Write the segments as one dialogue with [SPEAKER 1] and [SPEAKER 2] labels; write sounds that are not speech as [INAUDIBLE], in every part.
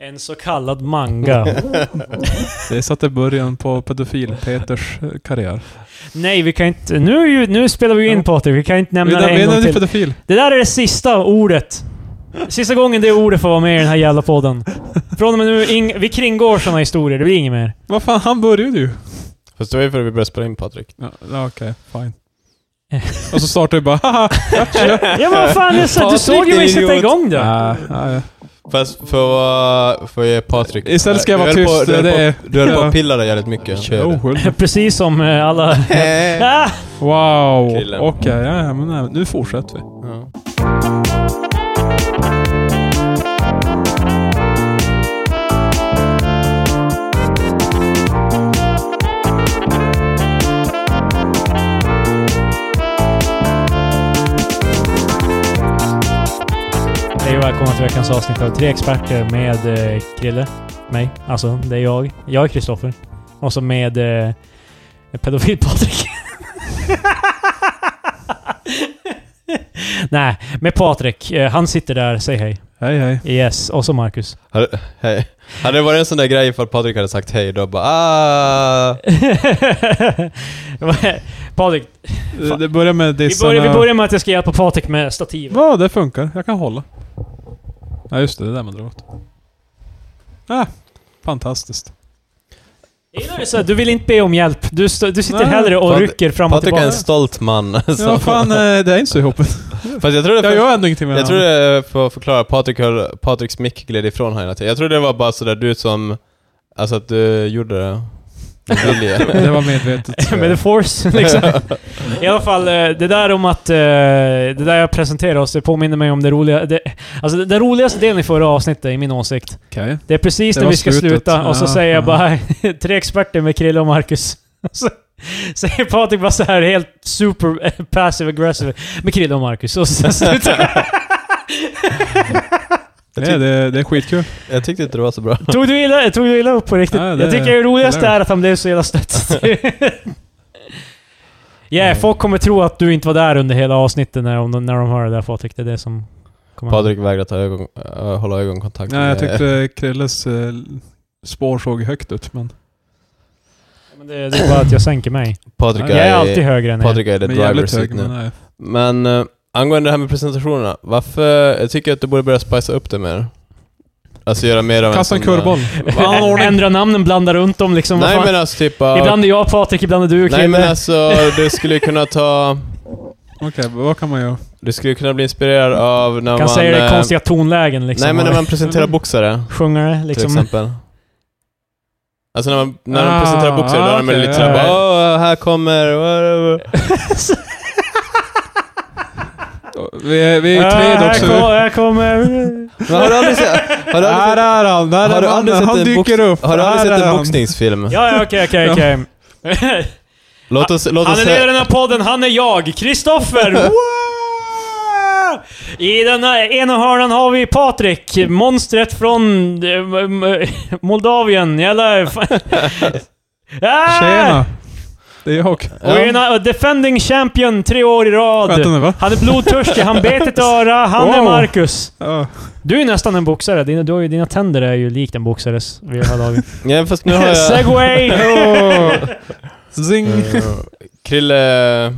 [SPEAKER 1] En så kallad
[SPEAKER 2] [LAUGHS]
[SPEAKER 1] manga.
[SPEAKER 3] Det satte början på pedofil-Peters karriär.
[SPEAKER 1] Nej, vi kan inte... Nu, är ju, nu spelar vi ju in Patrik, vi kan inte nämna det
[SPEAKER 3] Menar
[SPEAKER 1] en
[SPEAKER 3] menar
[SPEAKER 1] gång
[SPEAKER 3] ni
[SPEAKER 1] till.
[SPEAKER 3] pedofil?
[SPEAKER 1] Det där är det sista ordet. Sista gången det ordet får vara med i den här jävla podden. Från och med nu, ing, vi kringgår såna historier, det blir inget mer.
[SPEAKER 3] Vad fan, han började ju.
[SPEAKER 2] [LAUGHS] Fast det var ju för att vi började spela in Patrik.
[SPEAKER 3] Ja, ja, okej,
[SPEAKER 1] [LAUGHS]
[SPEAKER 3] fine. Och så startade vi bara haha, gotcha.
[SPEAKER 1] Ja men vad fan, jag sa, du
[SPEAKER 2] Patrik,
[SPEAKER 1] såg ju
[SPEAKER 2] din
[SPEAKER 1] mig sätta
[SPEAKER 2] idiot.
[SPEAKER 1] igång det.
[SPEAKER 3] Ja, ja, ja.
[SPEAKER 2] Fast för att vara- för att ge Patrik...
[SPEAKER 3] Istället ska jag
[SPEAKER 2] Du
[SPEAKER 3] vara
[SPEAKER 2] höll på-
[SPEAKER 3] tyst,
[SPEAKER 2] Du höll
[SPEAKER 3] det
[SPEAKER 2] på-
[SPEAKER 3] är-
[SPEAKER 2] du höll på
[SPEAKER 3] ja.
[SPEAKER 2] att pilla dig jävligt mycket. Kör.
[SPEAKER 1] [LAUGHS]
[SPEAKER 3] Oskuld.
[SPEAKER 1] Precis som eh, alla...
[SPEAKER 2] Eh.
[SPEAKER 1] Ah!
[SPEAKER 3] Wow. Okej,
[SPEAKER 2] Killen.
[SPEAKER 3] ja, ja, men nej, nu fortsätter vi.
[SPEAKER 2] Ja.
[SPEAKER 1] Hej och välkomna till veckans avsnitt av Tre Experter med eh, Krille, mig, alltså det är jag. Jag är Kristoffer. Och så med eh, pedofil Patrik. [LAUGHS] Nej, med Patrik. Eh, han sitter där, säg hej.
[SPEAKER 3] Hej hej.
[SPEAKER 1] Yes, och så Marcus. [LAUGHS]
[SPEAKER 2] Hade, [LAUGHS] hej. hade det varit en sån där grej ifall Patrik hade sagt hej, då bara ah.
[SPEAKER 1] Patrik,
[SPEAKER 3] Det- Det börjar med
[SPEAKER 1] vi
[SPEAKER 3] dissarna.
[SPEAKER 1] börjar, vi börjar med att jag ska hjälpa Patrik med stativet.
[SPEAKER 3] Ja, det funkar. Jag kan hålla. Ja, just det. Det där man drar åt. Ah,
[SPEAKER 2] [LAUGHS]
[SPEAKER 3] fantastiskt.
[SPEAKER 1] Jag gillar det så här, Du vill inte be om hjälp. Du, stå- du sitter
[SPEAKER 3] Nej.
[SPEAKER 1] hellre och
[SPEAKER 2] Patrik-
[SPEAKER 1] rycker fram och
[SPEAKER 2] Patrik är
[SPEAKER 1] tillbaka.
[SPEAKER 2] en stolt man. [LAUGHS]
[SPEAKER 3] Ja, vad fan, eh, det är inte så jobbigt.
[SPEAKER 2] Fast jag tror det
[SPEAKER 3] Jag gör ändå ingenting med
[SPEAKER 2] Jag
[SPEAKER 3] den.
[SPEAKER 2] tror det är för att förklara, Patrik höll, Patriks mick gled ifrån honom hela tiden. Jag tror det var bara sådär du som... Alltså att du gjorde det. Med [LAUGHS] vilje.
[SPEAKER 3] Det var medvetet.
[SPEAKER 1] [LAUGHS] Med the force, liksom. I alla fall, eh, det där om att... eh, Det där jag presenterar oss, det påminner mig om det roliga... Det, alltså den roligaste delen i förra avsnittet, i min åsikt.
[SPEAKER 3] Okej.
[SPEAKER 1] Det är precis
[SPEAKER 3] Det
[SPEAKER 1] när
[SPEAKER 3] var
[SPEAKER 1] vi ska
[SPEAKER 3] slutet.
[SPEAKER 1] sluta och så
[SPEAKER 3] Ja,
[SPEAKER 1] säger jag
[SPEAKER 3] ja.
[SPEAKER 1] bara [LAUGHS] tre experter med Krille och Marcus. [LAUGHS] Så säger Patrik bara så här helt super eh, passive aggressive med Krille och Marcus. Och så [LAUGHS] slutar
[SPEAKER 3] Nej, det, det är skitkul.
[SPEAKER 2] Jag tyckte inte det var så bra.
[SPEAKER 1] Tog du illa, tog du illa upp på riktigt?
[SPEAKER 3] Ja, det
[SPEAKER 1] jag tycker det roligaste
[SPEAKER 3] hilarious.
[SPEAKER 1] är att han blev så jävla stött. yeah, folk kommer tro att du inte var där under hela avsnittet när de, när de hör det där Patrik. Det är det som kommer
[SPEAKER 2] Patrik vägrade ta ögon, äh, hålla ögonkontakt.
[SPEAKER 3] Nej, jag
[SPEAKER 2] med-
[SPEAKER 3] tyckte Krilles eh, spår såg högt ut, men...
[SPEAKER 1] Men det, det är bara att jag sänker mig.
[SPEAKER 2] Patrik
[SPEAKER 1] Jag
[SPEAKER 2] är,
[SPEAKER 1] är alltid högre än er.
[SPEAKER 2] Patrik är the
[SPEAKER 3] men
[SPEAKER 2] driver
[SPEAKER 3] jävligt
[SPEAKER 2] seat
[SPEAKER 3] hög,
[SPEAKER 2] nu.
[SPEAKER 3] men nej.
[SPEAKER 2] Men eh, angående det här med presentationerna, varför... Jag tycker att du borde börja spicea upp det mer. Alltså göra mer av
[SPEAKER 3] Kasta en
[SPEAKER 2] sån där- [LAUGHS]
[SPEAKER 3] kurvboll.
[SPEAKER 2] Annan ordning.
[SPEAKER 1] [LAUGHS] Ändra namnen, blanda runt dem liksom. vad
[SPEAKER 2] Nej
[SPEAKER 1] fan.
[SPEAKER 2] men alltså typ av...
[SPEAKER 1] Ibland är jag Patrik, ibland är du
[SPEAKER 2] Nej
[SPEAKER 1] Krille.
[SPEAKER 2] men alltså, du skulle kunna ta...
[SPEAKER 3] Okej, vad kan man göra?
[SPEAKER 2] Du skulle kunna bli inspirerad av när
[SPEAKER 1] kan
[SPEAKER 2] man...
[SPEAKER 1] säga det i
[SPEAKER 2] eh,
[SPEAKER 1] konstiga tonlägen liksom.
[SPEAKER 2] Nej men när
[SPEAKER 1] och
[SPEAKER 2] man presenterar boxare.
[SPEAKER 1] Sjunger
[SPEAKER 2] Till
[SPEAKER 1] liksom.
[SPEAKER 2] exempel. Alltså när man, när
[SPEAKER 3] Ah,
[SPEAKER 2] de presenterar boxare, då är de
[SPEAKER 3] okej,
[SPEAKER 2] lite såhär
[SPEAKER 1] ja,
[SPEAKER 2] bara
[SPEAKER 1] ja.
[SPEAKER 2] Åh, här kommer... whatever."
[SPEAKER 3] Vi är, vi är
[SPEAKER 1] Ah,
[SPEAKER 3] i tred
[SPEAKER 1] här,
[SPEAKER 3] också.
[SPEAKER 1] kom, här kommer...
[SPEAKER 2] Men har du aldrig sett... Har du
[SPEAKER 3] Där
[SPEAKER 2] aldrig sett...
[SPEAKER 3] är han! Där
[SPEAKER 2] Har du
[SPEAKER 3] är
[SPEAKER 2] aldrig
[SPEAKER 3] mannen!
[SPEAKER 2] sett
[SPEAKER 3] Han
[SPEAKER 2] en box-
[SPEAKER 3] dyker upp!
[SPEAKER 2] Har du aldrig
[SPEAKER 3] Där
[SPEAKER 2] sett
[SPEAKER 3] är
[SPEAKER 2] en
[SPEAKER 3] han.
[SPEAKER 2] boxningsfilm?
[SPEAKER 1] Ja, ja, okej, okej, okej.
[SPEAKER 2] Låt oss... Låt
[SPEAKER 1] Han
[SPEAKER 2] oss
[SPEAKER 1] är med i den här podden, han är jag,
[SPEAKER 3] [LAUGHS]
[SPEAKER 1] Kristoffer! Wow! I den här ena hörnan har vi Patrik, monstret från eh, [LAUGHS] m- m- Moldavien, jävla... fan. [LAUGHS] Ah!
[SPEAKER 2] Eh.
[SPEAKER 3] Tjena! Det är jag.
[SPEAKER 1] Och ena, eh, defending champion tre år i
[SPEAKER 3] Vänta
[SPEAKER 1] rad.
[SPEAKER 3] nu va?
[SPEAKER 1] Han är blodtörstig, han bet
[SPEAKER 3] [LAUGHS]
[SPEAKER 1] ett öra, han är
[SPEAKER 3] Wow.
[SPEAKER 1] Marcus.
[SPEAKER 2] [LAUGHS]
[SPEAKER 3] Ja.
[SPEAKER 1] Du är nästan en boxare, dina, du har ju, dina tänder är ju likt en boxares vid det här laget.
[SPEAKER 2] Nej fast nu har jag...
[SPEAKER 1] Segway!
[SPEAKER 3] Åh. Zing!
[SPEAKER 2] Eh, Krille...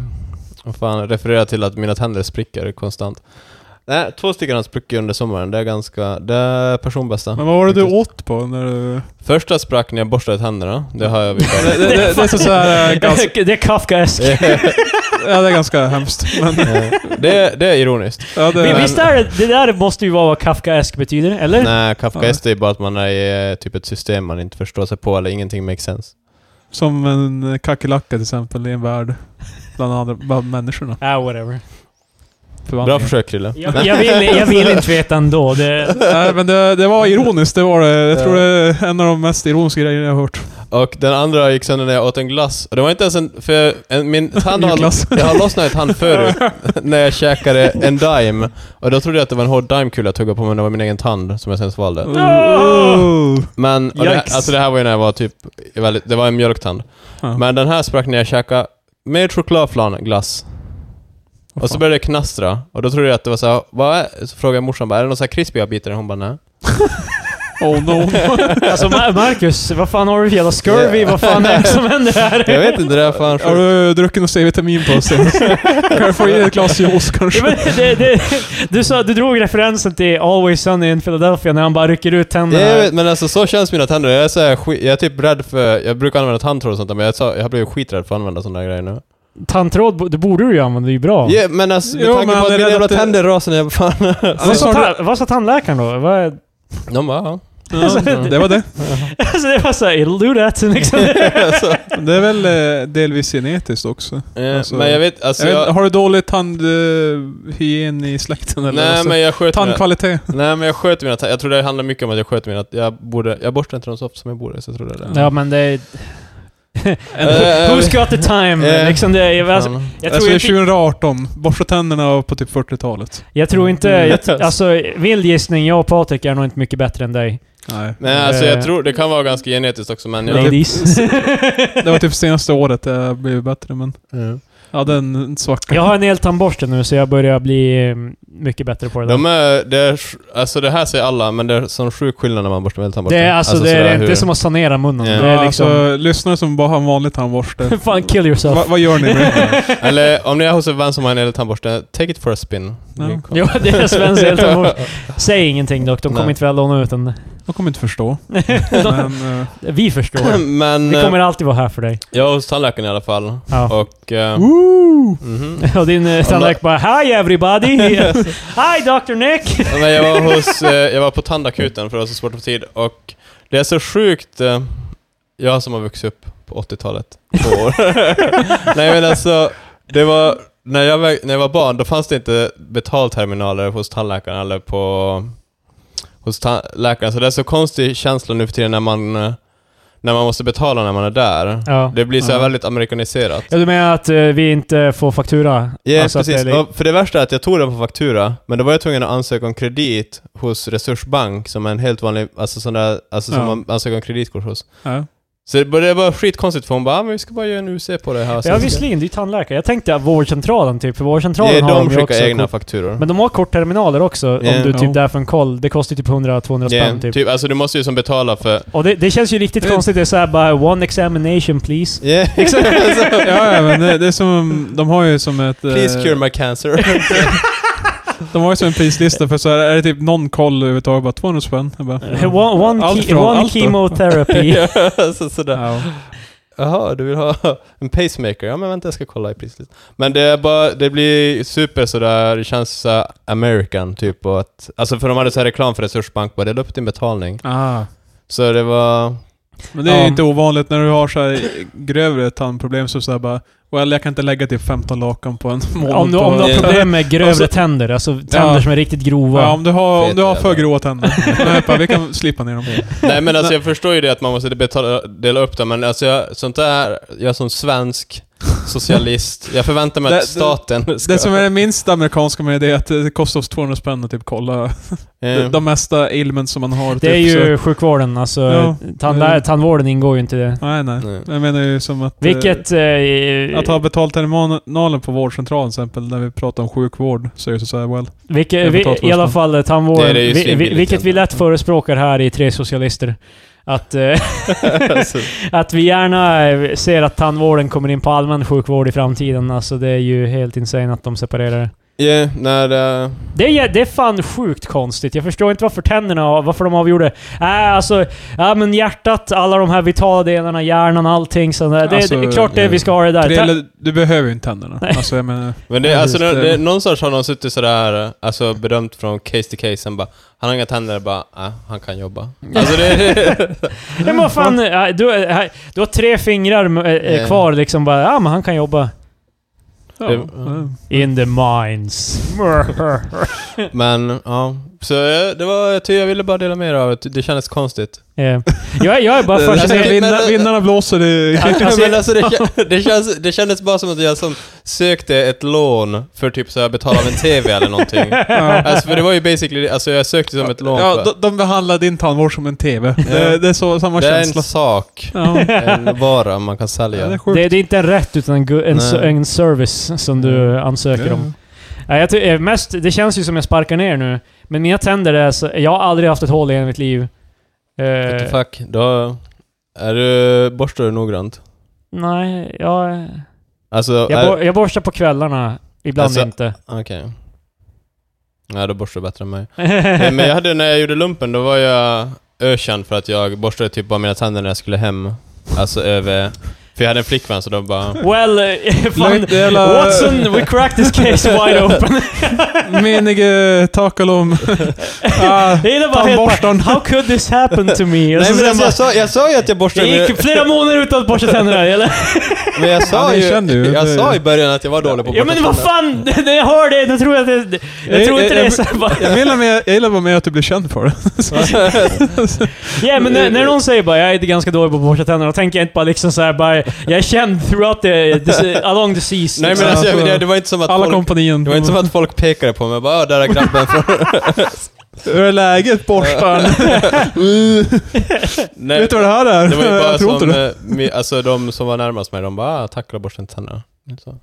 [SPEAKER 2] Vad fan, refererar till att mina tänder spricker konstant. Nej, två stycken har spruckit under sommaren. Det är ganska... Det är personbästa.
[SPEAKER 3] Men vad var det du åt på när du...
[SPEAKER 2] Första sprack när jag borstade tänderna. Det har
[SPEAKER 1] [LAUGHS]
[SPEAKER 2] jag vid
[SPEAKER 3] [LAUGHS] Det, det, det, det är så så här eh, ganska...
[SPEAKER 1] Det är Kafkaeskt.
[SPEAKER 3] Ja, det är ganska hemskt. Men,
[SPEAKER 2] det, det är ironiskt.
[SPEAKER 3] ja, det,
[SPEAKER 1] Vi,
[SPEAKER 2] Men-
[SPEAKER 1] visst är det, det där måste ju vara vad Kafkaesk betyder, eller?
[SPEAKER 2] Ehm, Nej, Kafkaest är bara att man är i eh, typ ett system man inte förstår sig på eller ingenting makes sense.
[SPEAKER 3] Som en kackerlacka till exempel i en värld. Bland andra bland människorna.
[SPEAKER 1] Ah, whatever.
[SPEAKER 2] Bra försök Krille.
[SPEAKER 1] Jag, jag, vill, jag vill inte veta ändå. Det,
[SPEAKER 3] Nej, men det, det var ironiskt, det var det. Jag tror det är en av de mest ironiska grejerna jag har hört.
[SPEAKER 2] Och den andra gick sönder när jag åt en glass. Och det var inte ens en... För jag, en,
[SPEAKER 3] [LAUGHS]
[SPEAKER 2] min tand har,
[SPEAKER 3] Glass.
[SPEAKER 2] jag har lossnat ett hand
[SPEAKER 3] [LAUGHS]
[SPEAKER 2] förut när jag käkade en dime. Och då trodde jag att det var en hård dimekula jag tuggade på men det var min egen tand som jag sen svalde.
[SPEAKER 3] Oh.
[SPEAKER 2] Men, och det, här-
[SPEAKER 3] Yikes.
[SPEAKER 2] alltså det här var ju när jag var typ... Väldigt, det var en mjölktand.
[SPEAKER 3] Ja.
[SPEAKER 2] Men den här sprack när jag käkade med chokladflan glass. Och så började det knastra. Och då trodde jag att det var så här, vad är? Så frågade jag morsan bara, är det någon så här krispiga bitar? Hon bara, nej.
[SPEAKER 3] Oh no.
[SPEAKER 1] Alltså Ma- Marcus, vad fan har du för jävla scurvy? Vad fan är det som händer här?
[SPEAKER 2] Jag vet inte, det är fan
[SPEAKER 3] Har
[SPEAKER 2] sjukt.
[SPEAKER 3] du druckit någon C-vitamin på sen? Kan jag få i ett glas juice
[SPEAKER 1] Ja, men
[SPEAKER 3] kanske?
[SPEAKER 1] det, det, du, sa, du drog referensen till Always Sunny in Philadelphia när han bara rycker ut tänderna.
[SPEAKER 2] Jag vet, men alltså så känns mina tänder. Jag är, så här, skit- jag är typ rädd för... Jag brukar använda tandtråd och sånt där, men jag, sa, jag har blivit skiträdd för att använda såna där grejer nu.
[SPEAKER 1] Tandtråd, bo- det borde du ju använda, det är ju bra.
[SPEAKER 2] Ja, men alltså, med
[SPEAKER 3] Jo,
[SPEAKER 2] tanke
[SPEAKER 3] men
[SPEAKER 2] på
[SPEAKER 3] han
[SPEAKER 2] att
[SPEAKER 3] är
[SPEAKER 2] mina
[SPEAKER 3] rädd
[SPEAKER 2] jävla
[SPEAKER 3] att det-
[SPEAKER 2] tänder rasar ner, fan. Alltså,
[SPEAKER 1] Vad
[SPEAKER 3] Vad
[SPEAKER 1] sa,
[SPEAKER 3] sa du?
[SPEAKER 1] ta, vad sa tandläkaren då? Vad,
[SPEAKER 2] De bara,
[SPEAKER 3] [LAUGHS]
[SPEAKER 2] ja.
[SPEAKER 3] Ja, Det var det.
[SPEAKER 1] alltså det var såhär, it'll do that. Liksom.
[SPEAKER 2] alltså,
[SPEAKER 3] Det är väl eh, delvis genetiskt också.
[SPEAKER 2] eh,
[SPEAKER 3] Alltså,
[SPEAKER 2] men jag vet, alltså
[SPEAKER 3] Jag vet,
[SPEAKER 2] jag...
[SPEAKER 3] inte, har du dålig tandhygien i släkten eller?
[SPEAKER 2] nej,
[SPEAKER 3] alltså,
[SPEAKER 2] men jag sköter mina,
[SPEAKER 3] Tandkvalitet?
[SPEAKER 2] nej men jag sköter mina tänder. Jag tror det handlar mycket om att jag sköter mina... Jag, borde, jag borstar inte dem så ofta som jag borde, så jag tror det är det.
[SPEAKER 1] ja men det... är-
[SPEAKER 2] Eh,
[SPEAKER 1] Who's got the time?
[SPEAKER 2] eh,
[SPEAKER 1] liksom det, är- alltså,
[SPEAKER 2] Fan.
[SPEAKER 1] jag,
[SPEAKER 3] alltså
[SPEAKER 1] tror
[SPEAKER 3] det
[SPEAKER 1] inte,
[SPEAKER 3] är 2018, borsta tänderna på typ 40-talet.
[SPEAKER 1] jag tror inte... Jag,
[SPEAKER 2] [LAUGHS] Mm.
[SPEAKER 1] alltså, vild gissning, jag och Patrik är nog inte mycket bättre än dig.
[SPEAKER 3] Nej.
[SPEAKER 2] Nej, alltså
[SPEAKER 1] Eh.
[SPEAKER 2] jag tror det kan vara ganska genetiskt också, men jag... [LAUGHS]
[SPEAKER 1] Ladies.
[SPEAKER 3] Det var typ senaste året jag blev bättre men...
[SPEAKER 2] Mm.
[SPEAKER 3] Jag hade en en svacka.
[SPEAKER 1] Jag har en hel tandborste nu så jag börjar bli eh, mycket bättre på det där.
[SPEAKER 2] De är, det är, alltså det här säger alla, men det är sån sjuk skillnad när man borstar med tandborsten.
[SPEAKER 1] Det är, alltså, det,
[SPEAKER 2] sådär
[SPEAKER 1] är, det
[SPEAKER 2] hur-
[SPEAKER 1] är som att sanera munnen.
[SPEAKER 2] Ja. alltså-
[SPEAKER 1] Det är liksom...
[SPEAKER 3] alltså, lyssnare som bara har en vanlig tandborste.
[SPEAKER 1] [LAUGHS] Fan, kill yourself.
[SPEAKER 3] Va, vad gör
[SPEAKER 1] [LAUGHS]
[SPEAKER 3] ni med det?
[SPEAKER 2] Eller om ni är hos en vän som har en hel tandborste, take it for a spin.
[SPEAKER 3] Ja.
[SPEAKER 2] Ni-
[SPEAKER 1] Jo, det är Svens helt
[SPEAKER 2] [LAUGHS]
[SPEAKER 1] emot. Säg ingenting dock, de kommer
[SPEAKER 2] Nej.
[SPEAKER 1] inte väl låna ut
[SPEAKER 2] [LAUGHS]
[SPEAKER 1] den.
[SPEAKER 3] De kommer
[SPEAKER 1] [LAUGHS]
[SPEAKER 3] inte förstå.
[SPEAKER 1] De,
[SPEAKER 3] Men, eh,
[SPEAKER 1] vi förstår.
[SPEAKER 2] Men
[SPEAKER 1] Vi
[SPEAKER 2] eh,
[SPEAKER 1] kommer alltid vara här för dig.
[SPEAKER 2] jag var hos tandläkaren i alla fall.
[SPEAKER 1] Ja.
[SPEAKER 2] Och...
[SPEAKER 1] [LAUGHS]
[SPEAKER 2] eh, mhm.
[SPEAKER 1] Och din eh, tandläkare bara Hi everybody!
[SPEAKER 2] [LAUGHS]
[SPEAKER 1] Hi Dr Nick!
[SPEAKER 2] Ja, Men jag var hos... eh, Jag var på tandakuten för det var så svårt att få tid. Och det är så sjukt... eh, Jag som har vuxit upp på 80-talet. Två år. [LAUGHS] Nej men alltså, det var... När jag, var, när jag var barn, då fanns det inte betalterminaler hos tandläkaren eller på... Hos tandläkaren. Så det är så konstig känsla nu för tiden när man... eh, När man måste betala när man är där.
[SPEAKER 1] Ja.
[SPEAKER 2] Det blir så här
[SPEAKER 3] Ja.
[SPEAKER 2] väldigt amerikaniserat.
[SPEAKER 1] Ja, du menar att eh, vi inte får faktura?
[SPEAKER 2] Ja,
[SPEAKER 1] Alltså att det är
[SPEAKER 2] precis.
[SPEAKER 1] li-
[SPEAKER 2] Och för det värsta är att jag tog den på faktura, men då var jag tvungen att ansöka om kredit hos Resursbank, som är en helt vanlig, alltså sån där, alltså som
[SPEAKER 3] Ja.
[SPEAKER 2] man ansöker om kreditkort hos.
[SPEAKER 3] ja.
[SPEAKER 2] Så det var, det var skitkonstigt för hon bara ah, men vi ska bara göra en UC på det här. Så
[SPEAKER 1] Ja
[SPEAKER 2] jag ska-
[SPEAKER 1] visserligen, det är ju tandläkare. Jag tänkte att vårdcentralen typ, för vårdcentralen
[SPEAKER 2] Nej,
[SPEAKER 1] har
[SPEAKER 2] de
[SPEAKER 1] ju också
[SPEAKER 2] skickar egna
[SPEAKER 1] kort.
[SPEAKER 2] fakturor.
[SPEAKER 1] Men de har kortterminaler också, om
[SPEAKER 2] Ja.
[SPEAKER 1] du typ
[SPEAKER 3] Ja.
[SPEAKER 1] där för en koll. Det kostar ju typ 100-200
[SPEAKER 2] Ja,
[SPEAKER 1] spänn typ.
[SPEAKER 2] typ, alltså du måste ju som betala för...
[SPEAKER 1] Och det, det känns ju riktigt
[SPEAKER 3] Det-
[SPEAKER 1] konstigt. Det är såhär bara “One examination please”.
[SPEAKER 2] [LAUGHS] Yeah.
[SPEAKER 3] [LAUGHS] ja, ja, men det, det är som... De har ju som ett... eh,
[SPEAKER 2] Please cure my
[SPEAKER 3] [LAUGHS]
[SPEAKER 2] cancer. [LAUGHS]
[SPEAKER 3] De har ju som en prislista för så här, är det typ någon koll överhuvudtaget, bara 200 spänn.
[SPEAKER 1] [LAUGHS]
[SPEAKER 3] Jag bara,
[SPEAKER 1] One, one,
[SPEAKER 3] Allt
[SPEAKER 1] ke-
[SPEAKER 3] från-
[SPEAKER 1] one
[SPEAKER 3] allt då.
[SPEAKER 1] chemotherapy.
[SPEAKER 2] [LAUGHS] Ja, alltså, sådär.
[SPEAKER 3] ja.
[SPEAKER 2] Jaha, du vill ha [LAUGHS] en pacemaker? Ja men vänta jag ska kolla i prislistan. Men det är bara, det blir super sådär, det känns såhär American typ och att, alltså för de hade så här reklam för Resursbank bara, dela upp din betalning.
[SPEAKER 3] Ah.
[SPEAKER 2] Så det var,
[SPEAKER 3] [LAUGHS] Men det är ju
[SPEAKER 1] Ja.
[SPEAKER 3] inte ovanligt när du har så här grövre tandproblem så såhär bara Well, jag kan inte lägga typ 15 lakan på en månad.
[SPEAKER 1] Om du, om du har
[SPEAKER 2] Ja.
[SPEAKER 1] problem med grövre
[SPEAKER 3] Alltså-
[SPEAKER 1] tänder, alltså tänder
[SPEAKER 3] Ja.
[SPEAKER 1] som är riktigt grova.
[SPEAKER 3] Ja, om du har, om du har
[SPEAKER 2] Fet
[SPEAKER 3] för
[SPEAKER 2] jävla. [LAUGHS]
[SPEAKER 3] gråa tänder. Men jag bara, vi kan slipa ner dem.
[SPEAKER 2] nej men alltså jag förstår ju det att man måste betala, dela upp det men alltså jag, sånt där, jag som svensk socialist, jag förväntar mig
[SPEAKER 3] Det-
[SPEAKER 2] att
[SPEAKER 3] det-
[SPEAKER 2] staten ska...
[SPEAKER 3] Det som är det minst amerikanska med det är att det kostar oss 200 spänn att typ kolla de,
[SPEAKER 2] Eh,
[SPEAKER 3] de mesta ailments som man har.
[SPEAKER 1] det är
[SPEAKER 3] typ, så-
[SPEAKER 1] ju sjukvården, alltså.
[SPEAKER 3] Ja.
[SPEAKER 1] Tandlä-
[SPEAKER 3] Mm.
[SPEAKER 1] Tandvården ingår ju inte i det.
[SPEAKER 3] Nej, nej.
[SPEAKER 2] Nej.
[SPEAKER 3] Jag menar ju som att... eh,
[SPEAKER 1] Vilket... Eh,
[SPEAKER 3] Att ha betalt terminalen på vårdcentralen till exempel, när vi pratar om sjukvård, så är det så här, well.
[SPEAKER 1] vilket,
[SPEAKER 3] jag
[SPEAKER 1] vi,
[SPEAKER 3] betalt
[SPEAKER 1] I alla
[SPEAKER 3] först.
[SPEAKER 1] fall eh, tandvården,
[SPEAKER 2] Det är det ju
[SPEAKER 1] vi, vi,
[SPEAKER 2] svinbilligt alltså.
[SPEAKER 1] vilket vi
[SPEAKER 2] ändå.
[SPEAKER 1] lätt förespråkar här i Tre Socialister. Att, eh,
[SPEAKER 2] [LAUGHS]
[SPEAKER 1] [LAUGHS]
[SPEAKER 2] alltså,
[SPEAKER 1] att vi gärna eh, ser att tandvården kommer in på allmän sjukvård i framtiden. Alltså det är ju helt insane att de separerar det.
[SPEAKER 2] yeah, när, eh,
[SPEAKER 1] Det är, det är fan sjukt konstigt. Jag förstår inte varför tänderna, varför de avgjorde. Nej, alltså... Ja, men hjärtat, alla de här vitala delarna, hjärnan, allting sånt där. Det,
[SPEAKER 3] Alltså,
[SPEAKER 1] det är klart det
[SPEAKER 2] eh,
[SPEAKER 1] vi ska ha det där.
[SPEAKER 3] För det
[SPEAKER 1] Ta-
[SPEAKER 3] gäller- du behöver ju inte tänderna. Alltså jag menar...
[SPEAKER 2] men det, alltså,
[SPEAKER 3] Precis,
[SPEAKER 2] det,
[SPEAKER 3] det-
[SPEAKER 2] det, någonstans har någon suttit sådär, alltså bedömt från case till case, sen bara, han har inga tänder, bara, ah, han kan jobba. Alltså det,
[SPEAKER 3] [LAUGHS]
[SPEAKER 1] Nej, men vad fan, eh, du, eh, du har tre fingrar eh, eh,
[SPEAKER 2] Ja.
[SPEAKER 1] kvar liksom bara. Ja, men han kan jobba.
[SPEAKER 3] Ja.
[SPEAKER 2] Det-
[SPEAKER 3] ja.
[SPEAKER 1] In the mines.
[SPEAKER 2] Men ja, så eh, det var, jag, tycker jag ville bara dela med mig av det. Det kändes
[SPEAKER 3] [LAUGHS]
[SPEAKER 2] konstigt.
[SPEAKER 1] yeah. Eh, jag, jag är bara
[SPEAKER 3] Alltså,
[SPEAKER 1] fascinerad.
[SPEAKER 3] vinna, vinnarna blåser i...
[SPEAKER 1] Alltså,
[SPEAKER 2] men alltså, det, kä- [LAUGHS] det, känns, det kändes bara som att jag som sökte ett lån för typ så här betala av en TV
[SPEAKER 1] [LAUGHS]
[SPEAKER 2] eller
[SPEAKER 3] [LAUGHS]
[SPEAKER 2] någonting. Alltså för det var ju basically, alltså jag sökte som ett lån
[SPEAKER 3] Ja,
[SPEAKER 2] för,
[SPEAKER 3] de, de behandlar din tandvård som en TV.
[SPEAKER 2] Ja.
[SPEAKER 3] Det, det är så, samma
[SPEAKER 2] det är
[SPEAKER 3] känsla.
[SPEAKER 2] en sak,
[SPEAKER 3] Ja.
[SPEAKER 2] en vara man kan
[SPEAKER 3] Ja, det är
[SPEAKER 2] sälja.
[SPEAKER 3] sjukt.
[SPEAKER 1] Det, det är inte en rätt utan en, gu- en,
[SPEAKER 2] Nej.
[SPEAKER 1] s- en service som du ansöker om. Ja, jag ty- eh, mest, det känns ju som jag sparkar ner nu. Men mina tänder är så, Jag har aldrig haft ett hål i hela mitt liv.
[SPEAKER 2] What the
[SPEAKER 1] Eh,
[SPEAKER 2] fuck. Då är du, borstar du noggrant?
[SPEAKER 1] nej, jag,
[SPEAKER 2] Alltså,
[SPEAKER 1] jag,
[SPEAKER 2] är-
[SPEAKER 1] bor, jag borstar på kvällarna. Ibland
[SPEAKER 2] Alltså-
[SPEAKER 1] inte.
[SPEAKER 2] Okej. Ja, då borstar du bättre än mig. Nej, Men jag hade, när jag gjorde lumpen, då var jag ökänd för att jag borstade typ bara mina tänder när jag skulle hem. Alltså över... För jag hade en flickvän så då
[SPEAKER 1] [LAUGHS]
[SPEAKER 2] bara...
[SPEAKER 1] Well, eh, [LAUGHS] fan,
[SPEAKER 3] Lugnt, jävla-
[SPEAKER 1] Watson, we cracked this case wide open. [LAUGHS]
[SPEAKER 3] Menige
[SPEAKER 2] [LAUGHS]
[SPEAKER 3] Takalom. ah,
[SPEAKER 1] Det är bara helt bara,
[SPEAKER 3] Tandborsten.
[SPEAKER 1] how could this happen to me? Och
[SPEAKER 2] Nej
[SPEAKER 1] så
[SPEAKER 2] men
[SPEAKER 1] sen
[SPEAKER 2] alltså,
[SPEAKER 1] bara,
[SPEAKER 2] jag, sa, jag sa ju att jag borstade
[SPEAKER 1] det gick flera månader utan att borsta
[SPEAKER 2] [LAUGHS]
[SPEAKER 1] tänderna, eller?
[SPEAKER 2] Men jag sa
[SPEAKER 3] Ja, det
[SPEAKER 2] ju...
[SPEAKER 3] kände ju.
[SPEAKER 2] Jag
[SPEAKER 3] Det-
[SPEAKER 2] sa i början att jag var dålig på att
[SPEAKER 1] Ja
[SPEAKER 2] borsta Eh,
[SPEAKER 1] men vad
[SPEAKER 2] tänder.
[SPEAKER 1] fan, [LAUGHS] när jag hör det, då tror jag att det... Jag tror inte det är såhär bara...
[SPEAKER 3] Jag gillar med, jag gillar bara med att du blir känd
[SPEAKER 2] [LAUGHS]
[SPEAKER 3] för det.
[SPEAKER 1] Ja men
[SPEAKER 2] eh,
[SPEAKER 1] när, när någon säger bara jag är ganska dålig på att borsta tänderna, då tänker jag inte bara liksom såhär bara... Jag är känd throughout the...
[SPEAKER 2] [LAUGHS]
[SPEAKER 1] the along the seas.
[SPEAKER 2] Nej men
[SPEAKER 1] liksom.
[SPEAKER 2] alltså, jag, det, det var inte som att
[SPEAKER 3] Alla
[SPEAKER 2] folk...
[SPEAKER 3] kompanien.
[SPEAKER 2] Det var inte som att folk pekade på mig och bara
[SPEAKER 1] [LAUGHS]
[SPEAKER 2] "Ah, där är grabben från...
[SPEAKER 3] Hur är läget borstaren?
[SPEAKER 2] [LAUGHS]
[SPEAKER 1] [LAUGHS]
[SPEAKER 2] Nej,
[SPEAKER 3] Vet du vad det här är?
[SPEAKER 2] det var ju bara
[SPEAKER 3] [LAUGHS] jag tror
[SPEAKER 2] som,
[SPEAKER 3] inte det.
[SPEAKER 2] eh, mi- alltså de som var närmast mig, de bara ah, tackla borsten tänderna.
[SPEAKER 3] [LAUGHS]
[SPEAKER 2] Så.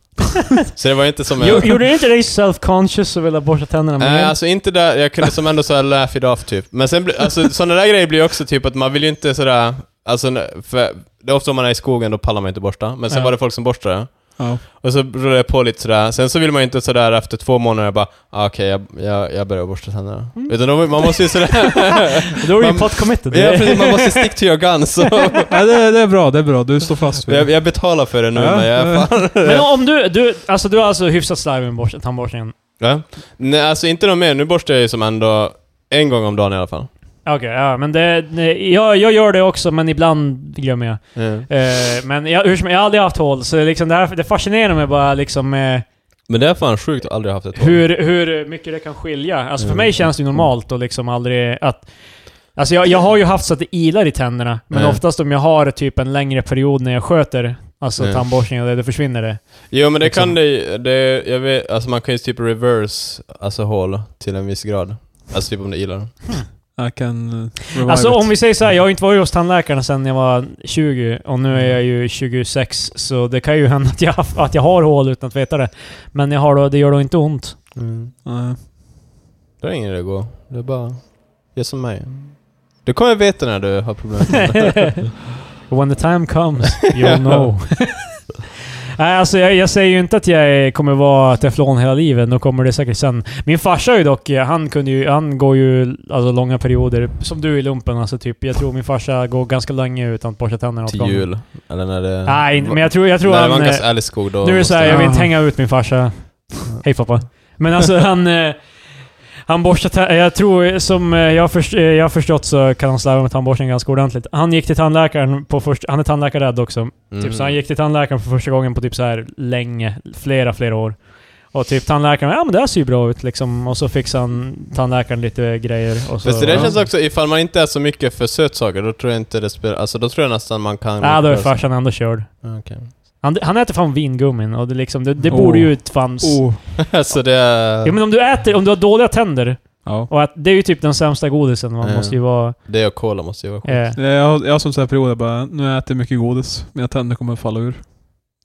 [SPEAKER 2] så det var inte som
[SPEAKER 1] Jo-
[SPEAKER 2] jag...
[SPEAKER 1] Gjorde det inte dig self-conscious att vilja borsta tänderna?
[SPEAKER 2] Nej,
[SPEAKER 1] Men-
[SPEAKER 2] alltså inte där, jag kunde som ändå såhär laugh it off typ. Men sen blir, alltså sådana där grejer blir ju också typ att man vill ju inte sådär, alltså n- för det är ofta om man är i skogen då pallar man inte borsta. Men sen
[SPEAKER 1] Ja.
[SPEAKER 2] var det folk som borstade.
[SPEAKER 3] Ja.
[SPEAKER 2] Och så rullade jag på lite sådär. Sen så vill man ju inte sådär efter två månader bara, ah, okej jag, jag, jag börjar borsta tänderna.
[SPEAKER 3] Mm.
[SPEAKER 2] Utan då, man måste ju sådär,
[SPEAKER 3] [LAUGHS]
[SPEAKER 1] Då är du ju
[SPEAKER 2] man-
[SPEAKER 1] pot committed.
[SPEAKER 2] [LAUGHS] ja, precis, man måste stick to your guns. Så.
[SPEAKER 3] Ja, det, det är bra, det är bra. Du står fast vid
[SPEAKER 2] Jag,
[SPEAKER 3] det.
[SPEAKER 2] jag betalar för det nu
[SPEAKER 3] Ja,
[SPEAKER 2] men jag är
[SPEAKER 3] ja.
[SPEAKER 2] fan...
[SPEAKER 1] [LAUGHS] Men om du, du, alltså du har alltså hyfsat slarvig med borst- tandborstningen?
[SPEAKER 2] Ja. Nej alltså inte något mer, nu borstar jag ju som ändå en gång om dagen i alla fall.
[SPEAKER 1] Okej, ja men det, nej, jag, jag gör det också men ibland glömmer jag.
[SPEAKER 2] Ja.
[SPEAKER 1] Eh, men jag, hur som, jag har aldrig haft hål, så liksom det, här, det fascinerar mig bara liksom eh,
[SPEAKER 2] Men det är fan sjukt att aldrig haft ett hår.
[SPEAKER 1] hur, hur mycket det kan skilja. Alltså för
[SPEAKER 2] Mm.
[SPEAKER 1] mig känns det ju normalt och liksom aldrig att... Alltså jag, jag har ju haft så att det ilar i tänderna, men
[SPEAKER 2] Mm.
[SPEAKER 1] oftast om jag har typ en längre period när jag sköter alltså
[SPEAKER 2] Mm.
[SPEAKER 1] tandborstning och det, då försvinner det.
[SPEAKER 2] Jo men det
[SPEAKER 1] Liksom.
[SPEAKER 2] kan det, ju- det jag vet, alltså man kan ju typ reverse alltså hål till en viss grad. Alltså typ om det ilar.
[SPEAKER 3] Jag kan eh, revive
[SPEAKER 1] Alltså
[SPEAKER 3] it.
[SPEAKER 1] om vi säger så här, jag har ju inte varit hos tandläkaren sedan jag var 20 och nu är jag ju 26 så det kan ju hända att jag, att jag har hål utan att veta det. Men jag har då, det gör då inte ont. Mm.
[SPEAKER 3] Nej.
[SPEAKER 2] Då är det ingen idé att gå. Det är bara, gör som mig. Du kommer veta när du
[SPEAKER 1] [LAUGHS]
[SPEAKER 2] har problem.
[SPEAKER 1] When the time comes, you'll know. Nej, alltså jag, jag säger ju inte att jag är- kommer vara teflon hela livet. Då kommer det säkert sen. Min farsa är ju dock, eh, han, kunde ju, han går ju alltså, långa perioder, som du i lumpen alltså typ. Jag tror min farsa går ganska länge utan att borsta tänderna åt
[SPEAKER 2] till
[SPEAKER 1] gången.
[SPEAKER 2] jul. Eller när det...
[SPEAKER 1] Nej, men jag tror, jag tror
[SPEAKER 2] när
[SPEAKER 1] han...
[SPEAKER 2] det vankas
[SPEAKER 1] eh,
[SPEAKER 2] älgskog då.
[SPEAKER 1] Nu är det såhär,
[SPEAKER 2] måste-
[SPEAKER 1] jag vill inte hänga ut min farsa. Hej pappa. Men alltså han... eh, Han borstar tä- Jag tror, som eh, jag, först, eh, jag har förstått så kan han slarva med tandborstningen ganska ordentligt. Han gick till tandläkaren på första... Han är tandläkarrädd också.
[SPEAKER 2] Mm.
[SPEAKER 1] Typ, så han gick till tandläkaren för första gången på typ så här länge. Flera, flera år. Och typ tandläkaren ja men det här ser ju bra ut liksom. Och så fixade han tandläkaren lite grejer. Och så,
[SPEAKER 2] Fast det där
[SPEAKER 1] ja.
[SPEAKER 2] känns också, ifall man inte är så mycket för sötsaker, då tror jag inte det spelar... Alltså då tror jag nästan man kan...
[SPEAKER 1] Ja, då är farsan ändå körd.
[SPEAKER 2] Okej.
[SPEAKER 1] Han, han äter fan vingummin och det, liksom, det, det borde ju fan...
[SPEAKER 3] Oh.
[SPEAKER 2] så Alltså, det är...
[SPEAKER 1] Ja, men om du äter, om du har dåliga tänder
[SPEAKER 3] Ja.
[SPEAKER 1] Och att det är ju typ den sämsta godisen. Man
[SPEAKER 2] Ja.
[SPEAKER 1] måste ju vara...
[SPEAKER 2] Det och cola måste ju vara skönt.
[SPEAKER 1] Eh,
[SPEAKER 3] [LAUGHS] Det är- Jag, har- jag har som sån här period, jag bara, nu har jag ätit mycket godis. Mina tänder kommer att falla ur.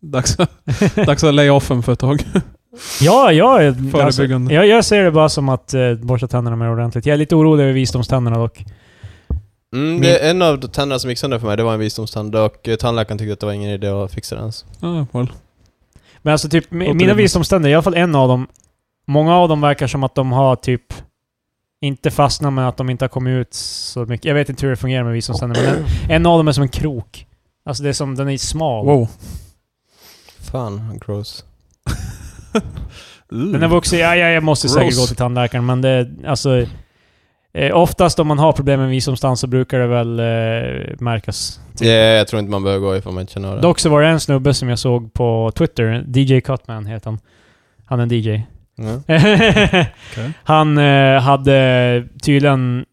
[SPEAKER 3] Dags, [LAUGHS] att- dags att lay offen för ett tag.
[SPEAKER 1] ja, jag, är- alltså,
[SPEAKER 3] Förebyggande.
[SPEAKER 1] jag, jag ser det bara som att eh, borsta tänderna mer ordentligt. Jag är lite orolig över visdomständerna dock.
[SPEAKER 2] Mm, det är en av de tänderna som gick sönder för mig, det var en visdomstand och eh, tandläkaren tyckte att det var ingen idé att fixa den ens.
[SPEAKER 1] Alltså,
[SPEAKER 3] Ah, well.
[SPEAKER 1] Men alltså typ, mi- mina
[SPEAKER 3] Låter rimligt.
[SPEAKER 1] visdomständer, i alla fall en av dem. Många av dem verkar som att de har typ... Inte fastnat men att de inte har kommit ut så mycket. Jag vet inte hur det fungerar med visdomständer, men en, en av dem är som en krok. Alltså det är som, den är smal.
[SPEAKER 3] Wow.
[SPEAKER 2] Fan, gross.
[SPEAKER 1] Den är vuxen. Ja, ja, jag måste säkert
[SPEAKER 3] Gross.
[SPEAKER 1] gå till tandläkaren, men det... Alltså... Eh, oftast om man har problem med visdomstand så brukar det väl eh, märkas.
[SPEAKER 2] Ja, jag tror inte man behöver gå ifall man inte känner det.
[SPEAKER 1] Dock så var det en snubbe som jag såg på Twitter, DJ Cutman heter han. Han är en [LAUGHS] DJ.
[SPEAKER 2] Ja.
[SPEAKER 1] han eh, hade tydligen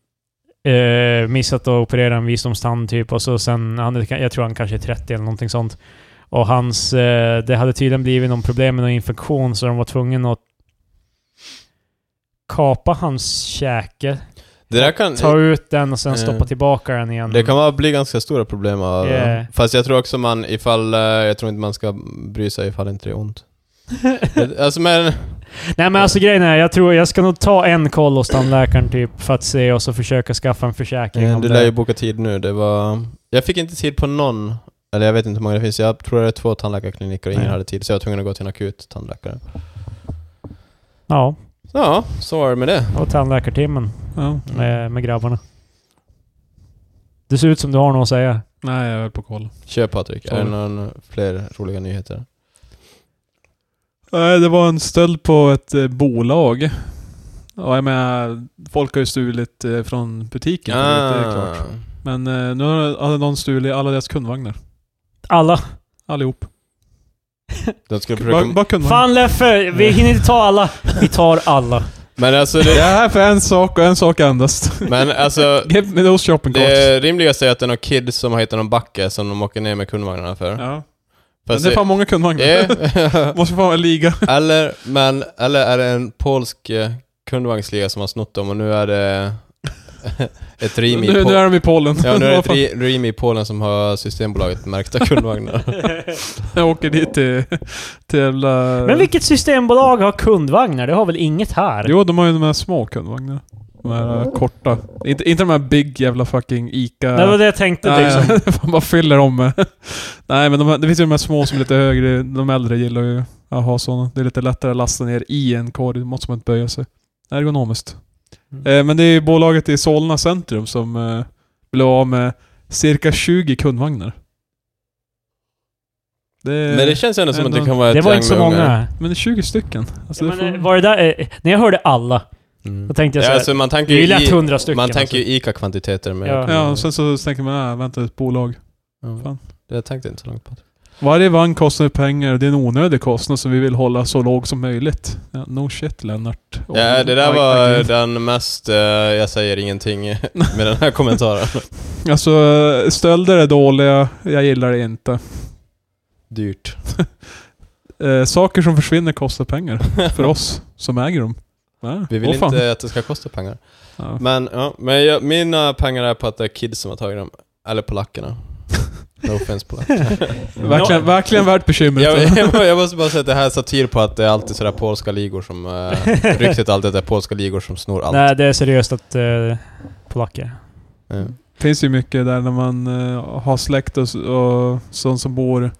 [SPEAKER 1] eh, missat att operera en visdomstand typ och så sen, han, är- jag tror han kanske är 30 eller någonting sånt. Och hans, eh, det hade tydligen blivit någon problem med någon infektion så de var tvungna att kapa hans käke,
[SPEAKER 2] Det där kan...
[SPEAKER 1] ta ut den och sen
[SPEAKER 2] Eh,
[SPEAKER 1] stoppa tillbaka den igen. [LAUGHS]
[SPEAKER 2] Det kan vara- bli ganska stora problem av...
[SPEAKER 1] Yeah.
[SPEAKER 2] Fast jag tror också Eh, man ifall... eh, Jag tror inte man ska bry sig ifall inte det är ont. alltså men...
[SPEAKER 1] Nej men alltså grejen är, jag tror jag ska nog ta en koll hos tandläkaren typ för att se och så försöka skaffa en försäkring
[SPEAKER 2] Eh,
[SPEAKER 1] om
[SPEAKER 2] Du
[SPEAKER 1] det.
[SPEAKER 2] lär ju boka tid nu. Det var... Jag fick inte tid på någon. Eller jag vet inte hur många det finns. Jag tror det är två tandläkarkliniker och ingen
[SPEAKER 1] Nej.
[SPEAKER 2] hade tid. Så jag var tvungen att gå till en akut tandläkare.
[SPEAKER 1] Ja,
[SPEAKER 2] Ja, så var det med det.
[SPEAKER 1] och Eh, tandläkartimmen
[SPEAKER 3] Ja.
[SPEAKER 1] med, med grabbarna. Det ser ut som du har något att säga.
[SPEAKER 3] Nej, jag höll på att kolla.
[SPEAKER 2] Kör Patrik. Är
[SPEAKER 3] Sorry.
[SPEAKER 2] det någon fler roliga nyheter?
[SPEAKER 3] Nej, det var en stöld på ett eh, bolag. Ja, jag menar, folk har ju stulit eh, från butiken förut, det är
[SPEAKER 2] Ah.
[SPEAKER 3] klart. Men eh, nu har- hade någon stulit alla deras kundvagnar.
[SPEAKER 1] Alla.
[SPEAKER 3] Allihop.
[SPEAKER 2] De skulle
[SPEAKER 3] Bara,
[SPEAKER 2] försöka...
[SPEAKER 3] bara kundvagnar.
[SPEAKER 1] Fan Leffe, vi hinner inte ta alla. Vi tar
[SPEAKER 2] [LAUGHS]
[SPEAKER 1] alla.
[SPEAKER 2] Men alltså,
[SPEAKER 3] Jag [LAUGHS]
[SPEAKER 2] det,
[SPEAKER 3] är här för en sak och en sak endast. [LAUGHS]
[SPEAKER 2] men alltså
[SPEAKER 3] Give me those shopping carts.
[SPEAKER 2] det rimligaste är att det är någon kid som har hittat någon backe som de åker ner med kundvagnarna för.
[SPEAKER 3] Ja. Men
[SPEAKER 2] Fast
[SPEAKER 3] det är fan många kundvagnar.
[SPEAKER 2] Eh,
[SPEAKER 3] [LAUGHS] Måste fan vara en liga.
[SPEAKER 2] eller, men, eller är det en polsk eh, kundvagnsliga som har snott dem och nu är det [LAUGHS] ett rim i
[SPEAKER 3] Nu, nu
[SPEAKER 2] Polen.
[SPEAKER 3] är de i Polen.
[SPEAKER 2] Ja, nu är det
[SPEAKER 3] [LAUGHS] Vad
[SPEAKER 2] ett
[SPEAKER 3] fan,
[SPEAKER 2] ri- rim i Polen som har Systembolaget märkta
[SPEAKER 3] [LAUGHS]
[SPEAKER 2] kundvagnar.
[SPEAKER 3] Jag åker dit till, till jävla...
[SPEAKER 1] Men vilket systembolag har kundvagnar? Det har väl inget här?
[SPEAKER 3] Jo, de har ju de här små kundvagnarna. De här eh, korta. Inte, inte de här big jävla fucking ICA...
[SPEAKER 1] Det var det jag tänkte liksom.
[SPEAKER 3] [LAUGHS] Nej, fan vad fyller de med? [LAUGHS] Nej men de, här- det finns ju de här små som är lite högre, de äldre gillar ju att ha sådana. Det är lite lättare att lasta ner i en korg, det måste man inte böja sig. Ergonomiskt. Eh, men det är ju bolaget i Solna centrum som eh, blev av med cirka 20 kundvagnar. Det är,
[SPEAKER 2] Men det känns ändå som att det
[SPEAKER 3] Ändå.
[SPEAKER 2] kan vara ett
[SPEAKER 1] Det var
[SPEAKER 2] gäng
[SPEAKER 1] inte så
[SPEAKER 2] med ungar.
[SPEAKER 1] många.
[SPEAKER 3] men 20 stycken. Alltså,
[SPEAKER 1] Ja,
[SPEAKER 3] det
[SPEAKER 1] men,
[SPEAKER 3] får-
[SPEAKER 1] eh, var det där, eh, när jag hörde alla,
[SPEAKER 2] Mm.
[SPEAKER 1] då tänkte jag
[SPEAKER 2] Ja,
[SPEAKER 1] såhär,
[SPEAKER 2] alltså, man tänker
[SPEAKER 1] det är ju lätt
[SPEAKER 2] ju, i,
[SPEAKER 1] hundra stycken.
[SPEAKER 2] man tänker
[SPEAKER 1] alltså.
[SPEAKER 2] ju
[SPEAKER 1] [LAUGHS]
[SPEAKER 2] ICA-kvantiteter med
[SPEAKER 1] Ja.
[SPEAKER 3] ja, och sen så tänker man, äh, vänta, det är ett bolag.
[SPEAKER 2] Ja.
[SPEAKER 3] fan.
[SPEAKER 2] Det tänkte jag inte så långt på.
[SPEAKER 3] Varje vagn kostar pengar och det är en onödig kostnad som vi vill hålla så låg som möjligt. Ja, no shit Lennart.
[SPEAKER 2] Ja, det där
[SPEAKER 3] Och-
[SPEAKER 2] var
[SPEAKER 3] verkligen.
[SPEAKER 2] den mest eh, jag säger ingenting [LAUGHS] med den här kommentaren.
[SPEAKER 3] Alltså, stölder är dåliga. Jag gillar det inte.
[SPEAKER 2] [LAUGHS] Dyrt.
[SPEAKER 3] Eh, saker som försvinner kostar pengar. För oss som äger dem. Ja,
[SPEAKER 2] Vi vill
[SPEAKER 3] åh fan.
[SPEAKER 2] inte att det ska kosta pengar.
[SPEAKER 3] Ja.
[SPEAKER 2] Men, ja, men jag, mina pengar är på att det är kids som har tagit dem.
[SPEAKER 1] [LAUGHS]
[SPEAKER 2] Eller polackerna. No offense polackerna.
[SPEAKER 3] Verkligen,
[SPEAKER 1] Ja.
[SPEAKER 3] verkligen värt bekymret.
[SPEAKER 2] jag, [LAUGHS] jag, jag måste bara säga att det här är satir på att det är alltid sådär polska ligor som...
[SPEAKER 1] [LAUGHS]
[SPEAKER 2] Uh, ryktet alltid att det är polska ligor som snor allt.
[SPEAKER 1] Nej, det är seriöst att eh, polacker.
[SPEAKER 2] Ja.
[SPEAKER 3] finns ju mycket där när man eh, har släkt och, s- och sånt som bor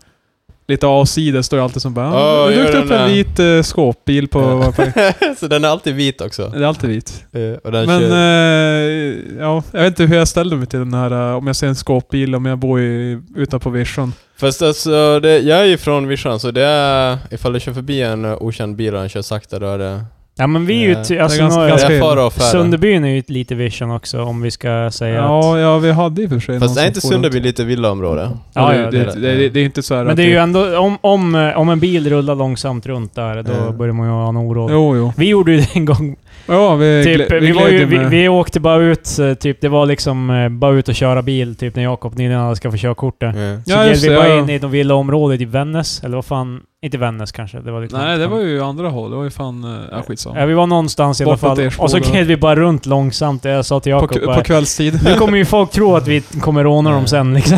[SPEAKER 3] lite avsides. Står det alltid som bara
[SPEAKER 2] Ja,
[SPEAKER 3] oh, Det
[SPEAKER 2] gör
[SPEAKER 3] dök
[SPEAKER 2] den
[SPEAKER 3] upp en
[SPEAKER 2] där."
[SPEAKER 3] vit eh, skåpbil på...
[SPEAKER 2] Ja. [LAUGHS]
[SPEAKER 3] på
[SPEAKER 2] Så den är alltid vit också.
[SPEAKER 3] det är alltid vit.
[SPEAKER 2] Eh, Och den
[SPEAKER 3] Men
[SPEAKER 2] kör,
[SPEAKER 3] eh, ja, jag vet inte hur jag ställde mig till den här, eh, om jag ser en skåpbil, om jag bor i, utanpå vischan.
[SPEAKER 2] fast alltså, det, jag är ju från Vischan så det är... Ifall du kör förbi en eh, okänd bil och den kör sakta då är det...
[SPEAKER 1] Ja men vi är ju...
[SPEAKER 2] Ja.
[SPEAKER 1] ty-
[SPEAKER 3] Det är
[SPEAKER 1] Alltså,
[SPEAKER 3] ganska-
[SPEAKER 1] några-
[SPEAKER 3] ganska-
[SPEAKER 2] det är
[SPEAKER 3] fel.
[SPEAKER 2] fara och färde.
[SPEAKER 1] Sunderbyn är ju lite vision också om vi ska säga
[SPEAKER 3] Ja,
[SPEAKER 1] att...
[SPEAKER 3] ja, vi hade i och för sig någon
[SPEAKER 2] Fast är
[SPEAKER 3] som
[SPEAKER 2] inte
[SPEAKER 3] for
[SPEAKER 2] Sunderby
[SPEAKER 3] runt.
[SPEAKER 2] lite villaområde?
[SPEAKER 1] Ja,
[SPEAKER 3] det,
[SPEAKER 1] ja,
[SPEAKER 3] det,
[SPEAKER 2] det-
[SPEAKER 3] det, det, det är inte så här
[SPEAKER 1] Men
[SPEAKER 3] att
[SPEAKER 1] det är ju ändå... Om, om, eh, om en bil rullar långsamt runt där, då
[SPEAKER 2] Ja.
[SPEAKER 1] börjar man ju ha en oro.
[SPEAKER 3] Eh. Jo, jo.
[SPEAKER 1] Vi gjorde ju det en gång.
[SPEAKER 3] Ja, vi,
[SPEAKER 1] Typ,
[SPEAKER 3] gle-
[SPEAKER 1] vi, var
[SPEAKER 3] gled
[SPEAKER 1] ju, vi,
[SPEAKER 3] med-
[SPEAKER 1] vi åkte bara ut, eh, typ, det var liksom eh, bara ut och köra bil, typ när Jakob nyligen hade skaffat körkort där.
[SPEAKER 2] Ja.
[SPEAKER 1] Så
[SPEAKER 3] Ja,
[SPEAKER 1] gled
[SPEAKER 3] just
[SPEAKER 1] vi
[SPEAKER 3] det,
[SPEAKER 1] bara
[SPEAKER 3] ja.
[SPEAKER 1] in i de villaområdet i Vännäs, eller vad fan... Inte Vännäs kanske, det var lite
[SPEAKER 3] Nej,
[SPEAKER 1] långt
[SPEAKER 3] det
[SPEAKER 1] fram.
[SPEAKER 3] var ju andra håll. Det var ju fan... eh, Ja, skitsamma.
[SPEAKER 1] Ja, vi var någonstans i alla
[SPEAKER 3] Bortåt
[SPEAKER 1] fall.
[SPEAKER 3] Ersboda.
[SPEAKER 1] Och så gled vi bara runt långsamt. Jag sa till
[SPEAKER 3] på,
[SPEAKER 1] Jakob
[SPEAKER 3] k-
[SPEAKER 1] bara,
[SPEAKER 3] på kvällstid. [LAUGHS]
[SPEAKER 1] Nu kommer ju folk tro att vi kommer råna dem sen liksom.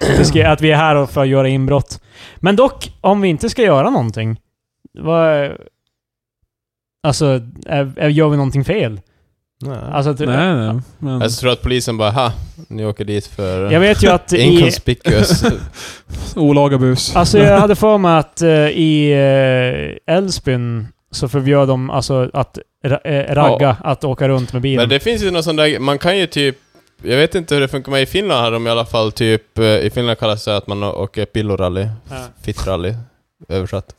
[SPEAKER 1] att, vi ska, att vi är här och för att göra inbrott. Men dock, om vi inte ska göra någonting. Vad... Alltså, är, är, gör vi någonting fel?
[SPEAKER 2] Nej.
[SPEAKER 1] Alltså, att-
[SPEAKER 3] nej, nej. Men,
[SPEAKER 2] Jag tror att polisen bara, ha, ni åker dit för...
[SPEAKER 1] Jag vet ju att i...
[SPEAKER 3] [LAUGHS]
[SPEAKER 2] Inconspicuous.
[SPEAKER 3] olaga bus.
[SPEAKER 1] Alltså jag
[SPEAKER 3] [LAUGHS]
[SPEAKER 1] hade för mig att eh, i eh, Älvsbyn så förbjöd de alltså att ra- eh, ragga, att åka runt med bilen.
[SPEAKER 2] Men det finns ju någon sån där, man kan ju typ... Jag vet inte hur det funkar, men i Finland har de i alla fall typ... eh, I Finland kallas det att man åker pillorally,
[SPEAKER 1] Ja.
[SPEAKER 2] fittrally, översatt.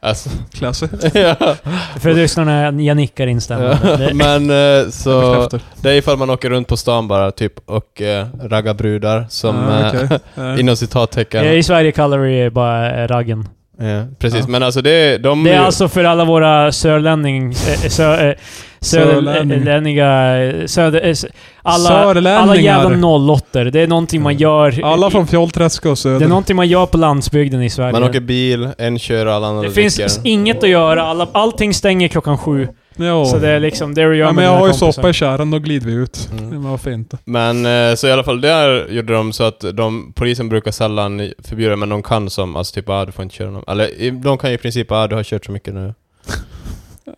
[SPEAKER 2] Alltså,
[SPEAKER 3] Klasse.
[SPEAKER 2] [LAUGHS] ja.
[SPEAKER 1] För lyssnarna, jag nickar instämmande. Det-
[SPEAKER 2] Men eh, så...
[SPEAKER 3] Bekräftar.
[SPEAKER 2] Det är ifall man åker runt på stan bara typ och eh, raggar brudar som...
[SPEAKER 3] Ja,
[SPEAKER 2] eh,
[SPEAKER 3] Ah, okej.
[SPEAKER 2] [LAUGHS]
[SPEAKER 3] Ja.
[SPEAKER 2] Inom citattecken.
[SPEAKER 1] [LAUGHS] I Sverige kallar vi det bara eh, raggen.
[SPEAKER 2] Ja, precis,
[SPEAKER 3] Ja.
[SPEAKER 2] men alltså det, de...
[SPEAKER 1] Det är alltså för alla våra sörlänning... eh, Sö, eh, söderlänninga... eh, Söder, eh, s- alla, alla jävla
[SPEAKER 3] Sörlänningar. Mm.
[SPEAKER 1] nollotter. Det är någonting man gör...
[SPEAKER 3] Alla från Fjollträsk och
[SPEAKER 1] Det
[SPEAKER 3] söder.
[SPEAKER 1] är någonting man gör på landsbygden i Sverige.
[SPEAKER 2] man åker bil, en kör, alla andra
[SPEAKER 1] det finns
[SPEAKER 2] dricker.
[SPEAKER 1] s- inget att göra. Alla, allting stänger klockan sju.
[SPEAKER 3] Ja.
[SPEAKER 1] Så det är liksom det du gör
[SPEAKER 3] Ja, men
[SPEAKER 1] med
[SPEAKER 3] jag
[SPEAKER 1] dina
[SPEAKER 3] har ju
[SPEAKER 1] kompisar.
[SPEAKER 3] soppa i kärran, då glider vi ut.
[SPEAKER 2] Mm.
[SPEAKER 3] Men varför inte?
[SPEAKER 2] Men eh, så i alla fall där gjorde de så att de, polisen brukar sällan förbjuda men de kan som, alltså typ ah, du får inte köra någon. Eller i- de kan ju i princip ah, du har kört så mycket nu.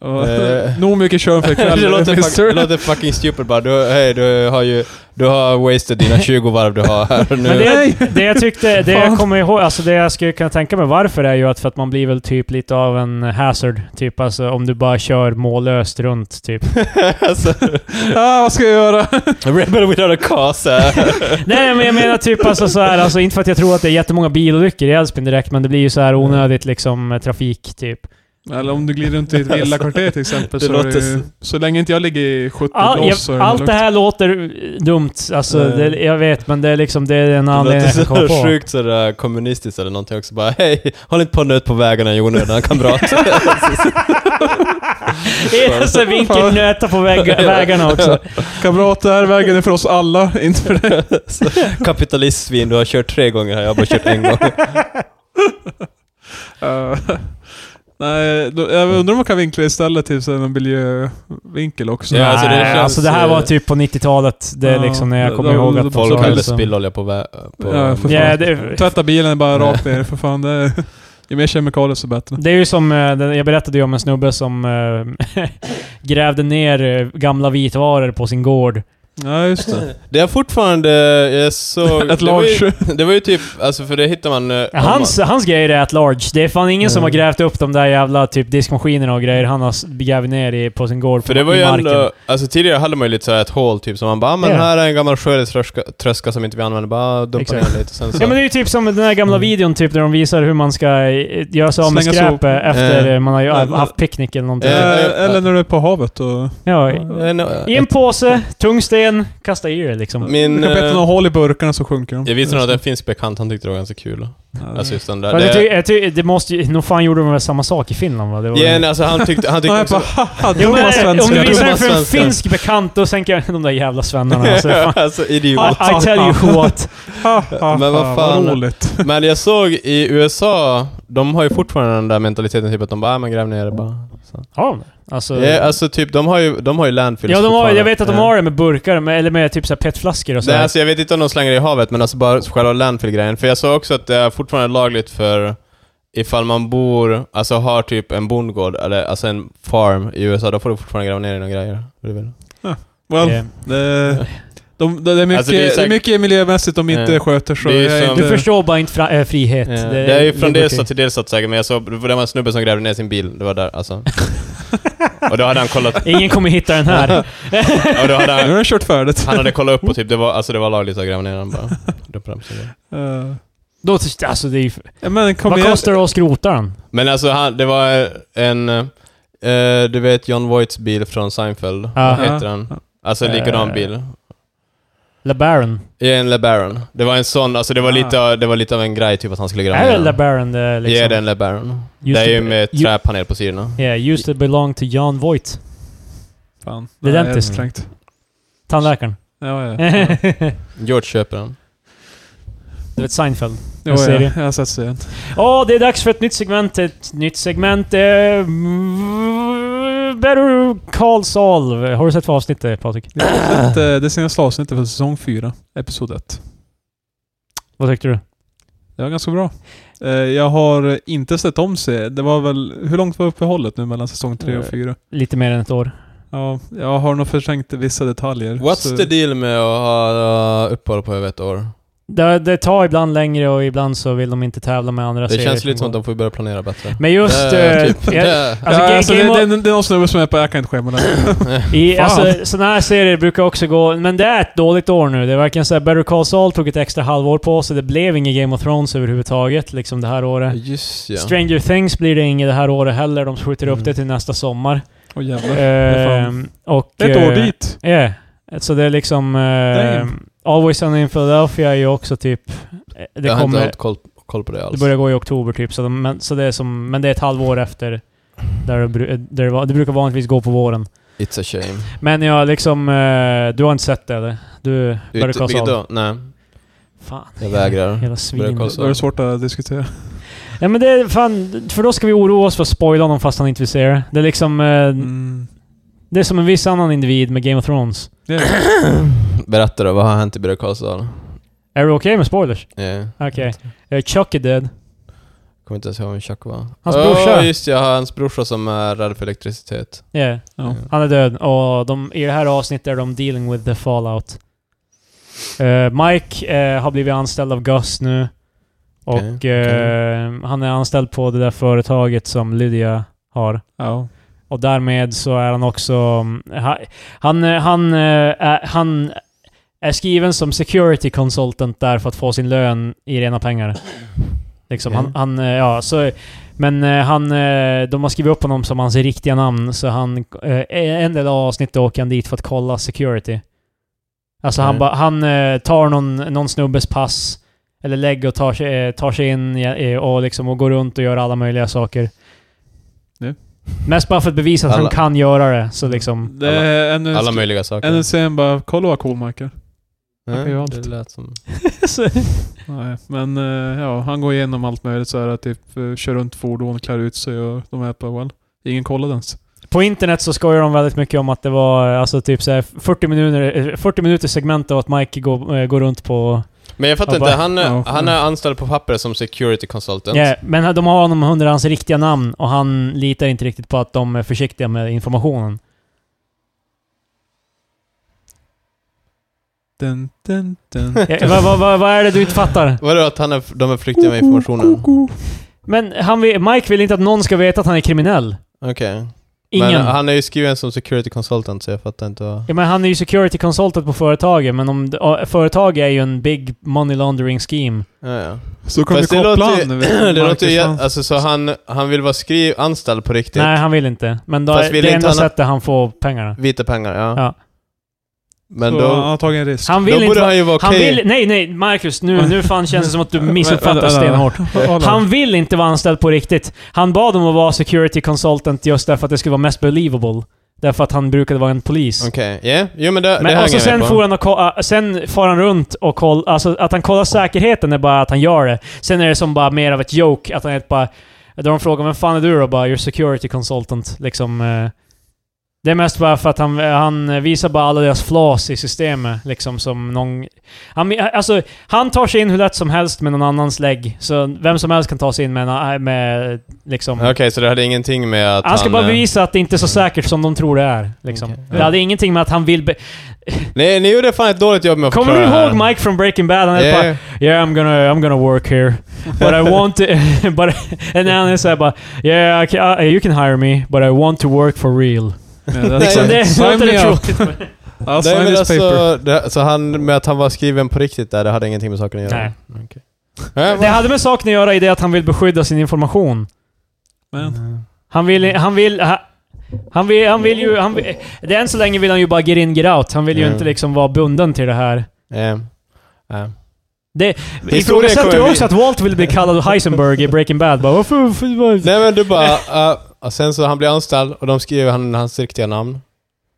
[SPEAKER 2] Eh.
[SPEAKER 3] [LAUGHS] Nog mycket
[SPEAKER 1] [LAUGHS]
[SPEAKER 3] kön för
[SPEAKER 2] [LAUGHS]
[SPEAKER 3] ikväll,
[SPEAKER 2] det,
[SPEAKER 3] [LAUGHS]
[SPEAKER 2] låter fuck, det
[SPEAKER 3] mister.
[SPEAKER 2] låter fucking stupid bara. Du, hej, du har ju... Du har wasted dina 20 varv du har här nu.
[SPEAKER 1] Men det,
[SPEAKER 3] Nej.
[SPEAKER 1] det jag
[SPEAKER 3] [LAUGHS]
[SPEAKER 1] tyckte, det jag
[SPEAKER 3] Fan.
[SPEAKER 1] kommer ihåg, alltså det jag skulle kunna tänka mig varför är ju att för att man blir väl typ lite av en hazard. Typ alltså om du bara kör mållöst runt typ.
[SPEAKER 2] [LAUGHS] alltså,
[SPEAKER 3] Ah, vad ska jag göra?
[SPEAKER 2] [LAUGHS] rebel without a cause. eh. här.
[SPEAKER 1] Nej men jag menar typ alltså så här, alltså inte för att jag tror att det är jättemånga bilolyckor i Älvsbyn direkt, men det blir ju så här onödigt liksom trafik typ.
[SPEAKER 3] Eller om du glider runt i ett villakvarter till exempel
[SPEAKER 2] Det
[SPEAKER 3] så, är det,
[SPEAKER 2] låter
[SPEAKER 3] ju- så länge inte jag ligger i 70
[SPEAKER 1] All,
[SPEAKER 3] blås så är
[SPEAKER 1] Ah, jag,
[SPEAKER 3] det
[SPEAKER 1] allt
[SPEAKER 3] lugnt.
[SPEAKER 1] det här låter dumt, alltså
[SPEAKER 2] Eh.
[SPEAKER 1] det, jag vet, men det är liksom det är [LAUGHS] en
[SPEAKER 2] Det
[SPEAKER 1] anledning
[SPEAKER 2] låter
[SPEAKER 1] jag kan komma
[SPEAKER 2] så
[SPEAKER 1] [LAUGHS] på.
[SPEAKER 2] sjukt sådär kommunistiskt eller någonting också. Bara hej, håll inte på och nöt på vägarna i
[SPEAKER 1] [LAUGHS]
[SPEAKER 2] onödan kamrat.
[SPEAKER 1] Är det så vinkeln nöta på
[SPEAKER 2] [LAUGHS]
[SPEAKER 1] väg, vägarna också?
[SPEAKER 3] Kamrat, det här vägen är för oss alla, [LAUGHS] inte för dig.
[SPEAKER 2] Kapitalistsvin, du har kört tre gånger här, jag har bara kört
[SPEAKER 1] [LAUGHS]
[SPEAKER 2] en gång.
[SPEAKER 3] Eh, nej, då, jag undrar om man kan vinkla istället till så här en miljövinkel också.
[SPEAKER 2] Ja, alltså det
[SPEAKER 1] Nej,
[SPEAKER 2] känns,
[SPEAKER 1] alltså det här
[SPEAKER 2] eh,
[SPEAKER 1] var typ på 90-talet, det är
[SPEAKER 3] ja,
[SPEAKER 1] liksom när jag
[SPEAKER 3] det-
[SPEAKER 1] kommer
[SPEAKER 3] det-
[SPEAKER 1] ihåg
[SPEAKER 3] det-
[SPEAKER 1] att...
[SPEAKER 3] folk
[SPEAKER 2] Folk
[SPEAKER 1] så-
[SPEAKER 2] hällde
[SPEAKER 1] så-
[SPEAKER 2] spillolja på, vä- på
[SPEAKER 3] Ja, för fan.
[SPEAKER 1] Ja, det,
[SPEAKER 3] Tvätta bilen bara
[SPEAKER 2] Nej.
[SPEAKER 3] rakt ner för fan. Det är, ju mer kemikalier så bättre.
[SPEAKER 1] det är ju som, eh, den- jag berättade ju om en snubbe som eh, [LAUGHS] grävde ner eh, gamla vitvaror på sin gård.
[SPEAKER 3] Ja, just det.
[SPEAKER 2] Det är fortfarande...
[SPEAKER 1] [LAUGHS]
[SPEAKER 2] Jag såg...
[SPEAKER 3] Ett
[SPEAKER 2] det, var ju,
[SPEAKER 3] large.
[SPEAKER 2] det var ju typ... Alltså för det hittar man... eh, om
[SPEAKER 1] Hans, hans grejer är att large. Det är fan ingen som har
[SPEAKER 3] Mm.
[SPEAKER 1] grävt upp de där jävla typ diskmaskinerna och grejer han har s- grävt ner i, på sin gård
[SPEAKER 2] För
[SPEAKER 1] på,
[SPEAKER 2] det var ju
[SPEAKER 1] i marken.
[SPEAKER 2] ändå, alltså tidigare hade man ju lite såhär ett hål typ som man bara ah, men
[SPEAKER 1] Ja.
[SPEAKER 2] här är en gammal skördetröska tröska som inte vi använder, bara dumpa
[SPEAKER 1] Exakt.
[SPEAKER 2] ner lite sen så.
[SPEAKER 1] Ja men det är ju typ som den där gamla
[SPEAKER 3] Mm.
[SPEAKER 1] videon typ där de visar hur man ska eh, göra sig av med
[SPEAKER 3] Slänga
[SPEAKER 1] skräpet
[SPEAKER 3] sopor.
[SPEAKER 1] efter
[SPEAKER 2] Eh,
[SPEAKER 1] eh, man har ju
[SPEAKER 2] eh,
[SPEAKER 1] haft picknick eller någonting.
[SPEAKER 2] Eh,
[SPEAKER 3] Eh,
[SPEAKER 2] eh,
[SPEAKER 3] Eller när du är på havet och...
[SPEAKER 1] Ja,
[SPEAKER 2] Eh, no, eh,
[SPEAKER 1] i en påse, tung sten, kasta i det liksom.
[SPEAKER 2] Min...
[SPEAKER 3] du kan peta
[SPEAKER 2] eh,
[SPEAKER 3] några hål i burkarna så sjunker de.
[SPEAKER 2] Jag visste nog att en finsk bekant, han tyckte det var ganska kul. Alltså just den där.
[SPEAKER 1] Fast jag
[SPEAKER 2] Det,
[SPEAKER 1] ty- jag ty- det måste ju... Nog fan gjorde de väl samma sak i Finland va? Det var
[SPEAKER 2] ja, nej, alltså han tyckte, han
[SPEAKER 3] Ja,
[SPEAKER 2] tyckte
[SPEAKER 3] jag
[SPEAKER 2] också...
[SPEAKER 3] bara haha,
[SPEAKER 1] Jo, men,
[SPEAKER 3] dumma
[SPEAKER 1] eh, om du
[SPEAKER 3] svenskar.
[SPEAKER 1] visar det
[SPEAKER 2] Dumma
[SPEAKER 1] för en
[SPEAKER 2] svenskar.
[SPEAKER 1] finsk bekant, då tänker jag de där jävla svennarna.
[SPEAKER 2] [LAUGHS]
[SPEAKER 1] Alltså, fan.
[SPEAKER 2] alltså
[SPEAKER 1] [LAUGHS]
[SPEAKER 2] idiot.
[SPEAKER 1] I, I tell you what.
[SPEAKER 3] Ha, ha,
[SPEAKER 2] Men vad
[SPEAKER 3] ha,
[SPEAKER 2] fan.
[SPEAKER 3] Vad roligt.
[SPEAKER 2] Men jag såg i USA, de har ju fortfarande den där mentaliteten typ att de bara ah, men gräv ner det bara. Så.
[SPEAKER 1] Har de det? Alltså,
[SPEAKER 2] Ja, alltså typ, de har ju, de har ju landfills
[SPEAKER 1] ja, de har, jag vet att de
[SPEAKER 2] fortfarande.
[SPEAKER 1] har det med burkar, med, eller med typ så här petflaskor och så.
[SPEAKER 2] Nej,
[SPEAKER 1] här.
[SPEAKER 2] alltså jag vet inte om de slänger det i havet, men alltså bara själva landfill-grejen. För jag såg också att det är fortfarande lagligt för ifall man bor, alltså har typ en bondgård, eller alltså en farm i USA, då får du fortfarande gräva ner dina grejer. Det är väl-
[SPEAKER 3] Well,
[SPEAKER 1] Eh,
[SPEAKER 3] det, [LAUGHS] de, det, är mycket,
[SPEAKER 2] Alltså, det är
[SPEAKER 3] det är
[SPEAKER 2] säkert-
[SPEAKER 3] mycket miljömässigt de inte
[SPEAKER 2] Eh,
[SPEAKER 3] sköter så.
[SPEAKER 2] det är ju
[SPEAKER 3] jag är
[SPEAKER 2] som-
[SPEAKER 3] inte,
[SPEAKER 1] Du förstår bara inte fra, eh, frihet.
[SPEAKER 2] Ja. Det är ju från
[SPEAKER 1] det
[SPEAKER 2] delstat till delstat säkert, men jag såg, det var en snubbe som grävde ner sin bil. Det var där alltså. och då hade han
[SPEAKER 1] [LAUGHS]
[SPEAKER 2] kollat,
[SPEAKER 1] Ingen kommer hitta den
[SPEAKER 2] [LAUGHS]
[SPEAKER 1] här.
[SPEAKER 2] och då hade
[SPEAKER 3] Nu
[SPEAKER 2] han,
[SPEAKER 3] har den kört färdigt.
[SPEAKER 2] han hade kollat upp och typ, det var, alltså det var lagligt att gräva ner den bara. Dumpa den på sin grej.
[SPEAKER 3] Eh,
[SPEAKER 1] Då, alltså, det är, ju-
[SPEAKER 3] ja, men kom
[SPEAKER 1] vad
[SPEAKER 3] igen.
[SPEAKER 1] kostar det att skrota den?
[SPEAKER 2] Men alltså han, det var en, eh, du vet John Voights bil från Seinfeld.
[SPEAKER 1] Ja.
[SPEAKER 2] Vad heter den? Alltså likadan
[SPEAKER 1] Eh.
[SPEAKER 2] bil.
[SPEAKER 1] LeBaron?
[SPEAKER 2] Ja, en LeBaron. Det var en sån, alltså det var,
[SPEAKER 3] Ah.
[SPEAKER 2] lite, av- det var lite av en grej typ att han skulle gräva
[SPEAKER 1] Är det
[SPEAKER 2] den.
[SPEAKER 1] LeBaron det liksom?
[SPEAKER 2] Ja, det är en LeBaron.
[SPEAKER 1] Just
[SPEAKER 2] det är ju
[SPEAKER 1] det-
[SPEAKER 2] med
[SPEAKER 1] ju-
[SPEAKER 2] träpanel på sidorna.
[SPEAKER 1] Yeah, used to belong to John Voight.
[SPEAKER 3] Fan.
[SPEAKER 1] Det är
[SPEAKER 3] Nej,
[SPEAKER 1] identiskt. Eh,
[SPEAKER 3] strängt.
[SPEAKER 1] Tandläkaren.
[SPEAKER 3] Ja, ja.
[SPEAKER 1] [LAUGHS]
[SPEAKER 3] ja.
[SPEAKER 1] du
[SPEAKER 2] George köper den.
[SPEAKER 1] vet Seinfeld.
[SPEAKER 3] Jo, ja.
[SPEAKER 1] serie.
[SPEAKER 3] Jag har sett serien.
[SPEAKER 1] Ja, det är dags för ett nytt segment. Ett nytt segment. Eh, mm, Better Call Saul. Har du sett för avsnittet Patrik?
[SPEAKER 3] Jag
[SPEAKER 1] [LAUGHS]
[SPEAKER 3] har sett eh, det senaste avsnittet för säsong 4, episod 1.
[SPEAKER 1] Vad tyckte du?
[SPEAKER 3] Det var ganska bra. Eh, Jag har inte sett om serien. Det var väl... Hur långt var uppehållet nu mellan säsong 3 och
[SPEAKER 2] Eh.
[SPEAKER 3] 4?
[SPEAKER 1] Lite mer än ett år.
[SPEAKER 3] Ja, jag har nog förträngt vissa detaljer.
[SPEAKER 2] What's
[SPEAKER 3] så-
[SPEAKER 2] the deal med att ha eh, uppehåll på över ett år?
[SPEAKER 1] Det, det tar ibland längre och ibland så vill de inte tävla med andra
[SPEAKER 2] Det
[SPEAKER 1] serier
[SPEAKER 2] känns lite som
[SPEAKER 1] går.
[SPEAKER 2] att de får börja planera bättre.
[SPEAKER 1] Men just...
[SPEAKER 2] Det-
[SPEAKER 1] eh,
[SPEAKER 2] typ,
[SPEAKER 1] jag-
[SPEAKER 2] det-
[SPEAKER 1] Alltså,
[SPEAKER 3] ja,
[SPEAKER 1] Ga-
[SPEAKER 3] alltså, det,
[SPEAKER 1] Game of-
[SPEAKER 3] det, det är någon snubbe som är på, jag kan inte
[SPEAKER 1] [LAUGHS]
[SPEAKER 3] skämma den.
[SPEAKER 1] I,
[SPEAKER 3] Fan.
[SPEAKER 1] alltså, sådana här serier brukar också gå... Men det är ett dåligt år nu. Det är verkligen såhär, Better Call Saul tog ett extra halvår på sig. Det blev inget Game of Thrones överhuvudtaget liksom det här året.
[SPEAKER 2] Just ja.
[SPEAKER 1] Stranger Things blir det inget det här året heller. De skjuter upp
[SPEAKER 2] Mm.
[SPEAKER 1] det till nästa sommar.
[SPEAKER 3] Åh jävlar. är fan-
[SPEAKER 1] Ehm, och...
[SPEAKER 3] Det är ett år
[SPEAKER 1] eh,
[SPEAKER 3] dit.
[SPEAKER 1] Ja. Så det är liksom... Eh,
[SPEAKER 3] Damn.
[SPEAKER 1] Always Sunny in Philadelphia är ju också typ... eh, Det
[SPEAKER 2] jag har inte
[SPEAKER 1] kommer...
[SPEAKER 2] haft koll, koll på det
[SPEAKER 1] Det
[SPEAKER 2] alls.
[SPEAKER 1] börjar gå i oktober typ, så, de, men, så det är som, men det är ett halvår efter. Där det, bru- där det, var- det brukar vanligtvis gå på våren.
[SPEAKER 2] It's a shame.
[SPEAKER 1] Men jag liksom... Eh, du har inte sett det eller? Du... Better Call Saul?
[SPEAKER 2] vilket då? Nej,
[SPEAKER 1] Fan.
[SPEAKER 2] jag vägrar.
[SPEAKER 1] Hela
[SPEAKER 2] Better
[SPEAKER 1] svin.
[SPEAKER 2] Call
[SPEAKER 3] Då är det svårt att diskutera.
[SPEAKER 1] Ja men det är fan... För då ska vi oroa oss för att spoila honom fast han inte vill se det. Det är liksom... Eh,
[SPEAKER 3] Mm.
[SPEAKER 1] Det är som en viss annan individ med Game of Thrones.
[SPEAKER 3] Det är,
[SPEAKER 2] Berätta då, vad har hänt i Better Call Saul?
[SPEAKER 1] Är du okej med spoilers?
[SPEAKER 2] Ja.
[SPEAKER 1] Okej. Eh, Chuck är död.
[SPEAKER 2] Eh, kommer inte ens ihåg vem Chuck var.
[SPEAKER 1] Hans
[SPEAKER 2] Ja,
[SPEAKER 1] brorsa.
[SPEAKER 2] just det, jag har hans brorsa som är rädd för elektricitet.
[SPEAKER 1] Yeah.
[SPEAKER 3] Ja.
[SPEAKER 1] Han är död och de, i det här avsnittet är de dealing with the fallout. Eh, Mike eh, har blivit anställd av Gus nu. Och
[SPEAKER 2] Okej,
[SPEAKER 1] eh, han är anställd på det där företaget som Lydia har.
[SPEAKER 3] Ja.
[SPEAKER 1] Och därmed så är han också... mm, ha- Han, eh, han, eh, är- han är skriven som security consultant där för att få sin lön i rena pengar. Liksom, han,
[SPEAKER 2] Okej.
[SPEAKER 1] han, eh, ja, så, men eh, han, eh, de har skrivit upp honom som hans riktiga namn, så han, eh, en del av avsnittet åker han dit för att kolla security. Alltså han,
[SPEAKER 2] Okej.
[SPEAKER 1] ba, han eh, tar någon, någon snubbes pass, eller lägg och tar sig, eh, tar sig in eh, och, liksom, och går runt och gör alla möjliga saker.
[SPEAKER 3] Nu?
[SPEAKER 1] Mest bara för att bevisa att
[SPEAKER 2] Alla-
[SPEAKER 1] han kan göra det, så
[SPEAKER 3] [LAUGHS]
[SPEAKER 1] liksom...
[SPEAKER 3] Det är ännu,
[SPEAKER 2] Mm. Alla möjliga saker.
[SPEAKER 3] ännu sen bara, kolla vad cool Mike är.
[SPEAKER 2] Ja,
[SPEAKER 3] kan ju allt.
[SPEAKER 2] det lät som...
[SPEAKER 1] så-
[SPEAKER 3] Nej, men eh, ja, han går igenom allt möjligt så här typ eh, kör runt fordon, klär ut sig och de är på well. Ingen kollade ens.
[SPEAKER 1] På internet så skojar de väldigt mycket om att det var eh, alltså typ så här 40 minuter, eh, 40 minuters segment av att Mike går, eh, går runt på...
[SPEAKER 2] Men jag fattar
[SPEAKER 1] Ja, bara-
[SPEAKER 2] inte, han, är-
[SPEAKER 3] Ja.
[SPEAKER 2] han är anställd på pappret som security consultant.
[SPEAKER 1] Ja, men de har honom under hans riktiga namn och han litar inte riktigt på att de är försiktiga med informationen.
[SPEAKER 3] Dun, dun,
[SPEAKER 1] [LAUGHS]
[SPEAKER 3] dun.
[SPEAKER 2] [LAUGHS]
[SPEAKER 1] Ja, Vad vad- vad- vad är det du inte fattar?
[SPEAKER 2] Vadå att han är, de är flyktiga med informationen?
[SPEAKER 1] Men han, vill- Mike vill inte att någon ska veta att han är kriminell.
[SPEAKER 2] Okej.
[SPEAKER 1] Ingen.
[SPEAKER 2] Men han är ju skriven som security consultant så jag fattar inte vad...
[SPEAKER 1] Ja, men han är ju security consultant på företaget, men om, ja, företaget är ju en big money laundering scheme.
[SPEAKER 2] Ja, ja.
[SPEAKER 3] Så kan vi
[SPEAKER 2] Fast det
[SPEAKER 3] koppla
[SPEAKER 2] låter ju... [CLEARS THROAT]
[SPEAKER 3] an.
[SPEAKER 2] det låter ju...
[SPEAKER 3] Marcus,
[SPEAKER 2] Alltså så han, han vill vara skriv, anställd på riktigt?
[SPEAKER 1] Nej, han vill inte. Men då,
[SPEAKER 2] Fast
[SPEAKER 1] är
[SPEAKER 2] vill
[SPEAKER 1] det
[SPEAKER 2] inte
[SPEAKER 1] enda
[SPEAKER 2] han-
[SPEAKER 1] sättet han får pengarna.
[SPEAKER 2] Vita pengar, ja.
[SPEAKER 1] Ja.
[SPEAKER 2] Men
[SPEAKER 3] så Han
[SPEAKER 2] då...
[SPEAKER 3] har tagit en risk.
[SPEAKER 1] Han
[SPEAKER 2] Då
[SPEAKER 1] vill inte
[SPEAKER 2] borde
[SPEAKER 1] vara
[SPEAKER 2] han ju vara
[SPEAKER 1] Han
[SPEAKER 2] okej.
[SPEAKER 1] vill, nej, nej, Marcus. Nu, nu fan känns det som
[SPEAKER 2] [LAUGHS]
[SPEAKER 1] att du
[SPEAKER 3] Vänta,
[SPEAKER 1] missuppfattar
[SPEAKER 3] vänta, vänta.
[SPEAKER 1] stenhårt.
[SPEAKER 3] [LAUGHS] Håll
[SPEAKER 1] Han vill inte vara anställd på riktigt. Han bad om att vara security consultant just därför att det skulle vara mest believable. Därför att han brukade vara en polis.
[SPEAKER 2] Okej, ja. Jo men det, det
[SPEAKER 1] Men
[SPEAKER 2] hänger
[SPEAKER 1] alltså
[SPEAKER 2] jag
[SPEAKER 1] sen
[SPEAKER 2] med på.
[SPEAKER 1] får, han och ko- äh, sen får han runt och koll, alltså att han kollar säkerheten är bara att han gör det. Sen är det som bara mer av ett joke, att han är bara... Då de frågar 'Vem fan är du då?' bara 'You're security consultant' liksom. eh. Det är mest bara för att han, han visar bara alla deras flas i systemet liksom som någon... Han, alltså, han tar sig in hur lätt som helst med någon annans lägg. Så vem som helst kan ta sig in med, en- äh, med liksom...
[SPEAKER 2] Okej, så det hade ingenting med att
[SPEAKER 1] Han ska bara
[SPEAKER 2] eh,
[SPEAKER 1] bevisa att det inte är så säkert som de tror det är. Liksom.
[SPEAKER 2] Okej.
[SPEAKER 1] Det hade ingenting med att han vill... Be-
[SPEAKER 2] Nej, ni gjorde fan ett dåligt jobb med att
[SPEAKER 1] Kommer du
[SPEAKER 2] förklara
[SPEAKER 1] ihåg
[SPEAKER 2] det här.
[SPEAKER 1] Mike från Breaking Bad? Han är bara
[SPEAKER 2] Ja,
[SPEAKER 1] “Yeah, I'm gonna, I'm gonna work here. But I want to...” [LAUGHS] but, And han är såhär bara “Yeah, I ca- uh, you can hire me, but I want to work for real.”
[SPEAKER 3] Ja,
[SPEAKER 2] Liksom,
[SPEAKER 1] det
[SPEAKER 3] Sign
[SPEAKER 1] låter
[SPEAKER 3] me
[SPEAKER 1] det
[SPEAKER 3] up.
[SPEAKER 1] tråkigt. men-
[SPEAKER 3] I'll
[SPEAKER 2] Nej,
[SPEAKER 3] sign
[SPEAKER 2] men
[SPEAKER 3] this paper.
[SPEAKER 2] alltså, det, så han, med att han var skriven på riktigt där, det hade ingenting med saken att göra?
[SPEAKER 1] Nej.
[SPEAKER 2] Okej. Ja,
[SPEAKER 1] Det hade med saken att göra i det att han vill beskydda sin information.
[SPEAKER 3] Men,
[SPEAKER 1] Han vill... Han vill ha, han vill, han vill ju... Han vill, det än så länge vill han ju bara get in, get out. Han vill ju
[SPEAKER 2] Ja.
[SPEAKER 1] inte liksom vara bunden till det här.
[SPEAKER 2] Ja. Ja. Historien
[SPEAKER 1] Ifrågasätter
[SPEAKER 2] kommer
[SPEAKER 1] ju
[SPEAKER 2] bli-
[SPEAKER 1] också att Walt ville bli kallad Heisenberg i Breaking Bad. Bara, varför, varför, varför?
[SPEAKER 2] Nej men du bara... eh, och sen så han blir anställd och de skriver han, hans riktiga namn.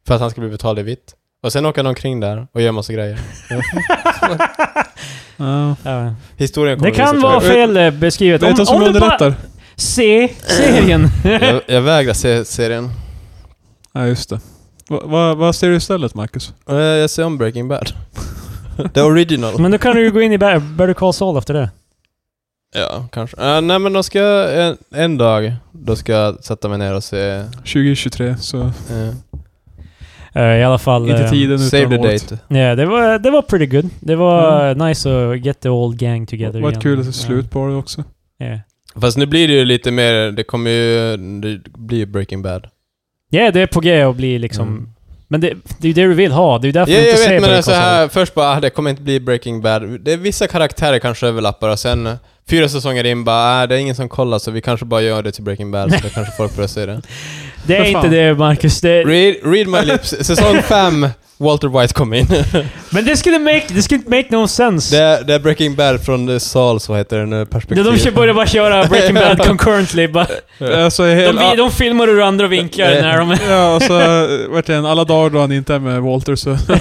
[SPEAKER 2] För att han ska bli betald i vitt. Och sen åker han omkring där och gör massa grejer.
[SPEAKER 3] ja.
[SPEAKER 1] Ja.
[SPEAKER 2] Historien kommer
[SPEAKER 1] Det kan
[SPEAKER 2] visa
[SPEAKER 1] vara
[SPEAKER 2] sig.
[SPEAKER 1] fel eh, beskrivet.
[SPEAKER 3] Vet du vad som
[SPEAKER 1] du bara-
[SPEAKER 3] underlättar?
[SPEAKER 1] Se serien.
[SPEAKER 2] Jag, jag vägrar se serien.
[SPEAKER 3] Ja, just det. Va- va- Vad ser du istället, Marcus?
[SPEAKER 2] Eh, Jag ser om Breaking Bad. [LAUGHS] The original.
[SPEAKER 1] [LAUGHS] Men då kan du ju gå in i Better Better Call Saul efter det.
[SPEAKER 2] Ja, kanske. Eh, nej men då ska jag, en, en dag, då ska jag sätta mig ner och se... eh,
[SPEAKER 3] 2023, så
[SPEAKER 1] Eh, I alla fall...
[SPEAKER 3] inte
[SPEAKER 1] eh,
[SPEAKER 3] tiden
[SPEAKER 2] save
[SPEAKER 3] utan
[SPEAKER 2] the
[SPEAKER 3] året.
[SPEAKER 2] date.
[SPEAKER 1] Ja, det var, det var pretty good. Det var
[SPEAKER 3] Mm.
[SPEAKER 1] eh, nice att get the old gang together
[SPEAKER 3] Vad
[SPEAKER 1] igen.
[SPEAKER 3] kul att det är slut på det också.
[SPEAKER 1] Ja, yeah.
[SPEAKER 2] Fast nu blir det ju lite mer, det kommer ju... Det blir ju Breaking Bad.
[SPEAKER 1] Ja, det är på g att bli liksom...
[SPEAKER 2] Mm.
[SPEAKER 1] Men det, det är ju det du vill ha. Det är ju därför
[SPEAKER 2] Ja,
[SPEAKER 1] du
[SPEAKER 2] jag
[SPEAKER 1] inte ser
[SPEAKER 2] vet, men
[SPEAKER 1] Better
[SPEAKER 2] det är
[SPEAKER 1] Call
[SPEAKER 2] så
[SPEAKER 3] alltså
[SPEAKER 1] Saul.
[SPEAKER 2] här, först bara, ah, det kommer inte bli Breaking Bad. Det är vissa karaktärer kanske överlappar och sen eh, fyra säsonger in bara, ah, det är ingen som kollar så vi kanske bara gör det till Breaking
[SPEAKER 1] [LAUGHS]
[SPEAKER 2] Bad så då kanske folk börjar se det.
[SPEAKER 1] Det är
[SPEAKER 3] För
[SPEAKER 1] inte
[SPEAKER 3] fan.
[SPEAKER 1] det, Marcus. Det,
[SPEAKER 2] Read, read my lips,
[SPEAKER 1] [LAUGHS]
[SPEAKER 2] säsong 5, Walter White kom in.
[SPEAKER 1] men det skulle, make, det skulle inte make no sense.
[SPEAKER 2] det, är, det är Breaking Bad från eh, Sauls, vad heter den, eh,
[SPEAKER 1] Det,
[SPEAKER 2] perspektiv.
[SPEAKER 1] de kör- börjar bara köra
[SPEAKER 3] [LAUGHS]
[SPEAKER 1] Breaking Bad concurrently. Bara,
[SPEAKER 3] Alltså,
[SPEAKER 1] de,
[SPEAKER 3] hel,
[SPEAKER 1] vi- de filmar ur andra vinklar
[SPEAKER 2] Eh,
[SPEAKER 1] när de...
[SPEAKER 3] ja, alltså, verkligen, alla dagar då han inte är med Walter [LAUGHS] så... bara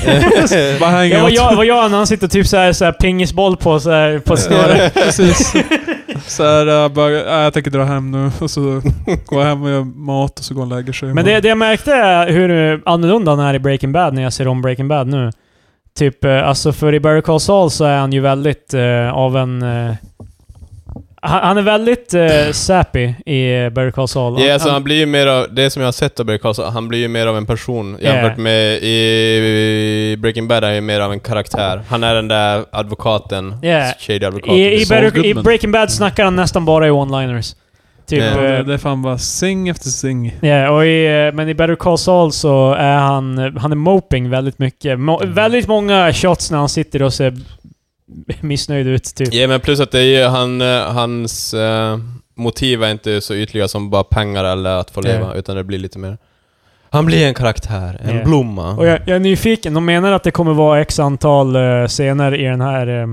[SPEAKER 1] Ja,
[SPEAKER 3] hänga
[SPEAKER 1] vad
[SPEAKER 3] åt.
[SPEAKER 1] jag, vad jag och han sitter typ så här, så här pingisboll på, så här, på ett
[SPEAKER 3] [LAUGHS]
[SPEAKER 1] snöre.
[SPEAKER 3] Ja, precis. Så här, jag bara, "Ja, jag tänker dra hem nu. Och så går jag hem och gör mat och så går han och lägger sig.
[SPEAKER 1] Men det, typ, det jag märkte är hur eh, annorlunda han är i Breaking Bad när jag ser om Breaking Bad nu. Typ, eh, alltså för i Barry Call Saul så är han ju väldigt eh, av en... Eh, Han, han är väldigt eh, sappy i Better Call Saul. Han-
[SPEAKER 2] Ja, alltså
[SPEAKER 1] han-
[SPEAKER 2] han blir ju mer av, det som jag har sett av Better Call Saul, han blir ju mer av en person
[SPEAKER 1] Ja.
[SPEAKER 2] jämfört med i, i Breaking Bad är han ju mer av en karaktär. Han är den där advokaten,
[SPEAKER 1] Ja.
[SPEAKER 2] shady advokaten.
[SPEAKER 1] I, i,
[SPEAKER 3] Saul
[SPEAKER 1] Better, I
[SPEAKER 3] Goodman.
[SPEAKER 1] Breaking Bad snackar han nästan bara i one-liners. Typ...
[SPEAKER 2] Ja.
[SPEAKER 3] Ja,
[SPEAKER 1] eh,
[SPEAKER 3] det, det är fan bara sing efter sing.
[SPEAKER 1] Ja, och i, eh, men i Better Call Saul så är han, han är moping väldigt mycket. Mo
[SPEAKER 3] Mm.
[SPEAKER 1] Väldigt många shots när han sitter och ser missnöjd ut, typ.
[SPEAKER 2] Ja, men plus att det är ju, han, eh, hans eh, motiv är inte så ytliga som bara pengar eller att få
[SPEAKER 1] Ja.
[SPEAKER 2] leva, utan det blir lite mer... Han blir en karaktär, en
[SPEAKER 1] Ja.
[SPEAKER 2] blomma.
[SPEAKER 1] Och jag, jag är nyfiken. De menar att det kommer vara x antal eh, scener i den här eh,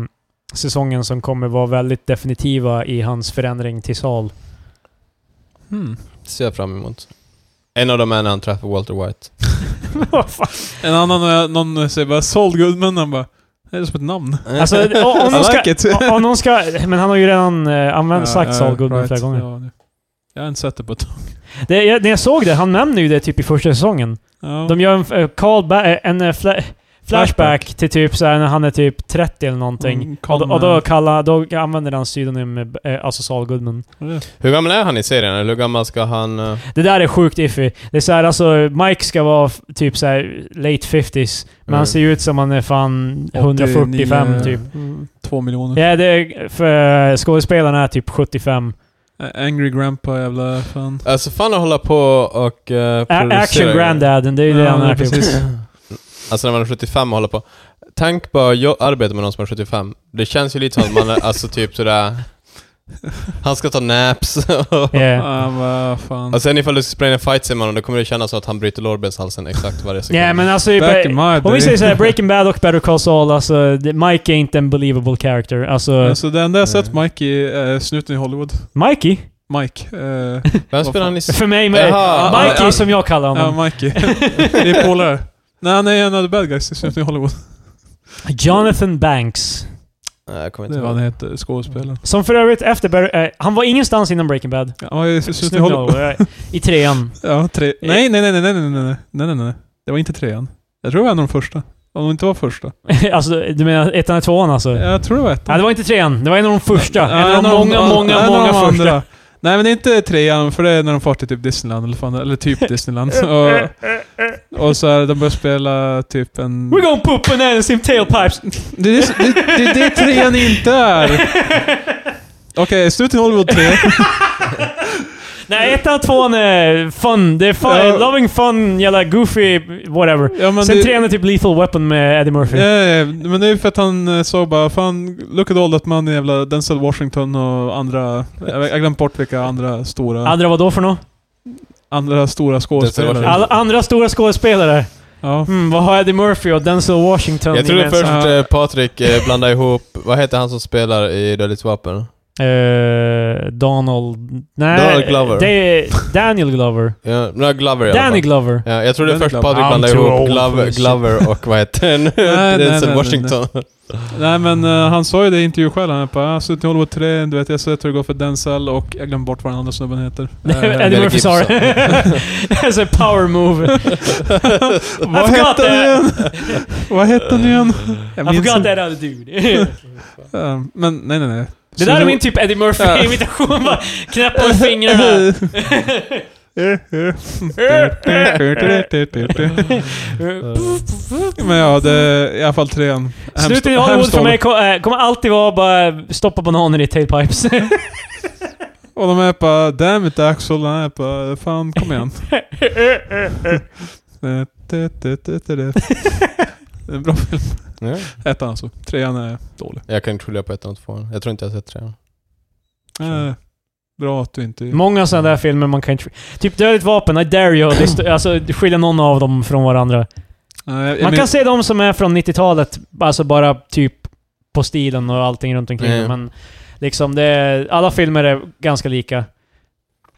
[SPEAKER 1] säsongen som kommer vara väldigt definitiva i hans förändring till Saul.
[SPEAKER 3] Hmm.
[SPEAKER 2] Ser jag fram emot. En av dem är när han träffar Walter White.
[SPEAKER 1] [LAUGHS] Vad fan?
[SPEAKER 3] En annan, eh, någon säger bara Saul Goodman, han bara det är som ett namn.
[SPEAKER 2] Eh,
[SPEAKER 3] [LAUGHS]
[SPEAKER 1] alltså, om
[SPEAKER 3] Mm. I
[SPEAKER 1] någon ska...
[SPEAKER 3] like it.
[SPEAKER 1] om- Om någon ska... Men han har ju redan eh, använt, sagt
[SPEAKER 3] Ja,
[SPEAKER 1] Saul
[SPEAKER 3] ja,
[SPEAKER 1] Goodman
[SPEAKER 3] right.
[SPEAKER 1] flera gånger.
[SPEAKER 3] Ja, det- jag har inte sett det på ett tag.
[SPEAKER 1] Det, jag, när jag såg det, han nämner ju det typ i första säsongen.
[SPEAKER 3] Ja.
[SPEAKER 1] De gör en, eh, callba- eh, en eh, fla- flashback till typ såhär när han är typ 30 eller någonting.
[SPEAKER 3] Mm,
[SPEAKER 1] och då, och då,
[SPEAKER 3] Conman.
[SPEAKER 1] kallar, då använder han pseudonym, eh, alltså Saul Goodman.
[SPEAKER 2] Hur gammal är han i serien? Eller hur gammal ska han... eh,
[SPEAKER 1] Det där är sjukt iffy. Det är såhär alltså, Mike ska vara f- typ såhär late 50s, men
[SPEAKER 2] Mm.
[SPEAKER 1] han ser ju ut som han är fan 145
[SPEAKER 3] 89,
[SPEAKER 1] typ.
[SPEAKER 3] mm, Två miljoner.
[SPEAKER 1] Ja, det är, för eh, skådespelaren är typ 75.
[SPEAKER 3] Ä- Angry Grandpa jävla fan.
[SPEAKER 2] Alltså fan att hålla på och uh,
[SPEAKER 1] A- action granddad, det är ju det
[SPEAKER 3] Ja,
[SPEAKER 1] han är typ.
[SPEAKER 3] [LAUGHS] precis.
[SPEAKER 2] Alltså när man är 75 och håller på. Tänk bara jag arbetar med någon som är 75. Det känns ju lite som att man är, alltså
[SPEAKER 1] [LAUGHS]
[SPEAKER 2] typ sådär... Han ska ta naps.
[SPEAKER 1] Yeah.
[SPEAKER 3] Ja, vad
[SPEAKER 1] Mm.
[SPEAKER 3] fan.
[SPEAKER 1] Alltså,
[SPEAKER 2] och Alltså, sen ifall du spränger en fight med honom, då kommer det kännas som att han bryter lårbenshalsen exakt varje sekund.
[SPEAKER 1] Ja, men alltså...
[SPEAKER 3] Back in my
[SPEAKER 1] Om vi
[SPEAKER 3] day.
[SPEAKER 1] säger såhär, Breaking Bad och Better Call Saul, alltså det- Mike är inte en believable character. Alltså,
[SPEAKER 3] Alltså det enda jag sett Mike i eh, snuten i Hollywood.
[SPEAKER 1] Mikey? [LAUGHS]
[SPEAKER 3] Mike. eh,
[SPEAKER 2] Vem
[SPEAKER 3] Vad
[SPEAKER 2] spelar han i... s-
[SPEAKER 1] För mig, med
[SPEAKER 2] Jaha,
[SPEAKER 1] Mikey
[SPEAKER 2] ja,
[SPEAKER 1] som jag kallar honom. [LAUGHS]
[SPEAKER 3] ja, Mikey. det är polare. Nej, han är en av the bad guys i snuten i Hollywood.
[SPEAKER 1] Jonathan Banks.
[SPEAKER 2] Nej, jag kommer inte
[SPEAKER 3] Det var han
[SPEAKER 2] ihåg.
[SPEAKER 3] heter, skådespelaren.
[SPEAKER 1] Som för övrigt efter... Bar- eh, han var ingenstans innan Breaking Bad.
[SPEAKER 3] Han var i
[SPEAKER 1] Mm.
[SPEAKER 3] snuten i
[SPEAKER 1] Snuten
[SPEAKER 3] Hollywood.
[SPEAKER 1] Hollywood, eh, I trean. [LAUGHS]
[SPEAKER 3] Ja, tre.
[SPEAKER 1] Eh.
[SPEAKER 3] Nej, nej, nej, nej, nej, nej, nej, nej, nej, nej, nej. Det var inte trean. Jag tror det var en av de första. Om det inte var första.
[SPEAKER 1] alltså, du menar ettan och tvåan alltså? Ja.
[SPEAKER 3] Jag tror det var ettan.
[SPEAKER 1] det var inte trean. Det var en av de första.
[SPEAKER 3] Ja,
[SPEAKER 1] en av de många,
[SPEAKER 3] ja,
[SPEAKER 1] många,
[SPEAKER 3] en av
[SPEAKER 1] många
[SPEAKER 3] de
[SPEAKER 1] första. [LAUGHS]
[SPEAKER 3] andra. Nej men det är inte trean, för det är när de far till typ Disneyland eller, fan,
[SPEAKER 1] [LAUGHS]
[SPEAKER 3] eller typ Disneyland. och, och så här, de börjar spela typ en...
[SPEAKER 1] We're gonna poop bananas in tailpipes.
[SPEAKER 3] Det är det, det, det är trean inte är!
[SPEAKER 1] [LAUGHS]
[SPEAKER 3] Okej, slut i Hollywood 3.
[SPEAKER 1] Nej, ettan och tvåan är fun. Det är fun,
[SPEAKER 3] Ja.
[SPEAKER 1] loving fun, jävla goofy, whatever.
[SPEAKER 3] Ja, men
[SPEAKER 1] Sen
[SPEAKER 3] det,
[SPEAKER 1] trean är typ Lethal Weapon med Eddie Murphy.
[SPEAKER 3] Ja, ja, men det är ju för att han eh, sa bara fan, look at all that money, jävla Denzel Washington och andra... Jag har glömt bort vilka andra stora,
[SPEAKER 1] Andra vad då för något?
[SPEAKER 3] andra stora
[SPEAKER 2] Denzel
[SPEAKER 3] skådespelare.
[SPEAKER 2] Washington.
[SPEAKER 1] Alla andra stora skådespelare.
[SPEAKER 3] Ja.
[SPEAKER 1] Mm, vad har Eddie Murphy och Denzel Washington
[SPEAKER 2] Jag trodde
[SPEAKER 1] gemensamt?
[SPEAKER 2] först eh, Patrik eh, blandade ihop... Vad heter han som spelar i Dödligt Vapen?
[SPEAKER 1] Eh, Donald... Nej,
[SPEAKER 2] Donald Glover.
[SPEAKER 1] Det är Daniel Glover.
[SPEAKER 2] Ja, nej, Glover i alla
[SPEAKER 1] Danny
[SPEAKER 2] fall. [LAUGHS]
[SPEAKER 1] Glover.
[SPEAKER 2] Ja, jag trodde
[SPEAKER 3] Den
[SPEAKER 2] först
[SPEAKER 3] Glover.
[SPEAKER 2] Patrik
[SPEAKER 1] I'm
[SPEAKER 2] blandade
[SPEAKER 1] too
[SPEAKER 2] ihop
[SPEAKER 1] old for
[SPEAKER 2] Glover,
[SPEAKER 1] this shit.
[SPEAKER 2] Glover och vad
[SPEAKER 1] [LAUGHS]
[SPEAKER 2] heter den?
[SPEAKER 3] nej, nej,
[SPEAKER 2] Denzel
[SPEAKER 3] nej,
[SPEAKER 2] Washington.
[SPEAKER 3] Nej men eh, han sa ju det i intervju själv, han bara ah, suttit i Hollywood 3, du vet jag sett hur det går för Denzel och jag glömde bort vad den andra snubben
[SPEAKER 1] [LAUGHS]
[SPEAKER 3] heter. Eh,
[SPEAKER 1] Eddie
[SPEAKER 2] Murphy.
[SPEAKER 1] Murphys har... [LAUGHS] That's a power
[SPEAKER 2] [LAUGHS]
[SPEAKER 1] move.
[SPEAKER 3] vad
[SPEAKER 1] I forgot
[SPEAKER 3] hette han
[SPEAKER 1] [LAUGHS]
[SPEAKER 3] igen? vad hette han igen? Jag
[SPEAKER 1] I
[SPEAKER 3] minns
[SPEAKER 1] forgot
[SPEAKER 3] inte.
[SPEAKER 1] that other dude.
[SPEAKER 3] Eh, Men nej nej nej.
[SPEAKER 1] [LAUGHS] det där är min typ Eddie Murphy-imitation. Bara knäppa med
[SPEAKER 2] [LAUGHS]
[SPEAKER 1] fingrarna. [LAUGHS]
[SPEAKER 3] [LAUGHS] Men ja, det är i alla fall trean.
[SPEAKER 1] Slutet i
[SPEAKER 3] Hemskt-
[SPEAKER 1] Hollywood
[SPEAKER 3] hemskt
[SPEAKER 1] för mig ko- eh, kommer alltid vara bara stoppa bananer i
[SPEAKER 2] [LAUGHS]
[SPEAKER 1] tailpipes.
[SPEAKER 3] Och de är bara 'Damn it Axel' han är bara 'Fan
[SPEAKER 1] [LAUGHS]
[SPEAKER 3] kom igen' Det är en bra film.
[SPEAKER 2] Ja.
[SPEAKER 3] Ettan alltså. Trean är dålig.
[SPEAKER 2] Jag kan inte skilja på ettan och tvåan. Jag tror inte jag har sett trean.
[SPEAKER 3] Eh, bra att du inte...
[SPEAKER 1] Många sådana där filmer man kan inte... Typ Dödligt Vapen, I dare you. Det är st- alltså skilja någon av dem från varandra.
[SPEAKER 3] Nej,
[SPEAKER 1] Man
[SPEAKER 3] men-
[SPEAKER 1] kan se de som är från 90-talet, alltså bara typ på stilen och allting runt omkring.
[SPEAKER 2] Mm.
[SPEAKER 1] Men liksom, det är, alla filmer är ganska lika.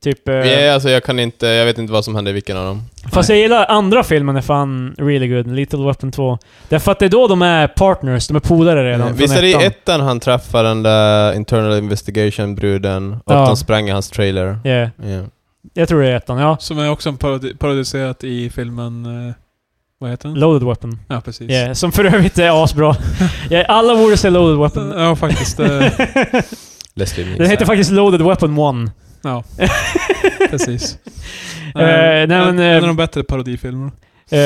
[SPEAKER 1] Typ... eh,
[SPEAKER 2] Ja, alltså jag kan inte, jag vet inte vad som hände i vilken av dem.
[SPEAKER 1] Fast jag gillar andra filmen är fan really good. Little Weapon 2. Därför att det är då de är partners, de är polare redan.
[SPEAKER 2] Eh, Visst
[SPEAKER 1] från
[SPEAKER 2] är det i
[SPEAKER 1] ettan.
[SPEAKER 2] ettan han träffar den där internal investigation-bruden och
[SPEAKER 1] Ja.
[SPEAKER 2] de sprang i hans trailer?
[SPEAKER 1] Ja,
[SPEAKER 2] Ja.
[SPEAKER 1] jag tror det är ettan, ja.
[SPEAKER 3] Som är också en parodi- parodiserat i filmen... eh, Vad heter den?
[SPEAKER 1] Loaded Weapon.
[SPEAKER 3] Ja, Mm. precis.
[SPEAKER 1] Yeah,
[SPEAKER 3] [LAUGHS]
[SPEAKER 1] som för övrigt är asbra. Ja, alla borde se Loaded Weapon. [LAUGHS]
[SPEAKER 3] Ja, faktiskt. eh,
[SPEAKER 2] Leslie Nielsen.
[SPEAKER 1] Den heter faktiskt Loaded Weapon 1.
[SPEAKER 3] Ja. Precis.
[SPEAKER 1] Eh, nej,
[SPEAKER 3] en,
[SPEAKER 1] men, eh,
[SPEAKER 3] en av de bättre parodifilmerna.
[SPEAKER 1] Eh,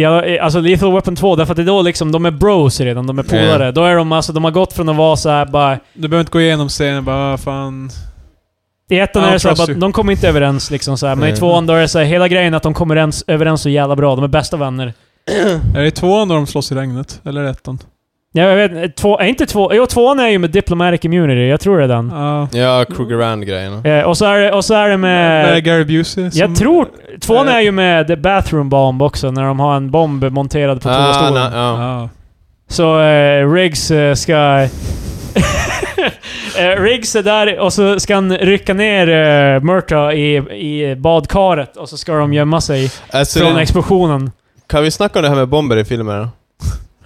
[SPEAKER 1] ja, eh, alltså Lethal Weapon 2, därför att det är då liksom, de är bros redan, de är polare.
[SPEAKER 2] Mm.
[SPEAKER 1] Då är de alltså, de har gått från att vara såhär bara...
[SPEAKER 3] Du behöver inte gå igenom scenen bara ah, fan...
[SPEAKER 1] I ettan
[SPEAKER 3] Ja,
[SPEAKER 1] är det såhär
[SPEAKER 3] trust
[SPEAKER 1] bara,
[SPEAKER 3] you.
[SPEAKER 1] de kommer inte överens liksom såhär, men i
[SPEAKER 2] Mm.
[SPEAKER 1] tvåan då är det såhär, hela grejen att de kommer ens, överens så jävla bra, de är bästa vänner.
[SPEAKER 3] Är det tvåan då de slåss i regnet? Eller är det ettan?
[SPEAKER 1] Ja, jag vet eh, två, är inte två, jo tvåan är ju med Diplomatic Immunity, jag tror det är den.
[SPEAKER 3] Ja.
[SPEAKER 2] Ja, Krugerand-grejerna.
[SPEAKER 1] Eh, och, så är, det- och så är det med...
[SPEAKER 3] Där är Gary Busey som...
[SPEAKER 1] Eh, jag tror... Tvåan
[SPEAKER 3] eh,
[SPEAKER 1] är ju med The Bathroom Bomb också, när de har en bomb monterad på
[SPEAKER 2] Ah,
[SPEAKER 1] toastolen.
[SPEAKER 2] na, ja.
[SPEAKER 3] Ja.
[SPEAKER 1] Så eh, Riggs eh, ska... [LAUGHS] eh, Riggs är där och så ska han rycka ner eh, Murta i, i badkaret och så ska de gömma sig
[SPEAKER 2] Alltså,
[SPEAKER 1] från explosionen.
[SPEAKER 2] kan vi snacka om det här med bomber i filmer? då?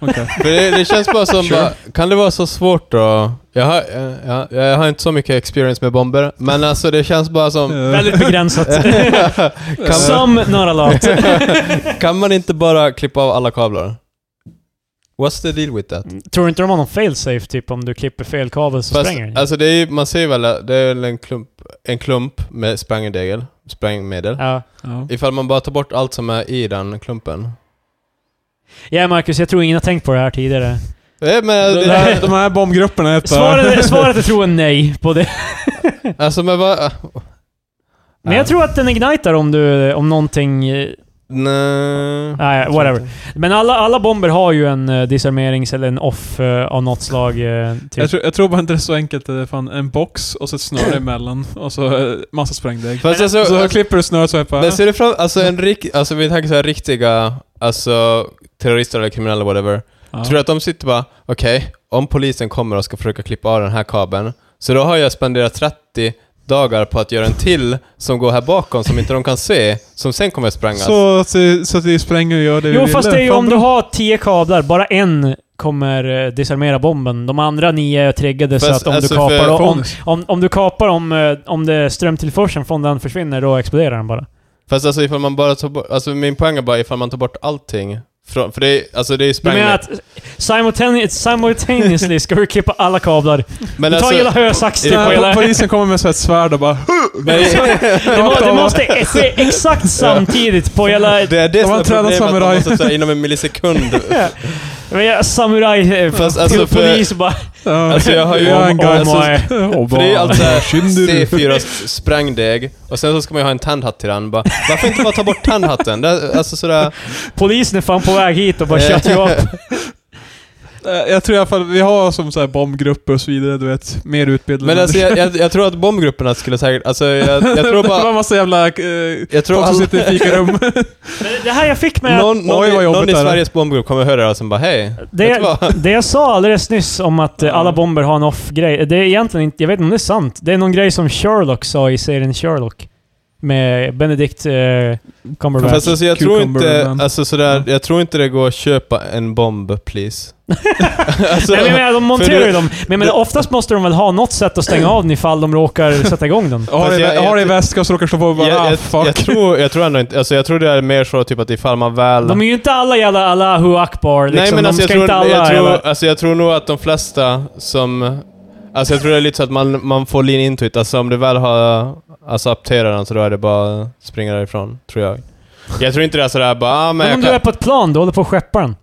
[SPEAKER 3] Okej.
[SPEAKER 2] För det, det känns
[SPEAKER 1] [LAUGHS]
[SPEAKER 2] bara som...
[SPEAKER 3] Sure.
[SPEAKER 2] bara, kan det vara så svårt då? Jag har, eh, jag, jag har inte så mycket experience med bomber, men alltså det känns bara som...
[SPEAKER 3] Eh,
[SPEAKER 1] Väldigt begränsat.
[SPEAKER 2] [LAUGHS]
[SPEAKER 1] [LAUGHS]
[SPEAKER 2] kan,
[SPEAKER 1] Some, not a
[SPEAKER 2] [LAUGHS]
[SPEAKER 1] lot.
[SPEAKER 2] kan man inte bara klippa av alla kablar? What's the deal with that?
[SPEAKER 1] Tror du inte de har någon failsafe typ om du klipper fel kabel så
[SPEAKER 2] Fast,
[SPEAKER 1] spränger den?
[SPEAKER 2] alltså det är, ju- man ser väl att det är väl en klump, en klump med sprängdegel, sprängmedel.
[SPEAKER 1] Ja.
[SPEAKER 3] ja.
[SPEAKER 2] Ifall man bara tar bort allt som är i den klumpen.
[SPEAKER 1] ja, Marcus, jag tror ingen har tänkt på det här tidigare.
[SPEAKER 2] Nej, Eh, men,
[SPEAKER 3] De, här,
[SPEAKER 2] det,
[SPEAKER 3] de här bombgrupperna är bara...
[SPEAKER 1] Svaret, svaret jag tror är nej på det.
[SPEAKER 2] alltså men vad...
[SPEAKER 1] Men jag tror att den ignitar om du, om någonting... eh,
[SPEAKER 2] Nej.
[SPEAKER 1] Nej, whatever. Men alla, alla bomber har ju en eh, disarmerings eller en off eh, av något slag. eh,
[SPEAKER 3] Jag
[SPEAKER 1] typ.
[SPEAKER 3] tror, jag tror bara inte det är så enkelt. Det är fan en box och så
[SPEAKER 1] [CLEARS THROAT]
[SPEAKER 3] ett snöre emellan och så eh, massa sprängdeg.
[SPEAKER 2] Fast alltså,
[SPEAKER 3] Så
[SPEAKER 2] alltså,
[SPEAKER 3] klipper du snöret så är det bara...
[SPEAKER 2] men ser du fram... Alltså en rik, Alltså vi tänker så här riktiga... Alltså terrorister eller kriminella whatever.
[SPEAKER 3] Ja.
[SPEAKER 2] Tror du att de sitter bara, okej, om polisen kommer och ska försöka klippa av den här kabeln, så då har jag spenderat 30 dagar på att göra en till som går här bakom som inte de kan se, som sen kommer sprängas.
[SPEAKER 3] Så att, det- så att vi spränger och gör det vi
[SPEAKER 1] Jo, fast
[SPEAKER 3] ville.
[SPEAKER 1] det är ju
[SPEAKER 3] Fan,
[SPEAKER 1] om du
[SPEAKER 3] bra.
[SPEAKER 1] har tio kablar, bara en kommer eh, disarmera bomben. De andra nio är triggade så
[SPEAKER 2] Fast,
[SPEAKER 1] att om
[SPEAKER 2] alltså,
[SPEAKER 1] du kapar...
[SPEAKER 2] för-
[SPEAKER 1] då- Om,
[SPEAKER 3] Bonus.
[SPEAKER 1] om, om du kapar om, eh, om det strömtillförseln från den försvinner, då exploderar den bara.
[SPEAKER 2] Fast alltså ifall man bara tar bort, alltså min poäng är bara ifall man tar bort allting från, för det är, alltså det är ju
[SPEAKER 1] Du menar
[SPEAKER 2] sprängning.
[SPEAKER 1] att simultane- simultaneously ska du klippa alla kablar?
[SPEAKER 2] Men alltså,
[SPEAKER 1] Du tar hela hösaxen
[SPEAKER 2] är
[SPEAKER 1] på
[SPEAKER 2] det-
[SPEAKER 3] Nej,
[SPEAKER 1] hela...
[SPEAKER 3] polisen kommer med så här ett svärd och bara...
[SPEAKER 2] [LAUGHS]
[SPEAKER 1] [LAUGHS]
[SPEAKER 2] men,
[SPEAKER 1] Det må- det måste ske exakt samtidigt på hela...
[SPEAKER 2] det är det
[SPEAKER 3] De
[SPEAKER 2] som
[SPEAKER 3] har
[SPEAKER 2] är
[SPEAKER 3] tränat
[SPEAKER 2] problemet, att man
[SPEAKER 3] samuraj.
[SPEAKER 2] måste säga inom en
[SPEAKER 3] [LAUGHS]
[SPEAKER 2] millisekund.
[SPEAKER 1] Samuraj...
[SPEAKER 2] Fast
[SPEAKER 1] Alltså
[SPEAKER 2] alltså för,
[SPEAKER 1] polis bara...
[SPEAKER 2] [LAUGHS]
[SPEAKER 3] Ja.
[SPEAKER 2] Alltså, jag har ju-
[SPEAKER 3] Jag är
[SPEAKER 1] Om-
[SPEAKER 3] en
[SPEAKER 1] om-
[SPEAKER 3] guy
[SPEAKER 1] [LAUGHS]
[SPEAKER 3] som- [LAUGHS]
[SPEAKER 2] för det är ju alltid såhär
[SPEAKER 3] Shinderu.
[SPEAKER 2] C4 sprängdeg, och sen så ska man ju ha en tandhatt till den. Bara, varför inte bara ta bort tandhatten? Det, alltså sådär,
[SPEAKER 1] Polisen är fan på väg hit och bara shut you
[SPEAKER 2] [LAUGHS]
[SPEAKER 1] up.
[SPEAKER 3] Eh, Jag tror i alla fall vi har som så här bombgrupper och så vidare, du vet. Mer utbildade
[SPEAKER 2] men alltså jag, jag, jag tror att bombgrupperna skulle säkert, alltså jag, jag
[SPEAKER 3] [LAUGHS]
[SPEAKER 2] tror
[SPEAKER 3] det var
[SPEAKER 2] bara...
[SPEAKER 3] en massa jävla... Eh,
[SPEAKER 2] Jag tror
[SPEAKER 3] folk som
[SPEAKER 2] alla,
[SPEAKER 3] sitter
[SPEAKER 2] [LAUGHS]
[SPEAKER 3] i fikarum.
[SPEAKER 1] Men Det här jag fick med...
[SPEAKER 2] någon, någon,
[SPEAKER 3] Oj, vad
[SPEAKER 2] i-
[SPEAKER 3] jobbigt
[SPEAKER 2] någon i
[SPEAKER 3] det här är.
[SPEAKER 2] Sveriges bombgrupp kommer höra det här och sen bara hej. vet du
[SPEAKER 1] det,
[SPEAKER 2] vad? [LAUGHS]
[SPEAKER 1] det jag sa alldeles nyss om att eh, alla bomber har en off-grej, det är egentligen inte... Jag vet inte om det är sant. Det är någon grej som Sherlock sa i serien Sherlock. Med Benedict eh, Cumberbatch.
[SPEAKER 2] Fast alltså, jag tror
[SPEAKER 3] Cucumber
[SPEAKER 2] inte,
[SPEAKER 3] man.
[SPEAKER 2] alltså sådär, jag tror inte det går att köpa en bomb
[SPEAKER 1] [LAUGHS]
[SPEAKER 2] please. alltså,
[SPEAKER 1] Nej, men jag menar, de monterar
[SPEAKER 2] för
[SPEAKER 1] ju dem. Men jag menar, oftast måste de väl ha något sätt att stänga av den ifall de råkar sätta igång
[SPEAKER 2] [LAUGHS]
[SPEAKER 1] den.
[SPEAKER 3] Jag har det i
[SPEAKER 2] jag-
[SPEAKER 3] vä- jag har det i
[SPEAKER 2] jag-
[SPEAKER 3] väskan så råkar jag slå på och bara
[SPEAKER 2] jag,
[SPEAKER 3] ah,
[SPEAKER 2] jag,
[SPEAKER 3] fuck.
[SPEAKER 2] jag, tror, jag tror ändå inte, alltså jag tror det är mer så typ att ifall man väl...
[SPEAKER 1] De är ju inte alla jävla Allahu Akbar liksom.
[SPEAKER 2] Nej men
[SPEAKER 1] de
[SPEAKER 2] alltså jag
[SPEAKER 1] ska
[SPEAKER 2] tror,
[SPEAKER 1] inte alla...
[SPEAKER 2] jag, tror,
[SPEAKER 1] jävla-
[SPEAKER 2] alltså jag tror nog att de flesta som... Alltså jag tror det är lite så att man, man får lean into it. Alltså om du väl har alltså, apterat den så då är det bara att springa därifrån, tror jag. Jag tror inte det är sådär bara ah, men
[SPEAKER 1] Men om
[SPEAKER 2] jag
[SPEAKER 1] du
[SPEAKER 2] kan...
[SPEAKER 1] är på ett plan, du håller på att skeppa den.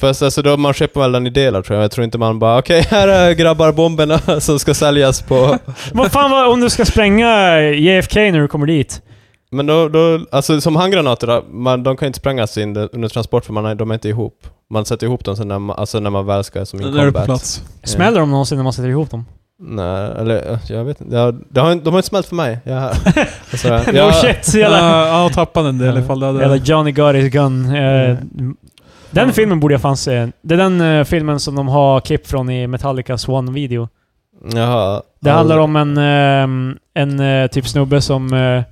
[SPEAKER 2] Fast alltså då man köper väl den i delar tror jag. Jag tror inte man bara okej här är grabbar bomberna [LAUGHS] som ska säljas på...
[SPEAKER 1] Vad fan vad, om du ska spränga JFK när du kommer dit?
[SPEAKER 2] Men då, då alltså som handgranater, då, man, de kan inte sprängas in under transport för man, är- de är inte ihop. Man sätter ihop dem sen när man, alltså när man väl ska som i
[SPEAKER 3] När du är på
[SPEAKER 2] combat.
[SPEAKER 3] plats.
[SPEAKER 1] Smäller de någonsin när man sätter ihop dem?
[SPEAKER 2] Nej, eller eh, jag vet inte. Jag, det har, inte- de har inte smält för mig.
[SPEAKER 1] [LAUGHS]
[SPEAKER 2] Jag, alltså,
[SPEAKER 1] [LAUGHS] No
[SPEAKER 2] jag,
[SPEAKER 1] shit!
[SPEAKER 3] Ja,
[SPEAKER 1] Jävla,
[SPEAKER 3] ja, tappade en del ifall det
[SPEAKER 1] jävla
[SPEAKER 3] hade...
[SPEAKER 1] Johnny got his gun. Eh,
[SPEAKER 2] Mm.
[SPEAKER 1] Den filmen borde jag fan se. Det är den eh, filmen som de har klipp från i Metallicas One-video.
[SPEAKER 2] Jaha.
[SPEAKER 1] Det handlar om en, ehm, en eh, typ snubbe som... eh,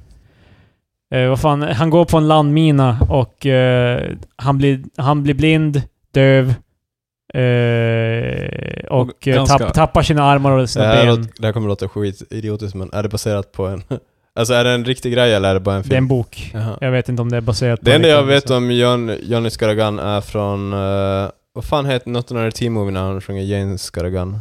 [SPEAKER 1] eh, vad fan, han går på en landmina och eh, han, blir, han blir blind, döv eh, och eh,
[SPEAKER 3] Ganska-
[SPEAKER 1] tapp, tappar sina armar och
[SPEAKER 2] det
[SPEAKER 1] sina
[SPEAKER 2] här,
[SPEAKER 1] ben.
[SPEAKER 2] låter- det här kommer låta skitidiotiskt men är det baserat på en... [LAUGHS] Alltså är det en riktig grej eller är det bara en
[SPEAKER 1] Det är en
[SPEAKER 2] film?
[SPEAKER 1] bok.
[SPEAKER 2] Jaha.
[SPEAKER 1] Jag vet inte om det är baserat liksom.
[SPEAKER 2] Det enda jag
[SPEAKER 1] Nikon,
[SPEAKER 2] vet
[SPEAKER 1] så.
[SPEAKER 2] om John, Johnny Scaragan är från... eh, vad fan heter något av de där teen-movierna han sjunger? Jane Scaragan?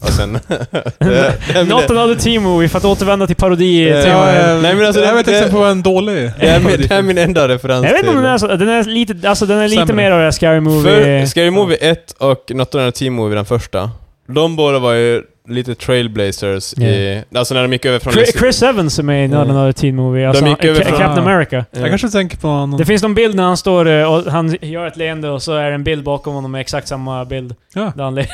[SPEAKER 2] Och sen... [LAUGHS] det, det, det,
[SPEAKER 1] Not another team movie, för att återvända till parodi
[SPEAKER 2] Eh,
[SPEAKER 1] temat här.
[SPEAKER 3] ja,
[SPEAKER 2] Nej, men alltså,
[SPEAKER 3] det här
[SPEAKER 2] det-
[SPEAKER 3] var ett exempel på en dålig...
[SPEAKER 2] det,
[SPEAKER 3] [LAUGHS]
[SPEAKER 2] är min, det är min enda referens
[SPEAKER 1] Jag vet inte om
[SPEAKER 2] till-
[SPEAKER 1] den är så, den är lite, alltså den är lite
[SPEAKER 3] Sämre.
[SPEAKER 1] mer av det här Scary
[SPEAKER 2] För
[SPEAKER 1] Movie...
[SPEAKER 2] Scary Movie 1 och Not Another Teen Movie, den första, de båda var ju lite trailblazers i... Alltså när de gick över från...
[SPEAKER 1] Chris, Chris Evans är med i Not
[SPEAKER 2] Mm.
[SPEAKER 1] Another Teen Movie, alltså
[SPEAKER 2] gick över
[SPEAKER 1] Ca-
[SPEAKER 3] från-
[SPEAKER 1] Captain America.
[SPEAKER 2] Ja.
[SPEAKER 3] Jag kanske tänker på
[SPEAKER 2] Mm.
[SPEAKER 3] någon...
[SPEAKER 1] Det finns någon bild när han står eh, och han gör ett leende och så är det en bild bakom honom med exakt samma bild.
[SPEAKER 3] Ja.
[SPEAKER 1] Där han ler.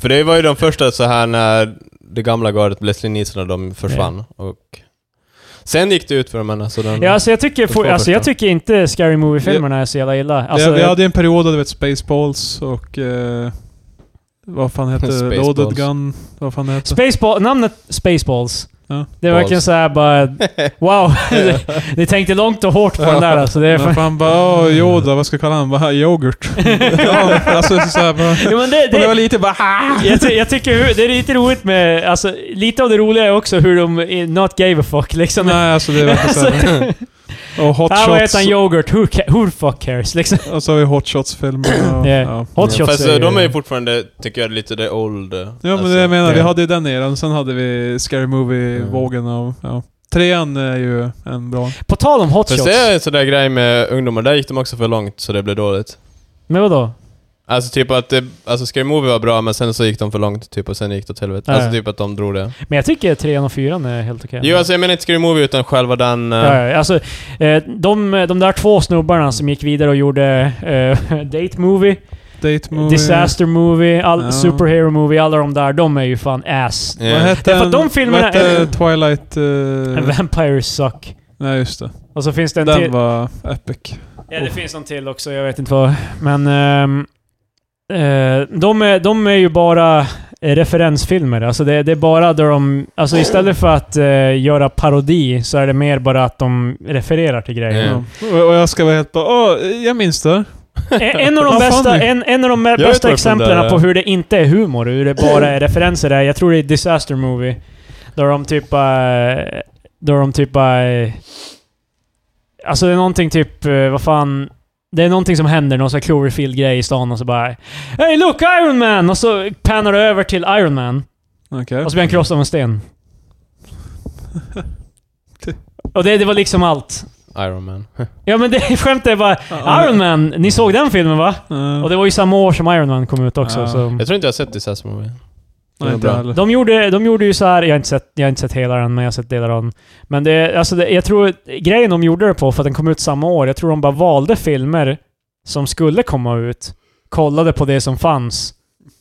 [SPEAKER 2] För det var ju de första så här när det gamla gardet, Leslie Nielsen och de försvann. Och sen gick det ut för dem men alltså den...
[SPEAKER 1] Ja, alltså jag tycker,
[SPEAKER 2] två
[SPEAKER 1] for, alltså jag
[SPEAKER 2] första.
[SPEAKER 1] tycker inte Scary Movie-filmerna är så jävla illa. Alltså,
[SPEAKER 3] vi, vi hade ju en period där du vet Spaceballs och... Eh, vad fan [LAUGHS] hette det?
[SPEAKER 2] Spaceballs.
[SPEAKER 3] Loaded Gun? Vad fan hette det?
[SPEAKER 1] Spaceball, namnet Spaceballs.
[SPEAKER 3] Ja.
[SPEAKER 1] Det är verkligen
[SPEAKER 2] Balls.
[SPEAKER 1] såhär bara...
[SPEAKER 2] [LAUGHS]
[SPEAKER 1] Wow! [LAUGHS] Ni tänkte långt och hårt på den där alltså. Det är
[SPEAKER 3] Men
[SPEAKER 1] fan...
[SPEAKER 3] fan bara
[SPEAKER 1] [LAUGHS]
[SPEAKER 3] åh, Yoda, vad ska jag kalla han? Bara, yoghurt. ja, alltså så här, bara,
[SPEAKER 1] Jo, men det,
[SPEAKER 3] och det
[SPEAKER 1] det,
[SPEAKER 3] var lite bara "Ah!"
[SPEAKER 1] jag, ty jag tycker hur- det är lite roligt med... Alltså, lite av det roliga är också hur de eh, not gave a fuck liksom.
[SPEAKER 3] Nej alltså det är verkligen [LAUGHS] såhär. Och Hot
[SPEAKER 1] Här vad heter han
[SPEAKER 3] Shots.
[SPEAKER 1] yoghurt? Who, ca- who fuck cares? Liksom.
[SPEAKER 3] Och så har vi Hot Shots-filmer.
[SPEAKER 1] [CLEARS THROAT]
[SPEAKER 3] och-
[SPEAKER 1] Ja.
[SPEAKER 3] Ja.
[SPEAKER 1] Hot
[SPEAKER 2] Ja,
[SPEAKER 1] shots
[SPEAKER 2] Fast eh, de är ju fortfarande, tycker jag, lite det old. eh,
[SPEAKER 3] Ja men
[SPEAKER 2] alltså.
[SPEAKER 3] det jag menar, vi
[SPEAKER 1] ja.
[SPEAKER 3] hade ju den eran, sen hade vi Scary Movie-vågen av... Ja. Trean är ju en bra...
[SPEAKER 1] På tal om hot
[SPEAKER 2] Fast
[SPEAKER 1] shots.
[SPEAKER 2] det är en sån där grej med ungdomar, där gick de också för långt så det blev dåligt.
[SPEAKER 1] Men vadå?
[SPEAKER 2] Alltså typ att det, alltså Scary Movie var bra men sen så gick de för långt typ och sen gick det åt helvete.
[SPEAKER 1] Ja,
[SPEAKER 2] Alltså
[SPEAKER 1] ja.
[SPEAKER 2] typ att de drog det.
[SPEAKER 1] Men jag tycker trean och fyran är helt okej.
[SPEAKER 2] Jo alltså jag menar inte Scary Movie utan själva den... eh,
[SPEAKER 1] Ja, ja, alltså, eh, de, de där två snubbarna som gick vidare och gjorde eh, [LAUGHS] Date Movie,
[SPEAKER 3] Date Movie...
[SPEAKER 1] Disaster Movie, all,
[SPEAKER 3] Ja.
[SPEAKER 1] Superhero Movie, alla de där, de är ju fan ass.
[SPEAKER 2] eh,
[SPEAKER 3] Vad hette
[SPEAKER 1] Därför att
[SPEAKER 3] den?
[SPEAKER 1] de filmerna
[SPEAKER 3] Vad hette
[SPEAKER 1] är-
[SPEAKER 3] Twilight...
[SPEAKER 2] Mm.
[SPEAKER 1] [LAUGHS]
[SPEAKER 3] eh,
[SPEAKER 1] Vampires suck.
[SPEAKER 3] nej just det.
[SPEAKER 1] Och så finns det en till.
[SPEAKER 3] Den var epic.
[SPEAKER 1] Ja, det finns en till också, jag vet inte vad. Men ehm, eh, de, är, de är ju bara eh, referensfilmer. Alltså det, det är bara där de... Alltså istället för att eh, göra parodi så är det mer bara att de refererar till grejer.
[SPEAKER 2] Ja.
[SPEAKER 3] Ja. Och, och jag ska vara helt bara åh, jag minns det.
[SPEAKER 1] En- En av de
[SPEAKER 3] Vad fan
[SPEAKER 1] bästa,
[SPEAKER 3] det-
[SPEAKER 1] en, en av de me-
[SPEAKER 2] vet vad
[SPEAKER 1] bästa
[SPEAKER 2] den där
[SPEAKER 1] exemplen
[SPEAKER 2] är.
[SPEAKER 1] på hur det inte är humor, hur det bara är referenser är, jag tror det är Disaster Movie. Där de typ... eh, Där de typ... eh, Alltså det är någonting typ, eh, vad fan... Det är någonting som händer, någon sån här Cloverfield-grej i stan och så bara Hey look Iron Man! Och så pannar det över till Iron Man.
[SPEAKER 3] Okej.
[SPEAKER 1] Och så blir han krossad av en
[SPEAKER 2] [LAUGHS]
[SPEAKER 1] sten. Och det, det var liksom allt.
[SPEAKER 2] Iron Man. [LAUGHS]
[SPEAKER 1] Ja men det skämtet är bara Iron Man, ni såg den filmen va?
[SPEAKER 3] Eh,
[SPEAKER 1] Och det var ju samma år som Iron Man kom ut också.
[SPEAKER 3] Ja.
[SPEAKER 1] Så.
[SPEAKER 2] Jag tror inte jag har sett Disaster Movie.
[SPEAKER 3] nej, inte
[SPEAKER 2] bra.
[SPEAKER 3] jag heller.
[SPEAKER 1] De, gjorde, de gjorde ju så här. jag har, inte sett, jag har inte sett hela den, men jag har sett delar av den. Men det, alltså det, jag tror grejen de gjorde det på, för att den kom ut samma år, jag tror de bara valde filmer som skulle komma ut, kollade på det som fanns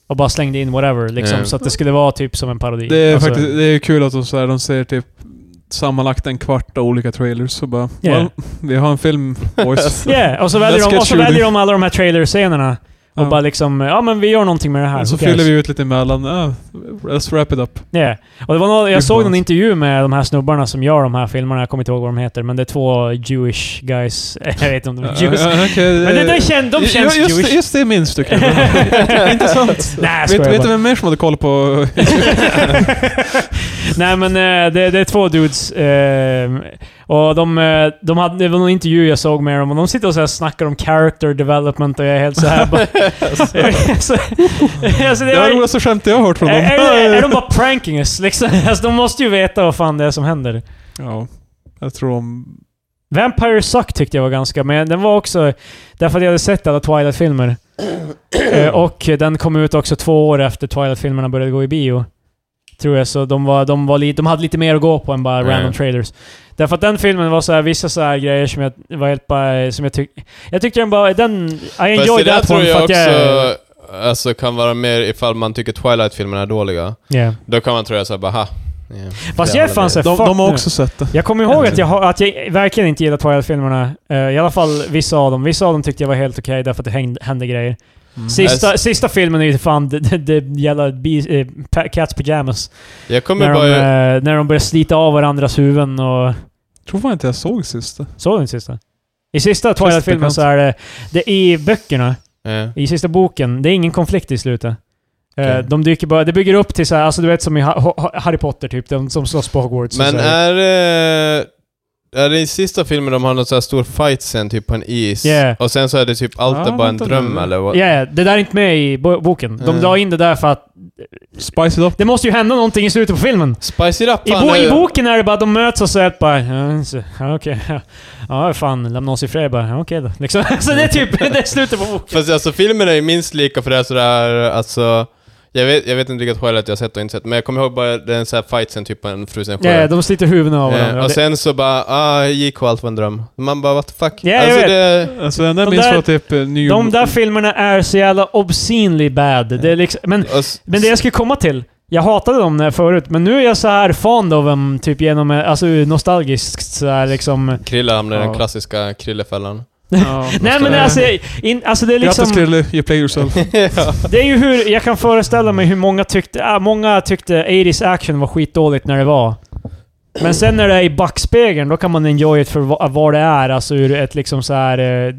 [SPEAKER 1] och bara slängde in whatever. Liksom,
[SPEAKER 2] Mm.
[SPEAKER 1] Så att det skulle vara typ som en parodi.
[SPEAKER 3] Det är
[SPEAKER 1] Alltså,
[SPEAKER 3] faktiskt, det är ju kul att de, så här, de ser typ sammanlagt en kvart av olika trailers så bara
[SPEAKER 1] Yeah.
[SPEAKER 3] well, vi har en film
[SPEAKER 1] [LAUGHS]
[SPEAKER 3] boys.
[SPEAKER 1] Yeah, och så, väljer
[SPEAKER 3] Let's
[SPEAKER 1] de,
[SPEAKER 3] get
[SPEAKER 1] och så
[SPEAKER 3] shooting.
[SPEAKER 1] väljer de alla de här trailerscenerna och
[SPEAKER 3] Ja.
[SPEAKER 1] bara liksom, ja men vi gör någonting med det här.
[SPEAKER 3] Och så
[SPEAKER 1] who cares?"
[SPEAKER 3] fyller vi ut lite emellan. Uh, let's wrap it up.
[SPEAKER 1] Ja. Och det var någon,
[SPEAKER 3] Big
[SPEAKER 1] jag såg någon
[SPEAKER 3] Boss.
[SPEAKER 1] intervju med de här snubbarna som gör de här filmerna, jag kommer inte ihåg vad de heter, men det är två Jewish guys. [LAUGHS] Jag vet inte om de är Jewish.
[SPEAKER 3] Ja, okej,
[SPEAKER 1] Men det,
[SPEAKER 3] eh,
[SPEAKER 1] de, känns, de
[SPEAKER 3] ju-
[SPEAKER 1] känns
[SPEAKER 3] just,
[SPEAKER 1] Jewish.
[SPEAKER 3] just det minns du kanske.
[SPEAKER 1] [LAUGHS]
[SPEAKER 3] Intressant.
[SPEAKER 1] Nej, jag
[SPEAKER 3] vet,
[SPEAKER 1] skojar
[SPEAKER 3] vet
[SPEAKER 1] bara.
[SPEAKER 3] du vem mer som hade koll på...
[SPEAKER 1] [LAUGHS] Nej men eh, det, det är två dudes. eh, Och de, eh, de hade, det var någon intervju jag såg med dem och de sitter och så här snackar om character development och jag är helt så här bara... [LAUGHS] så, [LAUGHS] alltså,
[SPEAKER 3] det var det roligaste skämtet jag har hört från
[SPEAKER 1] är,
[SPEAKER 3] dem.
[SPEAKER 1] är, är de bara pranking us liksom? [LAUGHS] Alltså, de måste ju veta vad fan det är som händer.
[SPEAKER 3] [LAUGHS] Ja, jag tror de...
[SPEAKER 1] Vampire Suck tyckte jag var ganska, men den var också... Därför att jag hade sett alla
[SPEAKER 2] [CLEARS THROAT]
[SPEAKER 1] Twilight-filmer. Eh, och den kom ut också två år efter Twilight-filmerna började gå i bio. Tror jag, så de, var, de, var li, de hade lite mer att gå på än bara
[SPEAKER 2] Mm.
[SPEAKER 1] random trailers. Därför att den filmen var så här, vissa så här grejer som jag var helt bara... Som jag, tyck, jag tyckte den bara... Den, I
[SPEAKER 2] Fast det
[SPEAKER 1] enjoyed
[SPEAKER 2] där
[SPEAKER 1] that
[SPEAKER 2] tror
[SPEAKER 1] one för
[SPEAKER 2] jag
[SPEAKER 1] att
[SPEAKER 2] också
[SPEAKER 1] jag...
[SPEAKER 2] alltså, kan vara mer ifall man tycker Twilight-filmerna är dåliga.
[SPEAKER 1] Yeah.
[SPEAKER 2] Då kan man tro såhär bara ha. Yeah.
[SPEAKER 1] Fast
[SPEAKER 2] Jävla
[SPEAKER 1] jag är fan
[SPEAKER 2] nöjd.
[SPEAKER 1] så här,
[SPEAKER 3] De,
[SPEAKER 1] fuck
[SPEAKER 3] de har
[SPEAKER 1] nu.
[SPEAKER 3] också sett det.
[SPEAKER 1] Jag kommer ihåg att jag, har- att jag verkligen inte gillar Twilight-filmerna. Eh, I alla fall vissa av dem. Vissa av dem tyckte jag var helt okej därför att det hängde, hände grejer.
[SPEAKER 3] Mm.
[SPEAKER 1] Sista,
[SPEAKER 2] Alltså-
[SPEAKER 1] sista filmen är ju fan det, det, det jävla bi, eh, pa, Cats Pyjamas.
[SPEAKER 2] Jag kommer
[SPEAKER 1] När de,
[SPEAKER 2] bara...
[SPEAKER 1] eh, när de börjar slita av varandras huvuden och...
[SPEAKER 3] Jag tror fan inte jag såg sista.
[SPEAKER 1] Såg du den sista? I sista Twilight-filmen
[SPEAKER 3] bekant.
[SPEAKER 1] så är det, det... I böckerna,
[SPEAKER 2] eh,
[SPEAKER 1] i sista boken, det är ingen konflikt i slutet. Eh,
[SPEAKER 2] Okej.
[SPEAKER 1] De dyker bara... Det bygger upp till så här, alltså du vet som i Ha- Ha- Harry Potter typ, de som slåss på Hogwarts. och
[SPEAKER 2] Men
[SPEAKER 1] så här.
[SPEAKER 2] är det... Är det i sista filmen de har någon sån här stor fight sen typ på en is?
[SPEAKER 1] Yeah.
[SPEAKER 2] Och sen så är det typ allt
[SPEAKER 3] Ja,
[SPEAKER 2] är bara en
[SPEAKER 3] vänta
[SPEAKER 2] dröm
[SPEAKER 3] nu.
[SPEAKER 2] eller vad?
[SPEAKER 1] Ja, ja, det där är inte med i bo- boken. De
[SPEAKER 2] Mm.
[SPEAKER 1] la in det där för att
[SPEAKER 3] Spice it up.
[SPEAKER 1] Det måste ju hända någonting i slutet på filmen.
[SPEAKER 2] Spice it up!
[SPEAKER 1] I,
[SPEAKER 2] fan,
[SPEAKER 1] bo,
[SPEAKER 2] det-
[SPEAKER 1] I boken är det bara att de möts och så är det bara... Ja, så- ja, okej. Ja, fan. Lämna oss i fred bara. Ja, Okej då. Liksom. [LAUGHS] Så det är typ... Det är slutet på boken.
[SPEAKER 2] Fast alltså filmen är ju minst lika för det är sådär, alltså... Jag vet, jag vet inte vilket skäl att jag har sett och inte sett, men jag kommer ihåg bara den så här fightsen, typ på en frusen
[SPEAKER 1] Ja,
[SPEAKER 2] skärm.
[SPEAKER 1] de sliter huvudena av varandra.
[SPEAKER 2] Eh, och
[SPEAKER 1] Det-
[SPEAKER 2] sen så bara, ah, gick och allt var en dröm. Man bara, what the fuck?
[SPEAKER 1] Ja, jag
[SPEAKER 2] alltså
[SPEAKER 1] vet.
[SPEAKER 2] det...
[SPEAKER 3] Alltså den där
[SPEAKER 1] De
[SPEAKER 3] minns
[SPEAKER 1] där-
[SPEAKER 3] jag typ eh, ny...
[SPEAKER 1] De där filmerna är så jävla obscenely bad. Det är liksom, men,
[SPEAKER 2] och s-
[SPEAKER 1] men det jag skulle komma till, jag hatade dem när jag förut, men nu är jag så här fond av dem, typ genom, eh, alltså nostalgiskt så här liksom.
[SPEAKER 2] Krilla hamnade i den
[SPEAKER 3] Ja.
[SPEAKER 2] klassiska krillefällan.
[SPEAKER 1] [LAUGHS]
[SPEAKER 2] [LAUGHS]
[SPEAKER 3] Ja.
[SPEAKER 1] Nej men alltså, jag- in, alltså det är liksom...
[SPEAKER 3] Grattis Krille, you
[SPEAKER 1] [LAUGHS]
[SPEAKER 3] play yourself.
[SPEAKER 2] ja.
[SPEAKER 1] Det är ju hur, jag kan föreställa mig hur många tyckte, äh, många tyckte 80s action var skitdåligt när det var. Men sen när det är i backspegeln, då kan man enjoy it för vad, vad det är, alltså ur ett liksom så här... eh,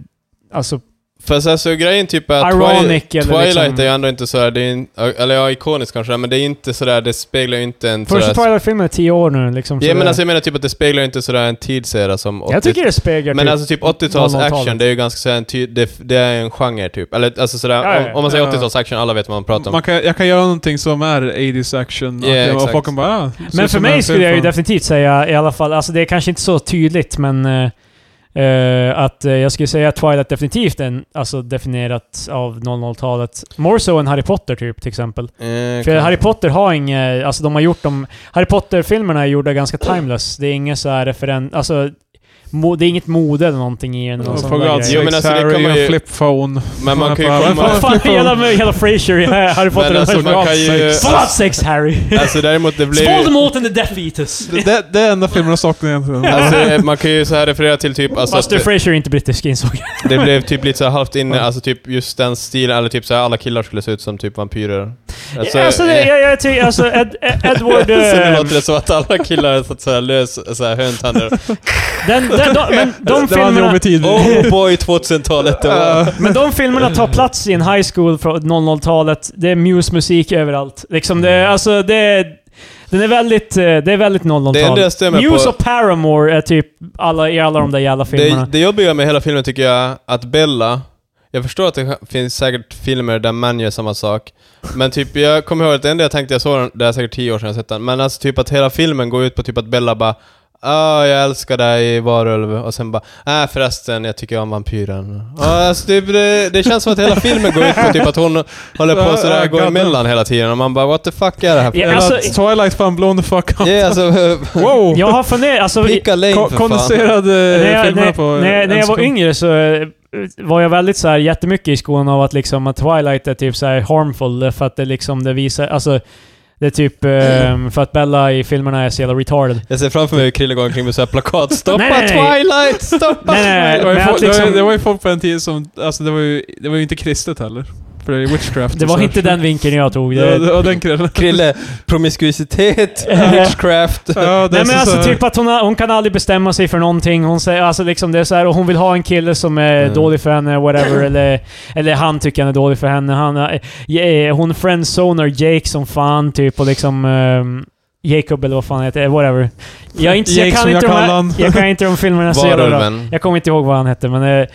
[SPEAKER 1] Alltså,
[SPEAKER 2] Fast alltså grejen typ är... att
[SPEAKER 1] Ironic
[SPEAKER 2] Twi-
[SPEAKER 1] eller
[SPEAKER 2] Twilight
[SPEAKER 1] liksom-
[SPEAKER 2] är ju ändå inte sådär, det är in, eller ja, ikoniskt kanske, men det är inte sådär, det speglar ju inte en
[SPEAKER 1] första
[SPEAKER 2] sådär...
[SPEAKER 1] Twilight-filmen är tio år nu liksom. så
[SPEAKER 2] Ja men
[SPEAKER 1] det-
[SPEAKER 2] alltså jag menar typ att det speglar ju inte sådär en tidsera som 80
[SPEAKER 1] jag tycker det speglar
[SPEAKER 2] Men
[SPEAKER 1] typ-
[SPEAKER 2] alltså typ 80-tals
[SPEAKER 1] 00-talet.
[SPEAKER 2] action, det är ju ganska så här en ty- det, det är en genre typ. Eller alltså sådär,
[SPEAKER 1] Ja, ja,
[SPEAKER 2] om, om man säger
[SPEAKER 3] ja.
[SPEAKER 2] 80-tals action, alla vet vad man pratar om.
[SPEAKER 3] Man kan, jag kan göra någonting som är 80s action.
[SPEAKER 2] Ja,
[SPEAKER 3] Yeah,
[SPEAKER 2] exakt.
[SPEAKER 3] och folk kan bara, ah, ser
[SPEAKER 1] Men
[SPEAKER 3] ut
[SPEAKER 1] för
[SPEAKER 3] som
[SPEAKER 1] mig
[SPEAKER 3] en
[SPEAKER 1] skulle jag ju
[SPEAKER 3] film.
[SPEAKER 1] definitivt säga i alla fall, alltså det är kanske inte så tydligt men eh, eh, att eh, jag skulle säga att Twilight definitivt är en, alltså definierat av 00-talet. More so än Harry Potter typ till exempel.
[SPEAKER 2] Eh,
[SPEAKER 1] För
[SPEAKER 2] kan-
[SPEAKER 1] Harry Potter har inget, alltså de har gjort dem, Harry Potter-filmerna är gjorda ganska
[SPEAKER 2] Mm.
[SPEAKER 1] timeless. Det är inget så här referens, alltså mo, det är inget mode eller någonting i den. eller
[SPEAKER 3] Oh,
[SPEAKER 1] någon sån
[SPEAKER 3] For
[SPEAKER 1] där
[SPEAKER 3] God's
[SPEAKER 1] grej.
[SPEAKER 2] Jo, men
[SPEAKER 3] sakes,
[SPEAKER 2] alltså, det kan
[SPEAKER 3] Harry,
[SPEAKER 2] man
[SPEAKER 3] och
[SPEAKER 2] ju-
[SPEAKER 3] flip phone.
[SPEAKER 2] Men man kan ju
[SPEAKER 3] Fan, fan,
[SPEAKER 2] komma...
[SPEAKER 1] Vad fan, hela, hela Frasier i Harry Potter and
[SPEAKER 2] Men alltså
[SPEAKER 1] Harry
[SPEAKER 2] man kan ju...
[SPEAKER 1] For God's sakes Harry!
[SPEAKER 2] Alltså däremot det blir ju...
[SPEAKER 1] Voldemort and the Death Eaters!
[SPEAKER 3] Det, det, det är enda filmen jag saknar [LAUGHS] egentligen.
[SPEAKER 2] Alltså eh, man kan ju så här referera till typ alltså att
[SPEAKER 1] Fast
[SPEAKER 2] det,
[SPEAKER 1] Frasier är inte brittisk insåg jag.
[SPEAKER 2] det blev typ lite så här halvt inne, alltså typ just den stilen, eller typ så här alla killar skulle se ut som typ vampyrer.
[SPEAKER 1] Alltså, det,
[SPEAKER 2] [LAUGHS] eh,
[SPEAKER 1] jag, jag tycker alltså Ed, Ed- Edward...
[SPEAKER 2] [LAUGHS] så nu
[SPEAKER 1] eh,
[SPEAKER 2] låter det som att alla killar har fått såhär lös,
[SPEAKER 1] [LAUGHS]
[SPEAKER 2] såhär höntänder.
[SPEAKER 1] den, den, de, men, de
[SPEAKER 3] det var en
[SPEAKER 1] filmerna,
[SPEAKER 3] jobbig tid.
[SPEAKER 2] Oh boy, 2000-talet det var.
[SPEAKER 1] men de filmerna tar plats i en high school från 00-talet. Det är musmusik överallt. Liksom det, är- alltså det är... Den är väldigt, eh, det är väldigt
[SPEAKER 2] Det enda
[SPEAKER 1] 00-tal.
[SPEAKER 2] jag stämmer på...
[SPEAKER 1] Muse och Paramore är typ alla, i alla de där jävla filmerna.
[SPEAKER 2] Det, det jobbiga med hela filmen tycker jag, att Bella, jag förstår att det finns säkert filmer där män gör samma sak, men typ jag kommer ihåg att det enda jag tänkte jag såg den, det är säkert tio år sedan jag sett den, men alltså typ att hela filmen går ut på typ att Bella bara Ah, jag älskar dig varulv. Och sen bara, äh förresten, jag tycker om vampyren. Och alltså, typ, det, det känns som att hela filmen går ut på typ att hon håller på sådär,
[SPEAKER 3] Ja,
[SPEAKER 2] går
[SPEAKER 3] ja,
[SPEAKER 2] emellan hela tiden. Och man bara, what the fuck är det här för?
[SPEAKER 1] Ja,
[SPEAKER 3] Eller
[SPEAKER 1] alltså-
[SPEAKER 3] att Twilight fan blown the fuck up.
[SPEAKER 2] Yeah,
[SPEAKER 3] [LAUGHS]
[SPEAKER 2] alltså,
[SPEAKER 3] Wow!
[SPEAKER 1] Jag har funderat... Alltså, i-
[SPEAKER 2] Picka lane
[SPEAKER 3] Ko-
[SPEAKER 2] för fan.
[SPEAKER 3] Kondenserade
[SPEAKER 1] när jag,
[SPEAKER 3] eh, filmerna
[SPEAKER 1] när,
[SPEAKER 3] på
[SPEAKER 1] när, jag-
[SPEAKER 3] en
[SPEAKER 1] när jag var
[SPEAKER 3] sekund.
[SPEAKER 1] yngre så eh, var jag väldigt så här jättemycket i skolan av att liksom att Twilight är typ så här harmful eh, för att det liksom det visar, alltså det är typ ehm, för att Bella i filmerna är så jävla retarded.
[SPEAKER 2] Jag ser framför mig hur Krille går omkring med såhär plakat. Stoppa
[SPEAKER 1] Nej, nej, nej.
[SPEAKER 2] Twilight! Stoppa
[SPEAKER 1] Nej, nej, nej.
[SPEAKER 3] Det var, ju
[SPEAKER 1] Men
[SPEAKER 3] folk,
[SPEAKER 1] att
[SPEAKER 3] det, var,
[SPEAKER 1] liksom-
[SPEAKER 3] ju- det var ju folk på en tid som, alltså det var ju, det var ju inte kristet heller. För det är witchcraft.
[SPEAKER 1] Det
[SPEAKER 3] och
[SPEAKER 1] var
[SPEAKER 3] Typ så här.
[SPEAKER 1] inte den vinkeln jag tog.
[SPEAKER 3] [LAUGHS] Ja,
[SPEAKER 1] Det,
[SPEAKER 3] det var den kvällen.
[SPEAKER 2] Krille,
[SPEAKER 1] [LAUGHS]
[SPEAKER 2] promiskuitet, witchcraft.
[SPEAKER 3] Ja, det
[SPEAKER 1] Nej
[SPEAKER 3] är
[SPEAKER 1] men
[SPEAKER 3] så-
[SPEAKER 1] alltså
[SPEAKER 3] så här-
[SPEAKER 1] typ att hon, har- hon kan aldrig bestämma sig för någonting. Hon säger alltså liksom det är så här, och hon vill ha en kille som är
[SPEAKER 2] Mm.
[SPEAKER 1] dålig för henne,
[SPEAKER 3] [CLEARS THROAT]
[SPEAKER 1] whatever. eller, eller han tycker han är dålig för henne. Han, eh, yeah, hon friendzonar Jake som fan typ och liksom... ehm, Jacob eller vad fan han heter, eh, whatever. Jag, är inte, jag,
[SPEAKER 3] Jake
[SPEAKER 1] kan
[SPEAKER 3] som
[SPEAKER 1] inte
[SPEAKER 3] jag
[SPEAKER 1] de här,
[SPEAKER 3] kallar han.
[SPEAKER 1] jag kan inte de filmerna så jävla bra.
[SPEAKER 2] Varulven.
[SPEAKER 1] Jag kommer inte ihåg vad han hette men... eh, eh,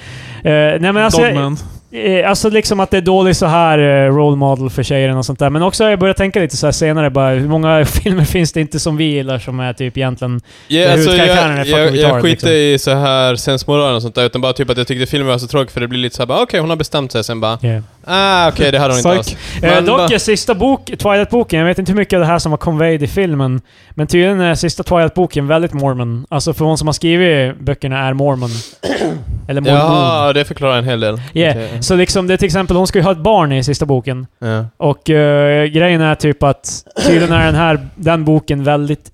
[SPEAKER 1] nej men alltså... jag-
[SPEAKER 3] Dogman.
[SPEAKER 1] Eh, Alltså liksom att det är dålig så här eh, role model för tjejer och sånt där. Men också har jag börjat tänka lite så här senare bara, hur många [LAUGHS] filmer finns det inte som vi gillar som är typ egentligen...
[SPEAKER 2] Ja, alltså,
[SPEAKER 1] huvudkaraktären är
[SPEAKER 2] jag,
[SPEAKER 1] fucking
[SPEAKER 2] jag, jag
[SPEAKER 1] retard,
[SPEAKER 2] skiter
[SPEAKER 1] liksom.
[SPEAKER 2] i så här sensmoral och sånt där, utan bara typ att jag tyckte filmen var så tråkig för det blir lite såhär bara okej, hon har bestämt sig, sen bara
[SPEAKER 1] Yeah.
[SPEAKER 2] ah okej, det hade hon inte
[SPEAKER 3] Psych.
[SPEAKER 2] alls.
[SPEAKER 1] Eh,
[SPEAKER 2] Men
[SPEAKER 1] dock
[SPEAKER 2] va-
[SPEAKER 1] är sista bok, Twilight-boken, jag vet inte hur mycket av det här som var conveyed i filmen, men tydligen är sista Twilight-boken väldigt mormon. Alltså för hon som har skrivit böckerna är mormon. [CLEARS THROAT] Eller mormon.
[SPEAKER 2] Jaha, det förklarar en hel del.
[SPEAKER 1] Yeah.
[SPEAKER 2] Okej.
[SPEAKER 1] Så liksom, det är till exempel, hon ska ju ha ett barn i sista boken.
[SPEAKER 2] Ja.
[SPEAKER 1] Och eh, grejen är typ att tydligen är den här den boken väldigt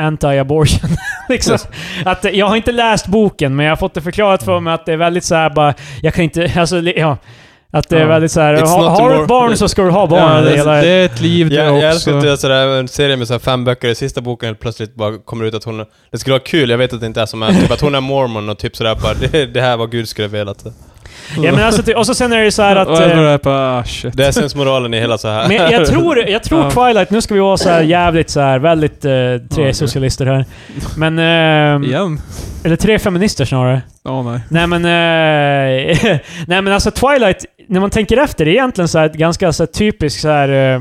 [SPEAKER 1] anti-abortion. [LAUGHS] liksom. att, eh, jag har inte läst boken, men jag har fått det förklarat för mig att det är väldigt så här bara... Jag kan inte... Alltså, li- ja. Att det är
[SPEAKER 3] Ja.
[SPEAKER 1] väldigt så här,
[SPEAKER 2] It's
[SPEAKER 1] ha,
[SPEAKER 2] not
[SPEAKER 1] har du
[SPEAKER 2] more-
[SPEAKER 1] ett barn så ska du ha barn.
[SPEAKER 3] Ja,
[SPEAKER 1] det,
[SPEAKER 3] det,
[SPEAKER 1] hela-
[SPEAKER 3] det är ett liv det
[SPEAKER 2] Jag, jag älskar att
[SPEAKER 3] också.
[SPEAKER 2] det är sådär en serie med såhär fem böcker, i sista boken helt plötsligt bara kommer ut att hon... [LAUGHS] Det skulle vara kul, jag vet att det inte är som är, typ att hon är mormon och typ sådär bara det, det här var Gud skulle velat.
[SPEAKER 1] Ja, men alltså, ty- och så sen är det så här
[SPEAKER 3] att...
[SPEAKER 1] att... eh,
[SPEAKER 3] ah, shit.
[SPEAKER 2] Det är sensmoralen i hela så här.
[SPEAKER 1] Men jag tror, jag tror
[SPEAKER 3] Ja.
[SPEAKER 1] Twilight, nu ska vi vara så här jävligt så här, väldigt eh, tre
[SPEAKER 3] okej.
[SPEAKER 1] socialister här. Men... ehm,
[SPEAKER 3] Igen?
[SPEAKER 1] Eller tre feminister snarare.
[SPEAKER 3] Åh nej.
[SPEAKER 1] Nej men... Eh, [LAUGHS] nej men alltså Twilight, när man tänker efter, det är egentligen så här, ett ganska så här, typisk så här, eh,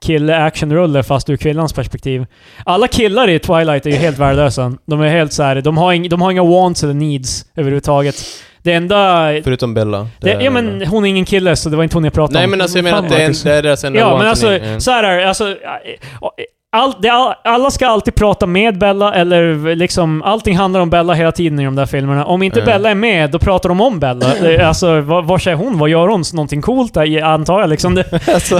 [SPEAKER 1] kille-action-rulle fast ur kvinnans perspektiv. Alla killar i Twilight är ju helt värdelösa. De är helt så här, de har, ing, de har inga wants eller needs överhuvudtaget. Det enda...
[SPEAKER 2] Förutom Bella.
[SPEAKER 1] Det, ja men hon är ingen kille så det var inte hon jag pratade
[SPEAKER 2] Nej
[SPEAKER 1] om.
[SPEAKER 2] men alltså jag menar
[SPEAKER 3] Fan,
[SPEAKER 2] att det är, en,
[SPEAKER 3] Marcus.
[SPEAKER 2] det är deras enda
[SPEAKER 1] Ja,
[SPEAKER 2] want
[SPEAKER 1] men
[SPEAKER 2] and
[SPEAKER 1] alltså,
[SPEAKER 2] need. Mm.
[SPEAKER 1] så här är det, alltså, all, det, all, alla ska alltid prata med Bella, eller liksom, allting handlar om Bella hela tiden i de där filmerna. Om inte
[SPEAKER 2] Mm.
[SPEAKER 1] Bella är med, då pratar de om Bella. Det, alltså, vad, vad är hon? Vad gör hon? Någonting coolt, där, antar jag liksom. Det,
[SPEAKER 2] Alltså,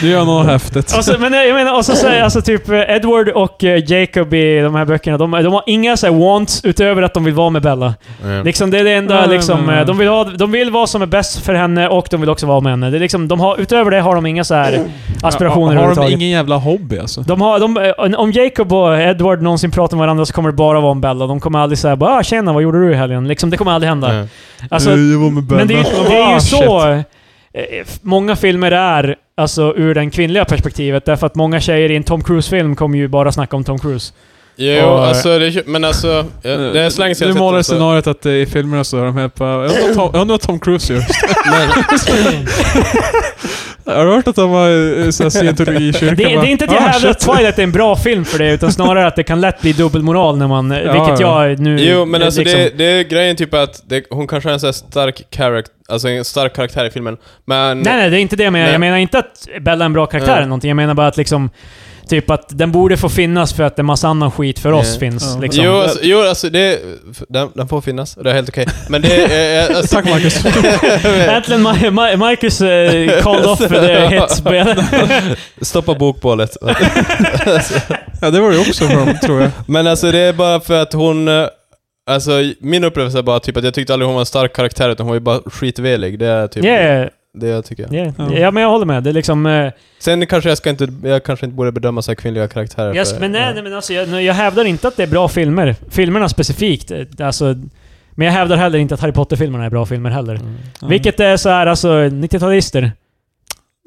[SPEAKER 3] Du gör något häftigt.
[SPEAKER 1] och så, alltså, men jag menar, och så, så, här, alltså typ eh, Edward och eh, Jacob i de här böckerna, de, de har inga så här, wants utöver att de vill vara med Bella.
[SPEAKER 2] mm.
[SPEAKER 1] Liksom, [LAUGHS] det är det enda
[SPEAKER 3] Mm.
[SPEAKER 1] liksom, eh, de, vill ha, de vill vara som är bäst för henne och de vill också vara med henne. Det är liksom, de har, utöver det har de inga så här aspirationer
[SPEAKER 3] Har de
[SPEAKER 1] överhuvudtaget.
[SPEAKER 3] ingen jävla hobby alltså?
[SPEAKER 1] De har, de, om Jacob och Edward någonsin pratar med varandra så kommer det bara vara om Bella. De kommer aldrig säga bara ah, “Tjena, vad gjorde du i helgen?” liksom, Det kommer aldrig hända.
[SPEAKER 2] Mm.
[SPEAKER 1] Alltså,
[SPEAKER 3] Eh, jag var med
[SPEAKER 1] men det är,
[SPEAKER 3] Benna.
[SPEAKER 1] ju- det är
[SPEAKER 3] Ah,
[SPEAKER 1] ju
[SPEAKER 3] shit.
[SPEAKER 1] så eh, f- många filmer är, alltså ur det kvinnliga perspektivet. Därför att många tjejer i en Tom Cruise-film kommer ju bara snacka om Tom Cruise.
[SPEAKER 2] Jo,
[SPEAKER 1] Och-
[SPEAKER 2] alltså det, är ju- men alltså... ja, Det är så länge sedan
[SPEAKER 3] Du målar
[SPEAKER 2] jag sett den, så-
[SPEAKER 3] scenariot att eh, i filmerna så är de helt bara... Jag undrar Tom- jag undrar vad Tom
[SPEAKER 2] [LAUGHS]
[SPEAKER 3] Cruise gör. [LAUGHS] Har du hört att han var eh, såhär scientologikyrka?
[SPEAKER 1] Det, det är inte att jag
[SPEAKER 3] Ah,
[SPEAKER 1] hävdar att
[SPEAKER 3] shit.
[SPEAKER 1] Twilight är en bra film för det, utan snarare att det kan lätt bli dubbelmoral när man...
[SPEAKER 3] [LAUGHS] Ja,
[SPEAKER 1] vilket
[SPEAKER 3] ja.
[SPEAKER 1] jag nu...
[SPEAKER 2] Jo, men
[SPEAKER 1] eh,
[SPEAKER 2] alltså
[SPEAKER 1] liksom-
[SPEAKER 2] det, det är grejen typ att det, hon kanske är en sån här stark character, alltså en stark karaktär i filmen. Men...
[SPEAKER 1] Nej, nej, det är inte det jag menar.
[SPEAKER 2] Nej.
[SPEAKER 1] Jag menar inte att Bella är en bra karaktär
[SPEAKER 2] Nej.
[SPEAKER 1] eller någonting. Jag menar bara att liksom... Typ att den borde få finnas för att en massa annan skit för oss
[SPEAKER 2] Ja.
[SPEAKER 1] finns.
[SPEAKER 3] Ja.
[SPEAKER 1] Liksom.
[SPEAKER 2] Jo, alltså, jo, alltså det... Den, den får finnas, det är helt okej. Men det
[SPEAKER 1] [LAUGHS]
[SPEAKER 2] är... eh, Alltså,
[SPEAKER 3] Tack
[SPEAKER 2] [LAUGHS]
[SPEAKER 3] Marcus.
[SPEAKER 1] Äntligen Ma- Ma- Marcus eh, called off
[SPEAKER 2] [LAUGHS]
[SPEAKER 1] the hit-spel.
[SPEAKER 2] stoppa
[SPEAKER 1] [LAUGHS]
[SPEAKER 2] bokbålet.
[SPEAKER 3] ja, det var det också för dem, tror jag.
[SPEAKER 2] Men alltså det är bara för att hon... eh, Alltså min upplevelse är bara typ att jag tyckte aldrig hon var en stark karaktär utan hon var ju bara skitvelig. Det är typ
[SPEAKER 1] yeah,
[SPEAKER 2] det jag tycker.
[SPEAKER 1] yeah.
[SPEAKER 3] Ja.
[SPEAKER 1] Ja, men jag håller med. Det är liksom... Eh,
[SPEAKER 2] Sen kanske jag ska inte... Jag kanske inte borde bedöma så här kvinnliga karaktärer.
[SPEAKER 1] yes,
[SPEAKER 2] för-
[SPEAKER 1] men nej,
[SPEAKER 2] ja.
[SPEAKER 1] nej, men alltså, jag, jag hävdar inte att det är bra filmer. Filmerna specifikt. eh, Alltså, men jag hävdar heller inte att Harry Potter-filmerna är bra filmer heller.
[SPEAKER 2] Mm.
[SPEAKER 1] [LAUGHS] Vilket är så här, alltså 90-talister.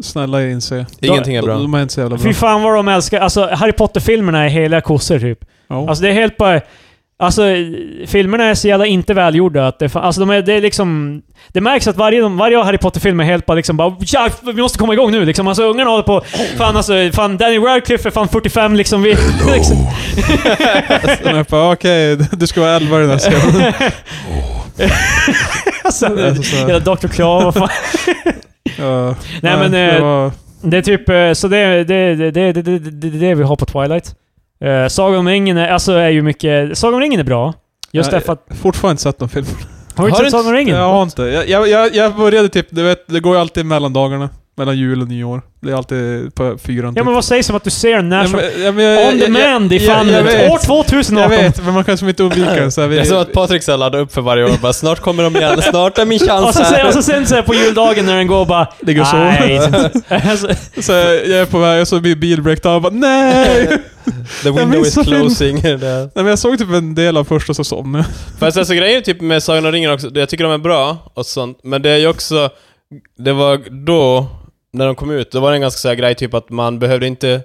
[SPEAKER 3] Snälla inse.
[SPEAKER 2] Ingenting är bra.
[SPEAKER 3] De, de är inte så jävla bra.
[SPEAKER 1] Fy fan vad de älskar... Alltså Harry Potter-filmerna är heliga kossor typ.
[SPEAKER 3] Ja.
[SPEAKER 1] Alltså det är helt bara... Alltså filmerna är så jävla inte välgjorda att det, fan- alltså de är, det är liksom... Det märks att varje, varje Harry Potter-film är helt bara liksom bara ja, vi måste komma igång nu liksom. Alltså ungarna håller på... Fan alltså, fan Danny Radcliffe är fan 45 liksom. [LAUGHS] Vi, liksom.
[SPEAKER 3] De är bara, okej, du ska vara 11 i den
[SPEAKER 1] [LAUGHS]
[SPEAKER 3] här scenen.
[SPEAKER 1] Alltså,
[SPEAKER 3] Det är så så här.
[SPEAKER 1] hela Dr. Claw, vad fan.
[SPEAKER 3] Ja.
[SPEAKER 1] Nej, men,
[SPEAKER 3] det
[SPEAKER 1] eh,
[SPEAKER 3] var,
[SPEAKER 1] Det är typ, eh, så det är det, det, det, det, det, det, det vi har på Twilight. Uh, Sagan om ringen är, alltså, är ju mycket... Sagan om ringen är bra. Just
[SPEAKER 3] Ja,
[SPEAKER 1] därför att...
[SPEAKER 3] fortfarande inte sett någon film.
[SPEAKER 1] Har du inte
[SPEAKER 2] har
[SPEAKER 1] sett
[SPEAKER 2] du
[SPEAKER 1] Sagan om ringen?
[SPEAKER 3] Jag har inte. Jag, jag- jag, jag började typ, du vet, det går ju alltid mellan dagarna. Mellan jul och nyår. Det är alltid på fyran.
[SPEAKER 1] Ja
[SPEAKER 3] typ.
[SPEAKER 1] men vad sägs om att du ser den när som...
[SPEAKER 3] Ja, men- ja, men
[SPEAKER 2] eh,
[SPEAKER 3] jag-
[SPEAKER 1] On
[SPEAKER 3] jag-
[SPEAKER 1] demand i
[SPEAKER 3] jag- jag
[SPEAKER 1] fan
[SPEAKER 3] vet.
[SPEAKER 1] år 2018!
[SPEAKER 3] Jag vet, men man kan som inte undvika den. Så här,
[SPEAKER 2] Det är som att Patrik så här laddar upp för varje år och bara snart kommer de igen, snart är min
[SPEAKER 1] [LAUGHS] Och,
[SPEAKER 2] chans
[SPEAKER 1] så, sen- och
[SPEAKER 2] Alltså, här.
[SPEAKER 1] så sen så här på juldagen när den går och bara...
[SPEAKER 3] Det går så.
[SPEAKER 1] Nej.
[SPEAKER 2] [LAUGHS]
[SPEAKER 1] alltså,
[SPEAKER 3] så här, jag är på väg och så blir bil breakdown.
[SPEAKER 1] [LAUGHS]
[SPEAKER 3] Bara, nej!
[SPEAKER 2] The window is
[SPEAKER 3] missar film.
[SPEAKER 2] closing. [LAUGHS] Det är-
[SPEAKER 3] nej men jag såg typ en del av första säsongen.
[SPEAKER 2] Fast alltså grejen är typ med Sagan om ringen också, jag tycker de är bra och sånt, men det är ju också, det var då, när de kom ut, då var det en ganska så här grej typ att man behövde inte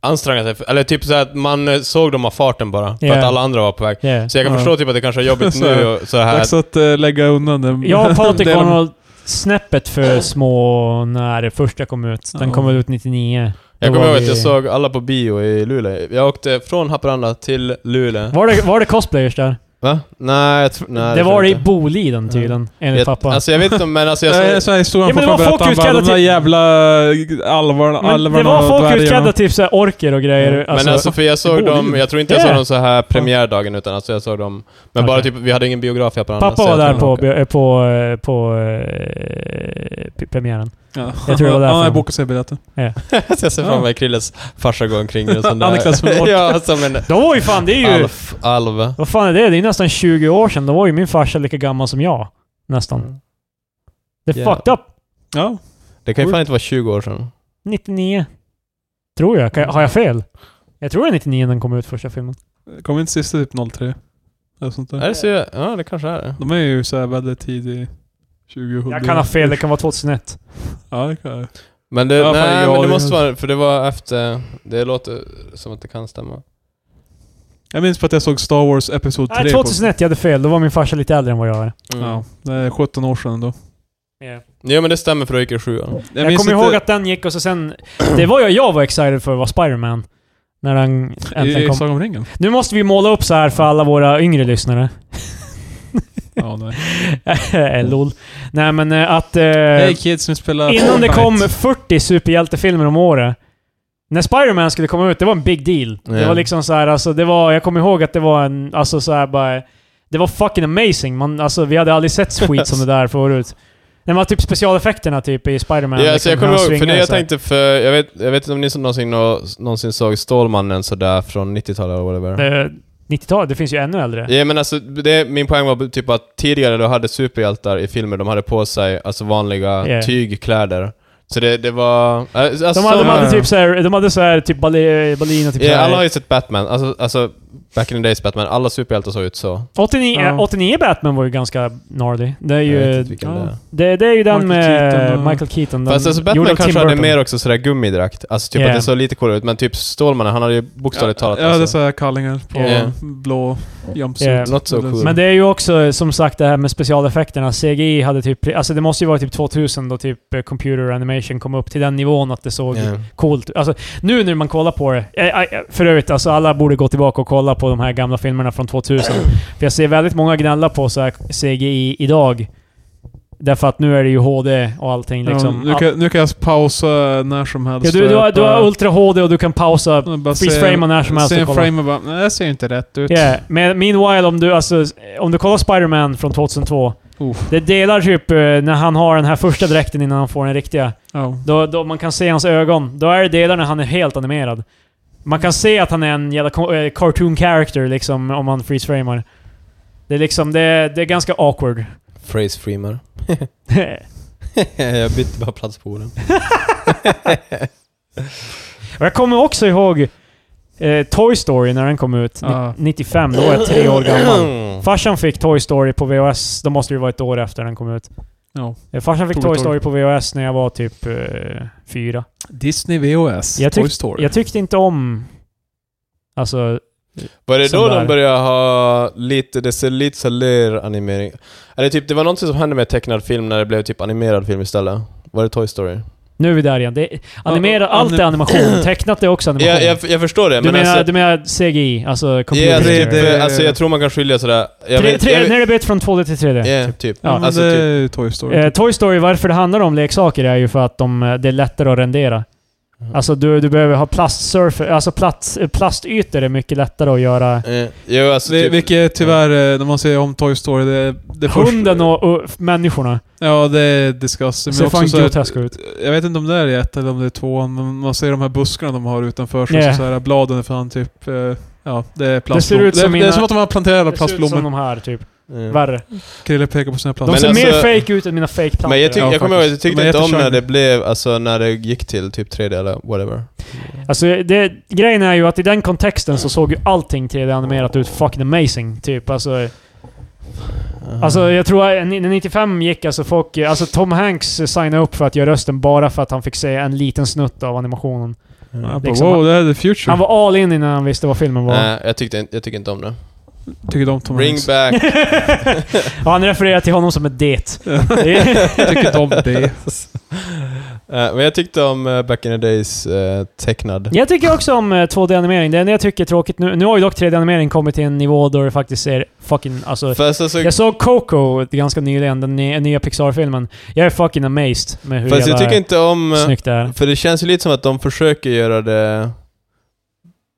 [SPEAKER 2] anstränga sig, för, eller typ så här att man eh, såg dem av farten bara, för
[SPEAKER 1] Ja.
[SPEAKER 2] att alla andra var på väg.
[SPEAKER 1] yeah.
[SPEAKER 2] Så jag kan
[SPEAKER 3] Ja.
[SPEAKER 2] förstå typ att det kanske är
[SPEAKER 1] [LAUGHS]
[SPEAKER 2] jobbigt
[SPEAKER 3] Så-
[SPEAKER 2] nu och så här.
[SPEAKER 3] Dags att eh, lägga undan [LAUGHS] den.
[SPEAKER 2] [LAUGHS]
[SPEAKER 1] Jag och Patrik
[SPEAKER 3] delen.
[SPEAKER 1] var nog snäppet för små när det första kom ut. Den
[SPEAKER 3] Ja.
[SPEAKER 1] kom väl ut 99.
[SPEAKER 2] Jag
[SPEAKER 1] Då var
[SPEAKER 2] kommer ihåg att
[SPEAKER 1] vi-
[SPEAKER 2] jag såg alla på bio i Luleå. Jag åkte från Haparanda till Luleå.
[SPEAKER 1] Var det, var det cosplayers där?
[SPEAKER 2] Va? Nej, jag tr- nej
[SPEAKER 1] det var
[SPEAKER 2] tror
[SPEAKER 1] det
[SPEAKER 2] jag
[SPEAKER 1] i
[SPEAKER 2] inte.
[SPEAKER 1] Boliden tydligen, enligt
[SPEAKER 2] Jag-
[SPEAKER 1] pappa.
[SPEAKER 2] Alltså jag vet inte,
[SPEAKER 1] [LAUGHS]
[SPEAKER 2] men alltså
[SPEAKER 3] Det är
[SPEAKER 2] jag
[SPEAKER 3] så här historien
[SPEAKER 1] Ja, men det
[SPEAKER 3] pappa
[SPEAKER 1] var folk
[SPEAKER 3] berättade. Han bara,
[SPEAKER 1] utklädda
[SPEAKER 3] de där
[SPEAKER 1] till-
[SPEAKER 3] jävla eh, alvarna,
[SPEAKER 1] men
[SPEAKER 3] alvarna
[SPEAKER 1] det var
[SPEAKER 3] och
[SPEAKER 1] folk
[SPEAKER 3] dvärgarna."
[SPEAKER 1] utklädda till så här orker och grejer.
[SPEAKER 3] Mm.
[SPEAKER 1] Alltså,
[SPEAKER 2] men alltså för jag såg
[SPEAKER 3] Boliden.
[SPEAKER 2] dem, jag tror inte jag såg
[SPEAKER 1] Ja.
[SPEAKER 2] dem så här premiärdagen utan alltså jag såg dem... Men bara
[SPEAKER 1] Okej.
[SPEAKER 2] typ, vi hade ingen biograf i Haparanda.
[SPEAKER 1] pappa
[SPEAKER 2] så
[SPEAKER 1] var
[SPEAKER 2] alltså, jag
[SPEAKER 1] där
[SPEAKER 2] [LAUGHS] tror-
[SPEAKER 1] på, på, på, eh, på eh, p- premiären.
[SPEAKER 3] Ja.
[SPEAKER 1] Jag tror det var därför.
[SPEAKER 3] Ja, jag bokade sig biljetten.
[SPEAKER 2] Så jag ser framför mig Krilles farsa gå omkring och sån där... [LAUGHS]
[SPEAKER 3] Anniklas från Ork.
[SPEAKER 2] Ja, som en
[SPEAKER 1] Då var ju fan, det är ju...
[SPEAKER 2] alf, alv.
[SPEAKER 1] Vad fan är det? Det är nästan 20 år sedan. Då var ju min farsa lika gammal som jag. Nästan. Det är
[SPEAKER 2] Yeah.
[SPEAKER 1] fucked up.
[SPEAKER 3] Ja.
[SPEAKER 2] Det kan ju fan inte vara 20 år sedan.
[SPEAKER 1] 99. Tror jag. Kan jag. Har jag fel? Jag tror det är 99 den kom ut första filmen.
[SPEAKER 3] Kom inte sista typ 03? Eller sånt
[SPEAKER 2] Är
[SPEAKER 3] där.
[SPEAKER 2] det så? Ja, det kanske är det.
[SPEAKER 3] De är ju såhär väldigt tidig 2000.
[SPEAKER 1] Jag kan ha fel, det kan vara 2001.
[SPEAKER 3] Ja, det kan jag.
[SPEAKER 2] Men det,
[SPEAKER 3] Ja, fan,
[SPEAKER 2] nej,
[SPEAKER 3] jag-
[SPEAKER 2] men det måste vara, för det var efter, det låter som att det kan stämma.
[SPEAKER 3] Jag minns på att jag såg Star Wars Episod 3
[SPEAKER 1] Nej,
[SPEAKER 3] på...
[SPEAKER 1] 2001 jag hade fel. Då var min farsa lite äldre än vad jag är.
[SPEAKER 2] Mm.
[SPEAKER 3] Ja, det är 17 år sedan då.
[SPEAKER 2] Ja men det stämmer för då gick det sjuan.
[SPEAKER 1] Jag, kommer ihåg att den gick och så sen... [CLEARS THROAT] Det var jag, jag var excited för var Spider-Man. När den
[SPEAKER 3] I,
[SPEAKER 1] äntligen
[SPEAKER 3] i
[SPEAKER 1] kom.
[SPEAKER 3] Sagan om ringen?
[SPEAKER 1] Nu måste vi måla upp så här för alla våra yngre lyssnare. [LAUGHS]
[SPEAKER 3] Ja, nej.
[SPEAKER 1] Eh, LOL. Nej men eh, att... eh,
[SPEAKER 3] Hey kids, nu spelar
[SPEAKER 1] innan det
[SPEAKER 3] Fortnite.
[SPEAKER 1] kom 40 superhjältefilmer om året. När Spider-Man skulle komma ut, det var en big deal. Det
[SPEAKER 2] Ja.
[SPEAKER 1] var liksom så här, alltså det var... Jag kommer ihåg att det var en... Alltså så här bara... Det var fucking amazing. Man, alltså, vi hade aldrig sett skit som det där förut. Nej men typ specialeffekterna typ i Spider-Man.
[SPEAKER 2] Ja,
[SPEAKER 1] liksom,
[SPEAKER 2] så jag
[SPEAKER 1] när
[SPEAKER 2] kommer
[SPEAKER 1] han
[SPEAKER 2] ihåg, för
[SPEAKER 1] svingar
[SPEAKER 2] det jag
[SPEAKER 1] så här.
[SPEAKER 2] tänkte för, jag vet, jag vet inte om ni som någonsin, nå- någonsin såg Stålmannen sådär från 90-talet eller whatever.
[SPEAKER 1] Eh, 90-talet, det finns ju ännu äldre.
[SPEAKER 2] Ja men alltså, det, min poäng var typ att tidigare då hade superhjältar i filmer, de hade på sig alltså vanliga
[SPEAKER 1] Ja.
[SPEAKER 2] tygkläder. Så det, det var... äh, Alltså,
[SPEAKER 1] De hade, de
[SPEAKER 3] Ja,
[SPEAKER 1] hade
[SPEAKER 3] ja.
[SPEAKER 1] typ såhär, de hade såhär typ bali- balin och typ
[SPEAKER 2] ja,
[SPEAKER 1] såhär.
[SPEAKER 2] alla har ju sett Batman, alltså, alltså back in the days Batman, alla superhjältar såg ut så.
[SPEAKER 1] 89,
[SPEAKER 3] Ja.
[SPEAKER 1] eh, 89 Batman var ju ganska gnarly. Det är ju...
[SPEAKER 2] Jag vet inte vilken
[SPEAKER 1] ja.
[SPEAKER 2] det är.
[SPEAKER 1] det, det är ju den
[SPEAKER 3] Michael
[SPEAKER 1] med
[SPEAKER 3] Keaton och-
[SPEAKER 1] Michael Keaton. Den
[SPEAKER 2] Fast alltså
[SPEAKER 1] gjorde
[SPEAKER 2] Batman
[SPEAKER 1] Tim
[SPEAKER 2] kanske hade
[SPEAKER 1] Burton.
[SPEAKER 2] mer också sådär gummidrakt, alltså typ
[SPEAKER 1] Ja.
[SPEAKER 2] att det såg lite coolare ut, men typ Stålmannen, han hade ju bokstavligt talat
[SPEAKER 3] Ja, det är
[SPEAKER 2] alltså.
[SPEAKER 3] såhär kallingar på
[SPEAKER 2] Ja.
[SPEAKER 3] blå jumpsuit.
[SPEAKER 1] Ja.
[SPEAKER 2] Not so
[SPEAKER 3] Eller
[SPEAKER 2] cool.
[SPEAKER 1] Eh, Men det är ju också som sagt det här med specialeffekterna. CGI hade typ... Alltså det måste ju vara typ 2000 då typ eh, computer animation kom upp till den nivån att det såg
[SPEAKER 2] Ja.
[SPEAKER 1] coolt Alltså nu när man kollar på det. eh, eh, För övrigt, alltså alla borde gå tillbaka och kolla på de här gamla filmerna från 2000. För jag ser väldigt många gnälla på så här CGI idag. Därför att nu är det ju HD och allting liksom.
[SPEAKER 3] ja, nu, kan, nu kan jag pausa när som helst.
[SPEAKER 1] Ja, du, du, har, du har
[SPEAKER 3] Bara-
[SPEAKER 1] Ultra HD och du kan pausa
[SPEAKER 3] bara se-
[SPEAKER 1] freeze-framea när som helst
[SPEAKER 3] Se
[SPEAKER 1] och
[SPEAKER 3] en
[SPEAKER 1] kolla.
[SPEAKER 3] frame och bara, nej det ser ju inte rätt ut.
[SPEAKER 1] Yeah. Men meanwhile, om du, alltså, om du kollar Spider-Man från 2002.
[SPEAKER 3] Uff.
[SPEAKER 1] Det delar typ eh, när han har den här första dräkten innan han får den riktiga.
[SPEAKER 3] Ja.
[SPEAKER 1] Då, då man kan se hans ögon. Då är det delar när han är helt animerad. Man kan se att han är en jävla ko- eh, cartoon character liksom, om man freeze-framar. Det är liksom, det, det är ganska awkward. [LAUGHS]
[SPEAKER 2] Phrase Freemer. [LAUGHS] jag bytte bara plats på orden.
[SPEAKER 1] Och jag kommer också ihåg eh, Toy Story när den kom ut. Ni-
[SPEAKER 3] Ah.
[SPEAKER 1] 95, då var jag tre år
[SPEAKER 2] [CLEARS THROAT]
[SPEAKER 1] gammal. Farsan fick Toy Story på VHS, då måste det ju vara ett år efter den kom ut.
[SPEAKER 3] Ja.
[SPEAKER 1] Eh, Farsan fick
[SPEAKER 3] Tog
[SPEAKER 1] Toy
[SPEAKER 3] ett år.
[SPEAKER 1] Story på VHS när jag var typ eh, fyra.
[SPEAKER 3] Disney VHS.
[SPEAKER 1] Jag
[SPEAKER 3] Toy
[SPEAKER 1] tyck-
[SPEAKER 3] Story.
[SPEAKER 1] Jag tyckte inte om... Alltså...
[SPEAKER 2] Var det då
[SPEAKER 1] Som där.
[SPEAKER 2] de började ha lite, det ser lite så ler animering? Eller typ, det var någonting som hände med tecknad film när det blev typ animerad film istället. Var det Toy Story?
[SPEAKER 1] Nu är vi där igen. Det är, animera,
[SPEAKER 3] Ja, ja,
[SPEAKER 1] allt är
[SPEAKER 2] [CLEARS THROAT]
[SPEAKER 1] animation. Tecknat är också animation.
[SPEAKER 2] Jag, jag, jag förstår det,
[SPEAKER 1] du,
[SPEAKER 2] men
[SPEAKER 1] menar,
[SPEAKER 2] alltså...
[SPEAKER 1] du menar CGI? Alltså
[SPEAKER 2] ja,
[SPEAKER 1] computer
[SPEAKER 2] alltså,
[SPEAKER 3] det-
[SPEAKER 2] typ,
[SPEAKER 1] generation.
[SPEAKER 3] det-
[SPEAKER 2] alltså jag tror man kan skilja sådär... Jag
[SPEAKER 1] Tre-
[SPEAKER 2] vet-
[SPEAKER 1] tre-
[SPEAKER 2] jag vet-
[SPEAKER 1] När det bytt från 2D till 3D.
[SPEAKER 2] Ja, typ.
[SPEAKER 1] Ja,
[SPEAKER 3] Ja, men
[SPEAKER 2] alltså,
[SPEAKER 3] det
[SPEAKER 2] typ.
[SPEAKER 3] är ju Toy Story.
[SPEAKER 1] Eh, Toy Story, varför det handlar om leksaker är ju för att de, eh, det är lättare att rendera. Alltså du, du behöver ha plastsurfer, alltså plats, eh, plastytor är mycket lättare att göra.
[SPEAKER 2] Eh, Jo, alltså
[SPEAKER 3] Det,
[SPEAKER 2] typ...
[SPEAKER 3] vilket tyvärr, eh, när man ser om Toy Story, det, det
[SPEAKER 1] Hunden
[SPEAKER 3] första-
[SPEAKER 1] och, och f- människorna
[SPEAKER 3] Ja, det är disgusting.
[SPEAKER 1] ser
[SPEAKER 3] Men
[SPEAKER 1] fan
[SPEAKER 3] också så här,
[SPEAKER 1] groteska ut.
[SPEAKER 3] jag vet inte om det är i ett eller om det är tvåan, men man ser de här buskarna de har utanför sig.
[SPEAKER 1] Yeah.
[SPEAKER 3] Så här, bladen är fan typ... eh, Ja, det är plastblommor.
[SPEAKER 1] ser ut som
[SPEAKER 3] det,
[SPEAKER 1] mina-
[SPEAKER 3] det är som att de har planterat alla
[SPEAKER 1] Det ser ut som
[SPEAKER 3] plastblommor.
[SPEAKER 1] de här typ.
[SPEAKER 2] eh.
[SPEAKER 1] Värre.
[SPEAKER 3] Krille pekar på sina
[SPEAKER 1] De
[SPEAKER 3] plastblommor.
[SPEAKER 1] ser
[SPEAKER 2] Men
[SPEAKER 1] mer
[SPEAKER 2] alltså-
[SPEAKER 1] fake ut än mina fake
[SPEAKER 2] Men jag, tyck,
[SPEAKER 3] Ja,
[SPEAKER 2] jag kommer ihåg att jag
[SPEAKER 3] faktiskt.
[SPEAKER 2] tyckte
[SPEAKER 3] De är
[SPEAKER 2] inte om när
[SPEAKER 3] jättecharmiga.
[SPEAKER 2] det blev, alltså när det gick till typ 3D eller whatever.
[SPEAKER 1] Alltså det, grejen är ju att i den kontexten så såg ju allting 3D-animerat ut fucking amazing. Typ alltså... Alltså jag tror att när 95 gick alltså folk... Alltså Tom Hanks signade upp för att göra rösten bara för att han fick se en liten snutt av animationen.
[SPEAKER 2] alltså-
[SPEAKER 3] Ja, bara,
[SPEAKER 1] liksom-
[SPEAKER 3] wow, det är the future.
[SPEAKER 1] Han var all in innan han visste vad filmen var. [LAUGHS]
[SPEAKER 2] Nej, jag, tyckte, inte- jag tycker inte om det.
[SPEAKER 3] Tycker de om Tom
[SPEAKER 2] Ring
[SPEAKER 3] Hanks.
[SPEAKER 2] back.
[SPEAKER 1] [LAUGHS]
[SPEAKER 2] [LAUGHS]
[SPEAKER 1] och han refererar till honom som ett det.
[SPEAKER 3] Tycker de om det.
[SPEAKER 2] [LAUGHS] Eh, men jag tyckte om eh, Back in the Days eh, tecknad.
[SPEAKER 1] jag tycker också om eh, 2D-animering. Det enda jag tycker är tråkigt nu... Nu har ju dock 3D-animering kommit till en nivå då det faktiskt ser fucking... Alltså,
[SPEAKER 2] Fast alltså,
[SPEAKER 1] jag såg Coco ganska nyligen, den ny- nya Pixar-filmen. Jag är fucking amazed med hur
[SPEAKER 2] fast jag
[SPEAKER 1] jävla
[SPEAKER 2] tycker inte om... eh,
[SPEAKER 1] snyggt det är.
[SPEAKER 2] För det känns ju lite som att de försöker göra det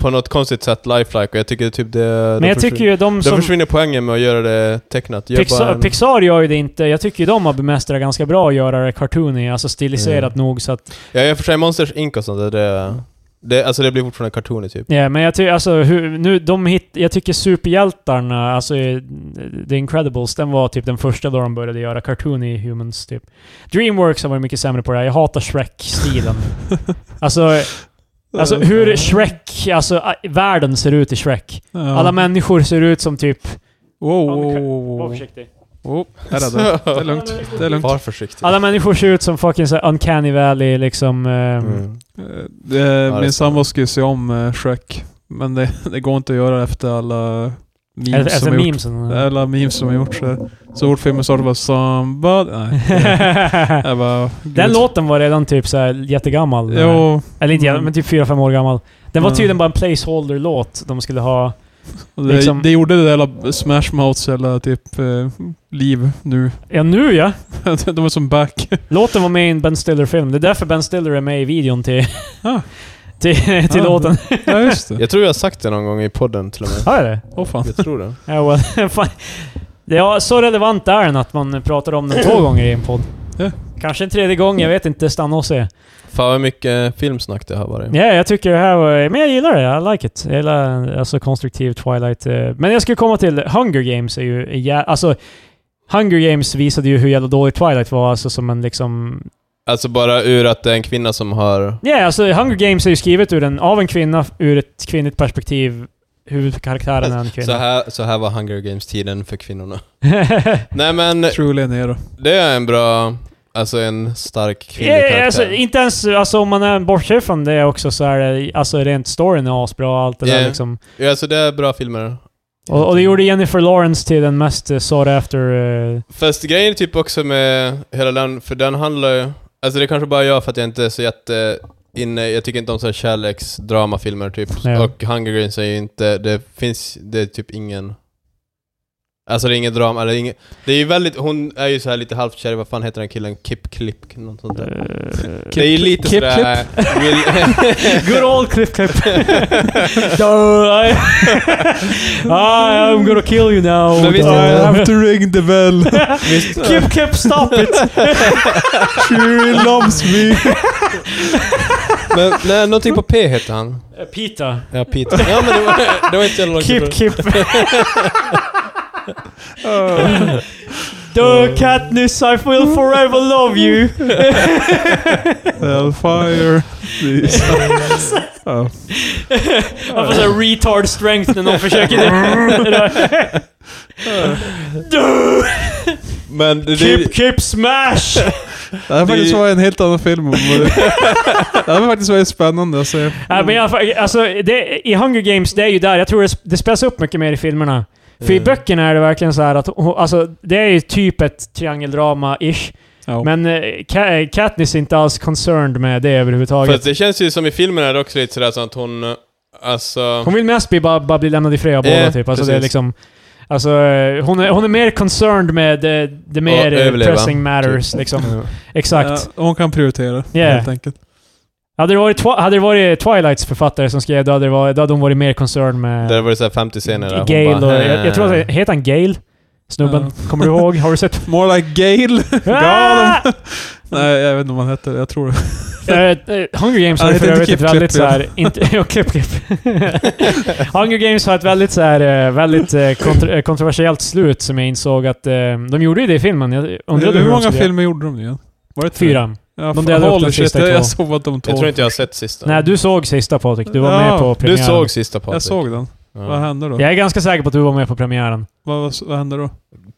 [SPEAKER 2] på något konstigt sätt lifelike och jag tycker typ det...
[SPEAKER 1] Men jag tycker ju de
[SPEAKER 2] Då
[SPEAKER 1] som...
[SPEAKER 2] försvinner poängen med att göra det tecknat. Gör bara
[SPEAKER 1] Pixar,
[SPEAKER 2] en-
[SPEAKER 1] Pixar gör ju det inte. Jag tycker ju de har bemästrat ganska bra att göra det cartoony, alltså stiliserat
[SPEAKER 2] Mm.
[SPEAKER 1] nog så att...
[SPEAKER 2] Ja, jag för sig Monsters Inc och sånt där, det, det... Alltså det blir fortfarande cartoony typ.
[SPEAKER 1] Ja, men jag tycker alltså hur, nu, de hit, Jag tycker superhjältarna, alltså eh, The Incredibles, den var typ den första då de började göra cartoony humans typ. Dreamworks har varit mycket sämre på det här. Jag hatar
[SPEAKER 3] [LAUGHS]
[SPEAKER 1] Shrek-stilen. alltså, alltså hur Shrek, alltså eh, världen ser ut i Shrek.
[SPEAKER 3] Ja.
[SPEAKER 1] Alla människor ser ut som typ
[SPEAKER 3] Wow,
[SPEAKER 1] Ja,
[SPEAKER 3] wow,
[SPEAKER 1] men kan-
[SPEAKER 3] wow, wow,
[SPEAKER 1] Var
[SPEAKER 3] wow.
[SPEAKER 1] försiktig.
[SPEAKER 3] Oh, där är
[SPEAKER 2] [LAUGHS]
[SPEAKER 3] det. Det är lugnt. Det är lugnt.
[SPEAKER 2] Var försiktig.
[SPEAKER 1] Alla människor ser ut som fucking så här uncanny valley liksom. ehm,
[SPEAKER 2] Mm.
[SPEAKER 1] [LAUGHS]
[SPEAKER 3] Eh, det-
[SPEAKER 2] det är
[SPEAKER 3] Min
[SPEAKER 2] sant.
[SPEAKER 3] sambo skulle se om eh, Shrek, men det, det går inte att göra efter alla
[SPEAKER 1] efter-
[SPEAKER 3] memes som
[SPEAKER 1] Efter
[SPEAKER 3] är gjort.
[SPEAKER 1] memesen.
[SPEAKER 3] Alla memes som har gjorts. Så, så fort filmen startade bara somebody... Nej. [LAUGHS] Jag bara...
[SPEAKER 1] [LAUGHS] Den
[SPEAKER 3] gud.
[SPEAKER 1] låten var redan typ så här jättegammal.
[SPEAKER 3] Jo,
[SPEAKER 1] Eller inte
[SPEAKER 3] Mm.
[SPEAKER 1] jättegammal, men typ 4-5 år gammal. Den var
[SPEAKER 3] Ja.
[SPEAKER 1] tydligen bara en placeholder-låt de skulle ha.
[SPEAKER 3] det,
[SPEAKER 1] Liksom-
[SPEAKER 3] det gjorde det jävla Smash Mouths jävla typ eh, liv nu. [LAUGHS]
[SPEAKER 1] Ja, nu ja!
[SPEAKER 3] De var som back.
[SPEAKER 1] Låten var med i en Ben Stiller-film. Det är därför Ben Stiller är med i videon till...
[SPEAKER 3] Ah.
[SPEAKER 1] till [LAUGHS] till
[SPEAKER 3] Ah. [LAUGHS]
[SPEAKER 1] låten.
[SPEAKER 3] [LAUGHS] Ja, just det.
[SPEAKER 2] Jag tror jag har sagt det någon gång i podden till och med.
[SPEAKER 1] Har jag det?
[SPEAKER 3] Åh fan.
[SPEAKER 2] Jag tror det.
[SPEAKER 1] Ja, well, [LAUGHS] fan. Ja, så relevant är den att man pratar om den två gånger i en podd.
[SPEAKER 3] Ja.
[SPEAKER 1] Kanske en tredje gång, jag vet inte. Stanna och se.
[SPEAKER 2] Fan vad mycket filmsnack det har varit.
[SPEAKER 1] Ja, jag tycker det här var... Men jag gillar det. I like it. Jag gillar alltså konstruktiv Twilight. eh. Men jag skulle komma till Hunger Games är ju... är jä- Alltså, Hunger Games visade ju hur jävla dålig Twilight var, alltså som en liksom...
[SPEAKER 2] Alltså bara ur att det är en kvinna som har...
[SPEAKER 1] Ja, alltså Hunger Games är ju skrivet ur en, av en kvinna, ur ett kvinnligt perspektiv. Huvudkaraktären är en
[SPEAKER 2] Så
[SPEAKER 1] [LAUGHS] kvinna.
[SPEAKER 2] här, så här var Hunger Games-tiden för kvinnorna. Nej men,
[SPEAKER 3] Truly Nero.
[SPEAKER 2] det är en bra... Alltså en stark kvinnlig
[SPEAKER 1] Ja,
[SPEAKER 2] karaktär.
[SPEAKER 1] alltså, inte ens, alltså om man är bortser från det också så är det, alltså rent storyn är asbra och allt det
[SPEAKER 2] Ja.
[SPEAKER 1] där liksom.
[SPEAKER 2] Ja, alltså det är bra filmer.
[SPEAKER 1] Och, och det gjorde Jennifer Lawrence till den mest eh, sought after... eh,
[SPEAKER 2] Fast grejen är typ också med hela den, för den handlar ju... Alltså det är kanske bara jag för att jag inte är så jätte inne, jag tycker inte om så här kärleksdramafilmer typ.
[SPEAKER 1] Nej.
[SPEAKER 2] Och Hunger Games är ju inte, det finns, det är typ ingen... Alltså det är ingen drama, eller ingen, det är ju väldigt, hon är ju så här lite halvt kär i, vad fan heter den killen? Kip Klipp, något sånt där.
[SPEAKER 1] eh,
[SPEAKER 2] det är ju lite
[SPEAKER 3] Kip
[SPEAKER 2] sådär... Will-
[SPEAKER 1] Good old clip clip. [LAUGHS] I, Ah, I'm gonna kill you now. Ah,
[SPEAKER 2] Men visst-
[SPEAKER 1] I have to-
[SPEAKER 3] ring the [LAUGHS] bell.
[SPEAKER 1] Kip Kip, stop it!
[SPEAKER 3] She loves me.
[SPEAKER 2] [LAUGHS] men, nej, någonting på P heter han.
[SPEAKER 1] Eh, Pita.
[SPEAKER 2] Ja, Peter. Ja, men det var, det var inte så långt ifrån.
[SPEAKER 1] Kip Kip. The Katniss, I will forever love you.
[SPEAKER 3] [LAUGHS] [LAUGHS] Hellfire. Please. Ja.
[SPEAKER 1] Man får såhär retard strength när någon försöker [LAUGHS] det.
[SPEAKER 2] Men det, det,
[SPEAKER 1] Kip Kip smash!
[SPEAKER 3] Det här faktiskt var en helt annan [LAUGHS] film. Det här faktiskt varit spännande att se.
[SPEAKER 1] [LAUGHS] Nej, men jag, alltså, det, I Hunger Games, det är ju där. Jag tror det, sp- det spelas upp mycket mer i filmerna. För i
[SPEAKER 2] Mm.
[SPEAKER 1] böckerna är det verkligen så här att hon- alltså, det är ju typ ett triangeldrama-ish.
[SPEAKER 3] Ja.
[SPEAKER 1] Men eh, Ka- Katniss är inte alls concerned med det
[SPEAKER 2] För
[SPEAKER 1] överhuvudtaget.
[SPEAKER 2] att det känns ju som i filmen är det också lite sådär så att hon, eh, alltså...
[SPEAKER 1] Hon vill mest bli, bara, bara bli lämnad i fred av båda
[SPEAKER 2] Eh,
[SPEAKER 1] typ. Alltså, det är
[SPEAKER 2] precis.
[SPEAKER 1] liksom, alltså, eh, hon, är, hon är mer concerned med det, det mer eh,
[SPEAKER 2] överleva, typ.
[SPEAKER 1] pressing matters liksom. Exakt.
[SPEAKER 3] Ja, hon kan prioritera
[SPEAKER 1] Yeah.
[SPEAKER 3] helt enkelt.
[SPEAKER 1] Hade, det varit, Twi- hade det varit Twilights författare som skrev då hade, det varit, då hade hon varit mer concerned med...
[SPEAKER 2] Där var det såhär 50 scener där hon
[SPEAKER 1] Gale
[SPEAKER 2] bara,
[SPEAKER 1] och, jag, jag tror att, heter han Gale? Snubben?
[SPEAKER 3] Ja.
[SPEAKER 1] Kommer du ihåg? Har du sett?
[SPEAKER 3] More like
[SPEAKER 1] [LAUGHS]
[SPEAKER 3] [LAUGHS] Gale.
[SPEAKER 1] Ah!
[SPEAKER 3] Nej, jag vet inte vad han hette. Jag tror det.
[SPEAKER 1] Eh, eh, Hunger Games
[SPEAKER 3] Ja,
[SPEAKER 1] har
[SPEAKER 3] det
[SPEAKER 1] ju för
[SPEAKER 3] heter
[SPEAKER 1] övrigt
[SPEAKER 3] Klipp,
[SPEAKER 1] ett väldigt
[SPEAKER 3] Klipp, ja.
[SPEAKER 1] såhär... inte- [LAUGHS] Ja, klipp, klipp. Hunger Games har ett väldigt såhär, eh, väldigt eh, kontro, eh, kontroversiellt slut som jag insåg att eh, de gjorde ju det i filmen. Jag undrade
[SPEAKER 3] Hur
[SPEAKER 1] de
[SPEAKER 3] många
[SPEAKER 1] skulle göra.
[SPEAKER 3] filmer gjorde de nu igen? Var det tre?
[SPEAKER 1] Fyra.
[SPEAKER 3] Ja,
[SPEAKER 1] De delade upp
[SPEAKER 3] holy
[SPEAKER 1] den
[SPEAKER 3] shit,
[SPEAKER 1] sista i
[SPEAKER 3] jag- Jag
[SPEAKER 1] två.
[SPEAKER 3] såg att de två.
[SPEAKER 2] Jag tror inte jag har sett sista.
[SPEAKER 1] Nej, du såg sista Patrik. Du var
[SPEAKER 3] Ja,
[SPEAKER 1] med på
[SPEAKER 3] du
[SPEAKER 2] Du
[SPEAKER 1] premiären.
[SPEAKER 2] såg sista Patrik.
[SPEAKER 3] jag såg den.
[SPEAKER 2] Ja.
[SPEAKER 3] Vad hände då?
[SPEAKER 1] Jag är ganska säker på att du var med på premiären.
[SPEAKER 3] Vad, vad, vad hände då?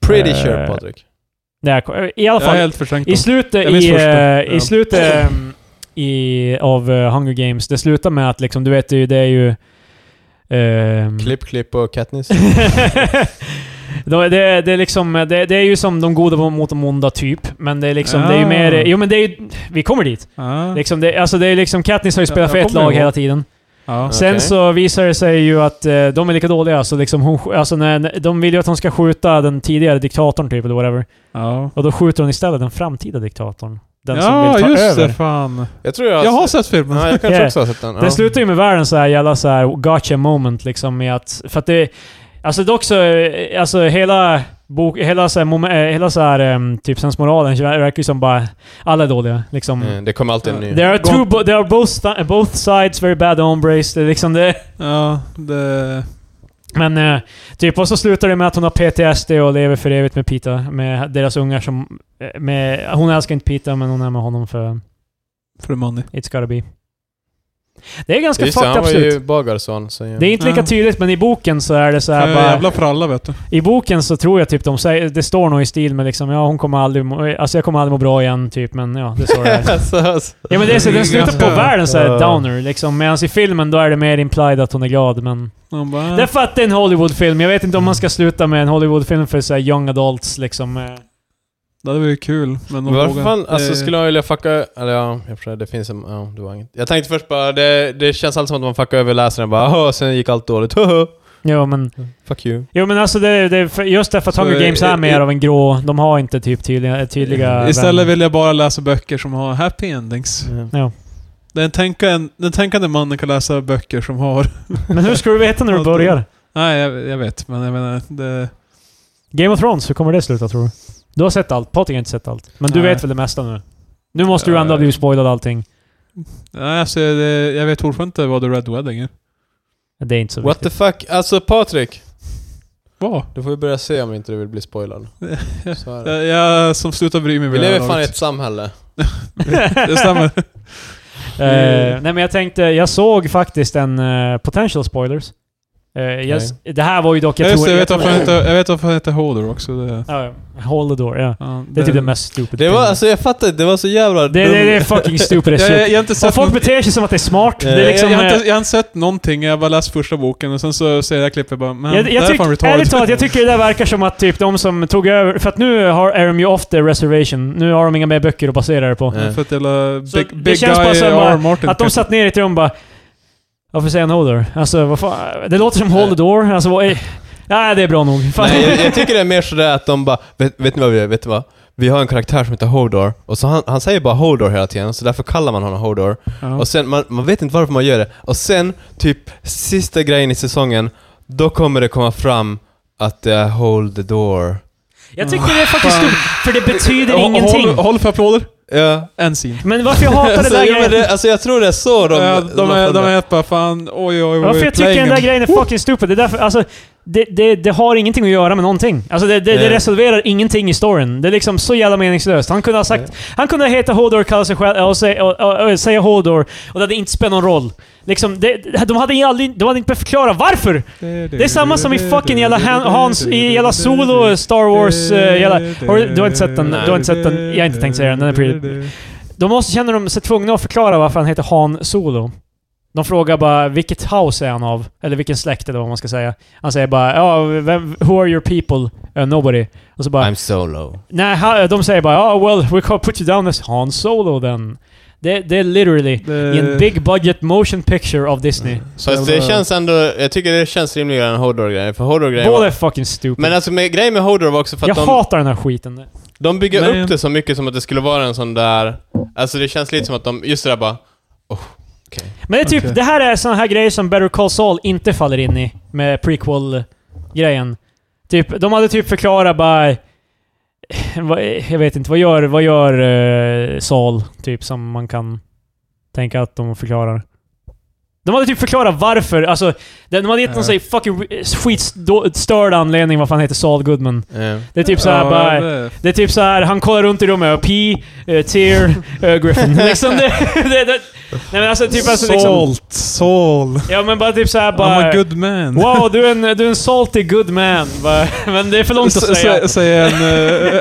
[SPEAKER 2] Pretty
[SPEAKER 1] Eh,
[SPEAKER 2] sure Patrik.
[SPEAKER 1] Det är, I alla
[SPEAKER 3] Jag har
[SPEAKER 1] fall,
[SPEAKER 3] helt förträngt
[SPEAKER 1] I
[SPEAKER 3] dem.
[SPEAKER 1] slutet,
[SPEAKER 3] Jag minns
[SPEAKER 1] i,
[SPEAKER 3] första.
[SPEAKER 1] eh,
[SPEAKER 3] Ja.
[SPEAKER 1] i slutet ehm, i, av eh, Hunger Games, det slutar med att liksom, du vet ju, det är ju... ehm,
[SPEAKER 2] Klipp, klipp
[SPEAKER 1] [LAUGHS]
[SPEAKER 2] och Katniss.
[SPEAKER 1] det, det, det, är liksom, det, det är ju som de goda mot de onda typ, men det är liksom, det är ju
[SPEAKER 3] Ah.
[SPEAKER 1] mer... Jo men det är ju... Vi kommer dit.
[SPEAKER 3] Ah.
[SPEAKER 1] Liksom, det, alltså det är liksom, Katniss har ju
[SPEAKER 3] Ja,
[SPEAKER 1] spelat för
[SPEAKER 3] jag
[SPEAKER 1] ett
[SPEAKER 3] kommer
[SPEAKER 1] lag
[SPEAKER 3] ihåg.
[SPEAKER 1] hela tiden.
[SPEAKER 3] Ja.
[SPEAKER 2] Ja.
[SPEAKER 1] Sen
[SPEAKER 2] Okej.
[SPEAKER 1] så visar det sig ju att eh, de är lika dåliga, så liksom hon, sk- alltså när, när, de vill ju att hon ska skjuta den tidigare diktatorn typ, eller whatever.
[SPEAKER 3] Ja,
[SPEAKER 1] Och då skjuter hon istället den framtida diktatorn. Den som
[SPEAKER 3] ja
[SPEAKER 1] vill ta
[SPEAKER 3] just
[SPEAKER 1] över.
[SPEAKER 3] det. Fan.
[SPEAKER 2] Jag tror jag
[SPEAKER 3] Jag har sett filmen.
[SPEAKER 2] Ja, jag kanske
[SPEAKER 1] Ja.
[SPEAKER 2] också har sett den.
[SPEAKER 1] Det
[SPEAKER 2] Ja.
[SPEAKER 1] slutar ju med världens så här jävla så här gotcha moment liksom med att... För att det... Alltså dock så... eh, Alltså hela... Bok, hela så här, mom, eh, hela så här em, typ sensmoralen verkar ju som bara... Alla är dåliga liksom.
[SPEAKER 2] Eh, Det kommer alltid en ny.
[SPEAKER 1] There are, two, bo- there are both, sti- both sides very bad hombres. Det är liksom det.
[SPEAKER 3] Ja, det...
[SPEAKER 1] Men eh, typ, och så slutar det med att hon har PTSD och lever för evigt med Pita. Med deras ungar som... eh, Med, hon älskar inte Pita men hon är med honom för
[SPEAKER 3] För money.
[SPEAKER 1] It's gotta be. Det är ganska
[SPEAKER 2] Just det,
[SPEAKER 1] fucked
[SPEAKER 2] han
[SPEAKER 1] up
[SPEAKER 2] var
[SPEAKER 1] slut.
[SPEAKER 2] ju bagarson. Så ja.
[SPEAKER 1] Det är inte lika
[SPEAKER 3] Ja.
[SPEAKER 1] tydligt, men i boken så är det så här
[SPEAKER 3] Eh,
[SPEAKER 1] bara...
[SPEAKER 3] Jävla fralla vet du.
[SPEAKER 1] I boken så tror jag typ de säger... Det står nog i stil med liksom, ja hon kommer aldrig må, Alltså jag kommer aldrig må bra igen, typ, men ja, det står det.
[SPEAKER 3] [LAUGHS]
[SPEAKER 1] här.
[SPEAKER 2] så, så.
[SPEAKER 1] [LAUGHS] Ja men det är så, den slutar på
[SPEAKER 3] Ganska-
[SPEAKER 1] världens så här
[SPEAKER 2] [LAUGHS] Ja.
[SPEAKER 1] downer liksom. Medan i filmen då är det mer implied att hon är glad, men...
[SPEAKER 3] Han bara,
[SPEAKER 1] Det är för att det är en Hollywoodfilm. Jag vet inte om man ska sluta med en Hollywoodfilm för så här young adults liksom. eh.
[SPEAKER 3] Det hade varit kul, men de
[SPEAKER 2] Varför
[SPEAKER 3] vågar
[SPEAKER 2] fan,
[SPEAKER 3] inte.
[SPEAKER 2] alltså skulle man vilja fucka... Eller ja, jag förstår, det finns en... Ja, det var inget. Jag tänkte först bara, det, det känns alltid som att man fuckar över läsaren bara "Åh, sen gick allt dåligt, [LAUGHS] Haha.
[SPEAKER 1] Jo men...
[SPEAKER 2] Fuck you.
[SPEAKER 1] Jo men alltså det, det, för- just därför att
[SPEAKER 3] Så,
[SPEAKER 1] Hunger Games
[SPEAKER 3] eh,
[SPEAKER 1] är
[SPEAKER 3] eh,
[SPEAKER 1] mer av en grå... De har inte typ tydliga... tydliga
[SPEAKER 3] Istället
[SPEAKER 1] vänner.
[SPEAKER 3] vill jag bara läsa böcker som har happy endings.
[SPEAKER 2] Mm.
[SPEAKER 3] Den tänkande, den tänkande mannen kan läsa böcker som har... [LAUGHS]
[SPEAKER 1] Men hur ska du veta när du
[SPEAKER 3] Alltid.
[SPEAKER 1] börjar?
[SPEAKER 3] Nej, jag, jag vet, men jag menar... Det,
[SPEAKER 1] Game of Thrones, hur kommer det sluta tror du? Du har sett allt, Patrik har inte sett allt. Men du
[SPEAKER 3] Nej. Eh.
[SPEAKER 1] vet väl det mesta nu? Nu måste du ändå ha blivit spoilad allting.
[SPEAKER 3] nej, alltså, det, jag vet fortfarande inte vad The Red Wedding är.
[SPEAKER 1] Det är inte så
[SPEAKER 2] What
[SPEAKER 1] viktigt.
[SPEAKER 2] the fuck? Alltså Patrik,
[SPEAKER 3] Vad?
[SPEAKER 2] du får ju börja se om inte du vill
[SPEAKER 1] [LAUGHS]
[SPEAKER 2] bli spoilad. Så är det.
[SPEAKER 3] Jag, jag som slutar bry mig
[SPEAKER 2] Vi
[SPEAKER 3] vid det här
[SPEAKER 2] lever fan i
[SPEAKER 3] laget.
[SPEAKER 2] ett samhälle. [LAUGHS]
[SPEAKER 3] Det stämmer.
[SPEAKER 1] [LAUGHS] Eh, nej men jag tänkte, jag såg faktiskt en eh, potential spoilers. Eh, jag, Det här var ju dock...
[SPEAKER 3] Jag,
[SPEAKER 1] Jag
[SPEAKER 3] Just,
[SPEAKER 1] tror,
[SPEAKER 3] det, jag, vet
[SPEAKER 1] tror-
[SPEAKER 3] varför han heter, jag vet varför han heter Holder också. Det,
[SPEAKER 1] Ja, ja. Hold the door, ja.
[SPEAKER 3] ja,
[SPEAKER 1] Det är typ det mest stupid.
[SPEAKER 2] Det var,
[SPEAKER 1] thing.
[SPEAKER 2] alltså jag fattar inte, det var så
[SPEAKER 1] det,
[SPEAKER 2] jävla dum-
[SPEAKER 1] det, det är fucking stupid as
[SPEAKER 3] jag, jag,
[SPEAKER 1] shit.
[SPEAKER 3] jag har inte
[SPEAKER 1] Och
[SPEAKER 3] sett
[SPEAKER 1] folk
[SPEAKER 3] någon-
[SPEAKER 1] beter sig som att det är smart. Det är
[SPEAKER 2] Eh,
[SPEAKER 1] liksom...
[SPEAKER 3] jag, jag, har
[SPEAKER 1] eh,
[SPEAKER 3] inte, jag har inte sett någonting, jag har bara läst första boken och sen så ser jag det här klippet och bara men,
[SPEAKER 1] Jag,
[SPEAKER 3] det här
[SPEAKER 1] jag
[SPEAKER 3] är fan
[SPEAKER 1] tyck,
[SPEAKER 3] retarded.
[SPEAKER 1] ärligt talat, jag tycker det där verkar som att typ de som tog över... För att nu har Aram ju off the reservation. Nu har de inga mer böcker att basera det på.
[SPEAKER 2] Ja.
[SPEAKER 3] [LAUGHS] För att jävla
[SPEAKER 1] Så det
[SPEAKER 3] big, big
[SPEAKER 1] känns bara
[SPEAKER 3] guy
[SPEAKER 1] som bara
[SPEAKER 3] R. Martin.
[SPEAKER 1] Att de satt ner i ett rum och bara... Varför säger han holder? Alltså vad fan? Det låter som hold the door. Alltså vad... eh, Nej, det är bra nog. Fan.
[SPEAKER 2] Nej,
[SPEAKER 1] [LAUGHS]
[SPEAKER 2] jag, jag tycker det är mer sådär att de bara, vet, vet ni vad vi gör? Vet ni vad? Vi har en karaktär som heter Hodor, och så han, han säger bara Hodor hela tiden, så därför kallar man honom Hodor.
[SPEAKER 3] ja.
[SPEAKER 2] Och sen, man, man vet inte varför man gör det. Och sen, typ sista grejen i säsongen, då kommer det komma fram att det är Hold the door.
[SPEAKER 1] Jag tycker det är faktiskt dumt, för det betyder
[SPEAKER 3] Håll-
[SPEAKER 1] ingenting.
[SPEAKER 3] Håll, håll för applåder.
[SPEAKER 2] Ja.
[SPEAKER 3] En scen.
[SPEAKER 1] Men varför jag hatar det
[SPEAKER 2] [LAUGHS] Alltså,
[SPEAKER 1] där
[SPEAKER 2] ja, men
[SPEAKER 1] grejen...
[SPEAKER 2] det, alltså jag tror det är så de...
[SPEAKER 3] Ja, de, är, de är helt bara fan oj oj oj.
[SPEAKER 1] Varför jag tycker den där grejen är fucking stupid? Det, är därför, alltså, det, det, det har ingenting att göra med någonting. Alltså det, det, det
[SPEAKER 2] Nej.
[SPEAKER 1] resolverar ingenting i storyn. Det är liksom så jävla meningslöst. Han kunde ha sagt... Han kunde heta Hodor, kalla sig själv och säga, och, och, och, säga Hodor och det hade inte spelat någon roll. Liksom, det, de, hade ju aldrig, de hade inte behövt förklara varför! Det är samma som i fucking jävla Han, Hans, i jävla Solo, Star Wars, eh, jävla... Har du- du har inte sett den? Du har inte sett den? Jag har inte tänkt säga den, den är pretty- De måste känna de sig tvungna att förklara varför han heter Han Solo. De frågar bara vilket house är han av? Eller vilken släkt eller vad man ska säga. Han säger bara ja, vem, who are your people? Uh, nobody. Och så bara,
[SPEAKER 2] I'm solo.
[SPEAKER 1] nej, ha, de säger bara oh, well, we can put you down as Han Solo then. Det, det är literally
[SPEAKER 2] Eh.
[SPEAKER 1] i en big budget motion picture av
[SPEAKER 2] Mm.
[SPEAKER 1] Disney.
[SPEAKER 2] Fast det känns ändå... Jag tycker det känns rimligare än Hodor-grejen, för Hodor-grejen...
[SPEAKER 1] Båda är
[SPEAKER 2] var-
[SPEAKER 1] fucking stupid.
[SPEAKER 2] Men alltså med, grejen med Hodor var också för
[SPEAKER 1] jag
[SPEAKER 2] att de...
[SPEAKER 1] hatar den här skiten.
[SPEAKER 2] De bygger
[SPEAKER 3] Nej.
[SPEAKER 2] upp det så mycket som att det skulle vara en sån där... Alltså det känns lite som att de... Just det där bara... Oh, okej.
[SPEAKER 1] Men det är typ,
[SPEAKER 3] Okej.
[SPEAKER 1] det här är såna här grejer som Better Call Saul inte faller in i med prequel-grejen. Typ, de hade typ förklarat bara... vad- eh, Jag vet inte, vad gör, vad gör eh, Saul? Typ som man kan tänka att de förklarar. De hade typ förklarat varför, alltså... De hade gett någon
[SPEAKER 3] Ja.
[SPEAKER 1] sån här fucking eh, skitstörd anledning varför han heter Saul Goodman.
[SPEAKER 2] Eh.
[SPEAKER 1] Det är typ såhär bara...
[SPEAKER 3] eh,
[SPEAKER 1] Det är typ så här, han kollar runt i rummet och P, uh, Tear, eh,
[SPEAKER 3] [LAUGHS]
[SPEAKER 1] Griffin. liksom det, det, det, Nej men alltså typ alltså liksom...
[SPEAKER 3] Salt, Saul.
[SPEAKER 1] Ja men bara typ såhär
[SPEAKER 3] I'm a
[SPEAKER 1] bara...
[SPEAKER 3] good man.
[SPEAKER 1] Wow, du är, en, du är en salty good man. Bara, [LAUGHS] Men det är för långt
[SPEAKER 3] S-
[SPEAKER 1] att säga.
[SPEAKER 3] sä- Säger en,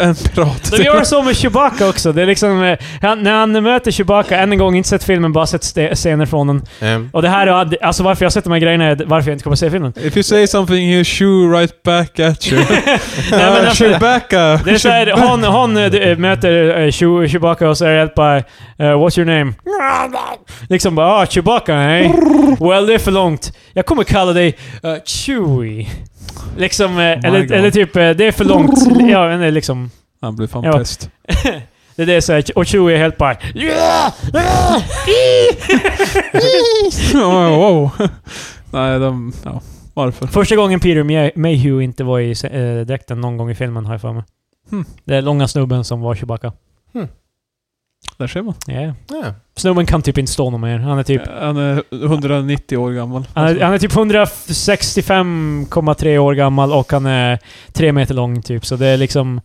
[SPEAKER 3] eh, en pirat.
[SPEAKER 1] De gör så med Chewbacca också. Det är liksom, eh, han, när han möter Chewbacca, än en gång, inte sett filmen, bara sett ste- scener från den.
[SPEAKER 2] Ehm.
[SPEAKER 1] Och det här, är- alltså varför jag har sett de här grejerna är varför jag inte kommer se
[SPEAKER 3] [LAUGHS]
[SPEAKER 1] filmen.
[SPEAKER 3] If you say something he'll shoot right back at you. [LAUGHS]
[SPEAKER 1] Nej, men
[SPEAKER 3] Ah,
[SPEAKER 1] alltså-
[SPEAKER 3] Chewbacca!
[SPEAKER 1] Det är såhär, hon, hon eh, d- eh, möter eh, Chew- Chewbacca och så är det helt bara eh, “What's your name?” Liksom bara “Ah, Chewbacca, hej?”
[SPEAKER 3] [LAUGHS]
[SPEAKER 1] Well, det är för långt. Jag kommer kalla dig uh, Chewie. Liksom, eh,
[SPEAKER 3] Oh My
[SPEAKER 1] eller,
[SPEAKER 3] God.
[SPEAKER 1] eller typ eh, “Det är för
[SPEAKER 3] [LAUGHS]
[SPEAKER 1] långt”. Ja, men det är liksom...
[SPEAKER 3] Han blir fan
[SPEAKER 1] Ja.
[SPEAKER 3] pest.
[SPEAKER 1] Det är det såhär, och Chewie är helt bara [LAUGHS] "Yeah! Ah! Ih!"
[SPEAKER 3] oh, wow. [LAUGHS] Nej, de... Ja, varför?
[SPEAKER 1] Första gången Peter May- Mayhew inte var i eh, dräkten någon gång i filmen har jag för mig.
[SPEAKER 3] Hmm.
[SPEAKER 1] Det är långa snubben som var Chewbacca.
[SPEAKER 3] Där ser man.
[SPEAKER 1] Yeah.
[SPEAKER 2] Ja.
[SPEAKER 1] Snubben kan typ inte stå någon mer. Han är typ
[SPEAKER 3] Han är 190 år gammal. Alltså,
[SPEAKER 1] Han är, han är typ 165,3 år gammal och han är tre meter lång typ, så det är liksom...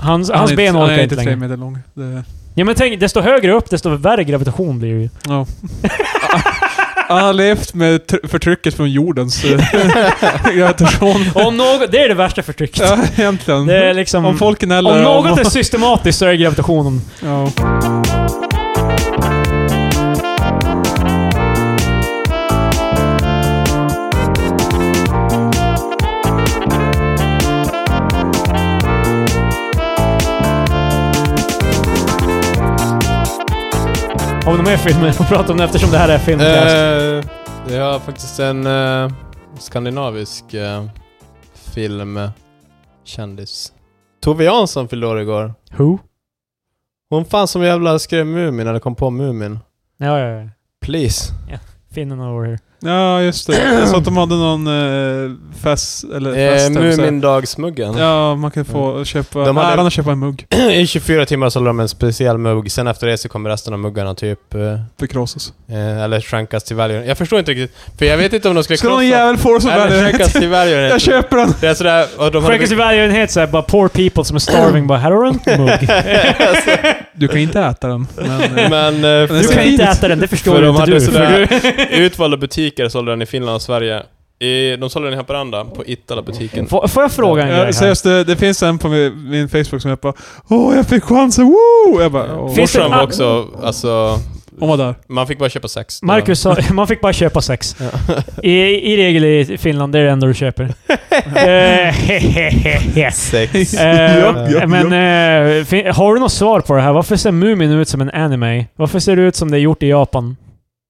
[SPEAKER 1] Hans, hans
[SPEAKER 3] är
[SPEAKER 1] ben
[SPEAKER 3] inte-
[SPEAKER 1] orkar inte,
[SPEAKER 3] Han är inte tre
[SPEAKER 1] längre.
[SPEAKER 3] meter lång. Det,
[SPEAKER 1] Ja men tänk, desto högre upp, desto värre gravitation blir det ju.
[SPEAKER 3] ja. [LAUGHS] Han har levt med tr- förtrycket från jordens eh, [LAUGHS] gravitation.
[SPEAKER 1] [LAUGHS] [LAUGHS] Om något, det är det värsta förtrycket.
[SPEAKER 3] Ja, egentligen.
[SPEAKER 1] Det är liksom...
[SPEAKER 3] Om folk gnäller
[SPEAKER 1] om [LAUGHS] något är systematiskt så är det gravitationen.
[SPEAKER 3] [LAUGHS] Ja.
[SPEAKER 1] Har vi några mer filmer att prata om eftersom det här är filmcast?
[SPEAKER 2] Eh, jag har faktiskt en eh, skandinavisk eh, filmkändis. Tove Jansson fyllde år igår.
[SPEAKER 1] Who?
[SPEAKER 2] Hon fanns som jävla skrev Mumin när det kom på Mumin.
[SPEAKER 1] Ja, ja, ja.
[SPEAKER 2] Please.
[SPEAKER 1] Finnen over here.
[SPEAKER 3] ja, just det. Så att de hade någon eh, fest, eller
[SPEAKER 2] Eh,
[SPEAKER 3] fest, eller så här.
[SPEAKER 2] Mumindagsmuggen.
[SPEAKER 3] Ja, man kan få köpa,
[SPEAKER 2] De hade-
[SPEAKER 3] äran att köpa en mugg.
[SPEAKER 2] [CLEARS THROAT] I 24 timmar sålde de en speciell mugg, sen efter det så kommer resten av muggarna typ... Eh,
[SPEAKER 3] Förkrossas.
[SPEAKER 2] eh, eller skänkas till välgören. Jag förstår inte riktigt, för jag vet inte om de skulle
[SPEAKER 3] Ska någon jävel få det så
[SPEAKER 2] Eller skänkas
[SPEAKER 3] väl?
[SPEAKER 2] till välgörenhet.
[SPEAKER 3] Jag köper den!
[SPEAKER 2] Det är sådär, och de hade-
[SPEAKER 1] Skänkas i välgörenhet såhär, bara poor people som är starving [CLEARS THROAT] bara “Här har du en mugg”.
[SPEAKER 2] Alltså, [LAUGHS]
[SPEAKER 3] Du kan inte äta den. [LAUGHS] Men, eh,
[SPEAKER 2] Men... eh,
[SPEAKER 3] Men
[SPEAKER 1] Du
[SPEAKER 3] ser
[SPEAKER 1] kan
[SPEAKER 3] fint.
[SPEAKER 1] inte äta den, det förstår
[SPEAKER 2] För de
[SPEAKER 1] inte
[SPEAKER 2] hade
[SPEAKER 1] du.
[SPEAKER 2] sådär-
[SPEAKER 1] För du-
[SPEAKER 2] [LAUGHS] Utvalda butiker sålde den i Finland och Sverige. I, de sålde den i Haparanda, på Ittala-butiken.
[SPEAKER 1] Får, får jag fråga en
[SPEAKER 3] Ja,
[SPEAKER 1] grej här?
[SPEAKER 3] seriöst, det, det finns en på min, min Facebook som jag bara Åh, jag fick chansen, woo! Jag bara, åh.
[SPEAKER 1] Finns det-
[SPEAKER 2] Morsan var också, alltså,
[SPEAKER 3] Hon var där.
[SPEAKER 2] man fick bara köpa sex.
[SPEAKER 1] Marcus sa, [LAUGHS] man fick bara köpa sex.
[SPEAKER 2] Ja.
[SPEAKER 1] I, I regel i Finland, det är det enda du [LAUGHS] köper. Eh, hehehehe.
[SPEAKER 2] [LAUGHS] Sex.
[SPEAKER 1] Eh,
[SPEAKER 3] Ja, ja,
[SPEAKER 1] men eh, fin- har du något svar på det här? Varför ser Mumin ut som en anime? Varför ser det ut som det är gjort i Japan?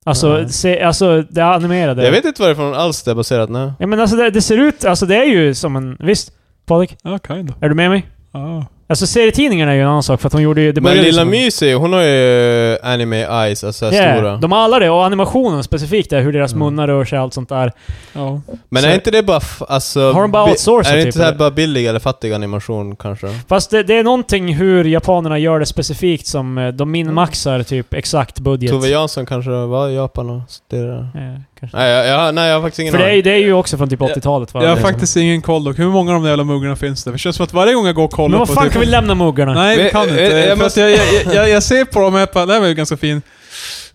[SPEAKER 1] Alltså,
[SPEAKER 2] Nej.
[SPEAKER 1] se, alltså det animerade.
[SPEAKER 2] Jag vet inte varifrån alls det är baserat nu.
[SPEAKER 1] Ja, men alltså det, det ser ut... Alltså det är ju som en... Visst? Patrik?
[SPEAKER 3] Ja, kinda.
[SPEAKER 1] Är du med mig?
[SPEAKER 3] Ah.
[SPEAKER 1] Alltså serietidningarna är ju en annan sak för att hon gjorde ju... Det
[SPEAKER 2] Men
[SPEAKER 1] började
[SPEAKER 2] Lilla
[SPEAKER 1] som en-
[SPEAKER 2] Mys är ju- hon har ju anime eyes, alltså här
[SPEAKER 1] Yeah,
[SPEAKER 2] stora.
[SPEAKER 1] De har alla det, och animationen specifikt där, hur deras
[SPEAKER 2] Mm.
[SPEAKER 1] munnar rör sig och allt sånt där.
[SPEAKER 3] Ja.
[SPEAKER 2] Men
[SPEAKER 1] så-
[SPEAKER 2] är inte det bara, f- alltså...
[SPEAKER 1] Har de bara
[SPEAKER 2] bi-
[SPEAKER 1] outsourcat
[SPEAKER 2] Är det
[SPEAKER 1] typ,
[SPEAKER 2] inte så här
[SPEAKER 1] eller?
[SPEAKER 2] bara billig eller fattig animation kanske?
[SPEAKER 1] Fast det, det är någonting hur japanerna gör det specifikt som eh, de minmaxar typ exakt budget.
[SPEAKER 2] Tove Jansson kanske var i Japan och studerade?
[SPEAKER 1] Eh, kanske.
[SPEAKER 2] Nej, jag, jag, nej, jag har faktiskt ingen
[SPEAKER 1] För det är, ju-
[SPEAKER 2] aning.
[SPEAKER 1] det är ju också från typ 80-talet va?
[SPEAKER 3] Jag har
[SPEAKER 1] Det är
[SPEAKER 3] faktiskt ingen koll dock. Hur många av de där jävla muggarna finns det? För det känns som att varje gång jag går och
[SPEAKER 1] som-
[SPEAKER 3] kollar
[SPEAKER 1] Men vad
[SPEAKER 3] på...
[SPEAKER 1] fan
[SPEAKER 3] typ-
[SPEAKER 1] kan vi lämna muggarna?
[SPEAKER 3] Nej, vi
[SPEAKER 2] Men,
[SPEAKER 3] kan
[SPEAKER 2] eh,
[SPEAKER 3] inte.
[SPEAKER 2] eh, jag
[SPEAKER 3] Jag,
[SPEAKER 2] måste-
[SPEAKER 3] jag, jag, jag, jag ser på dem och jag bara, det här var ju ganska fin.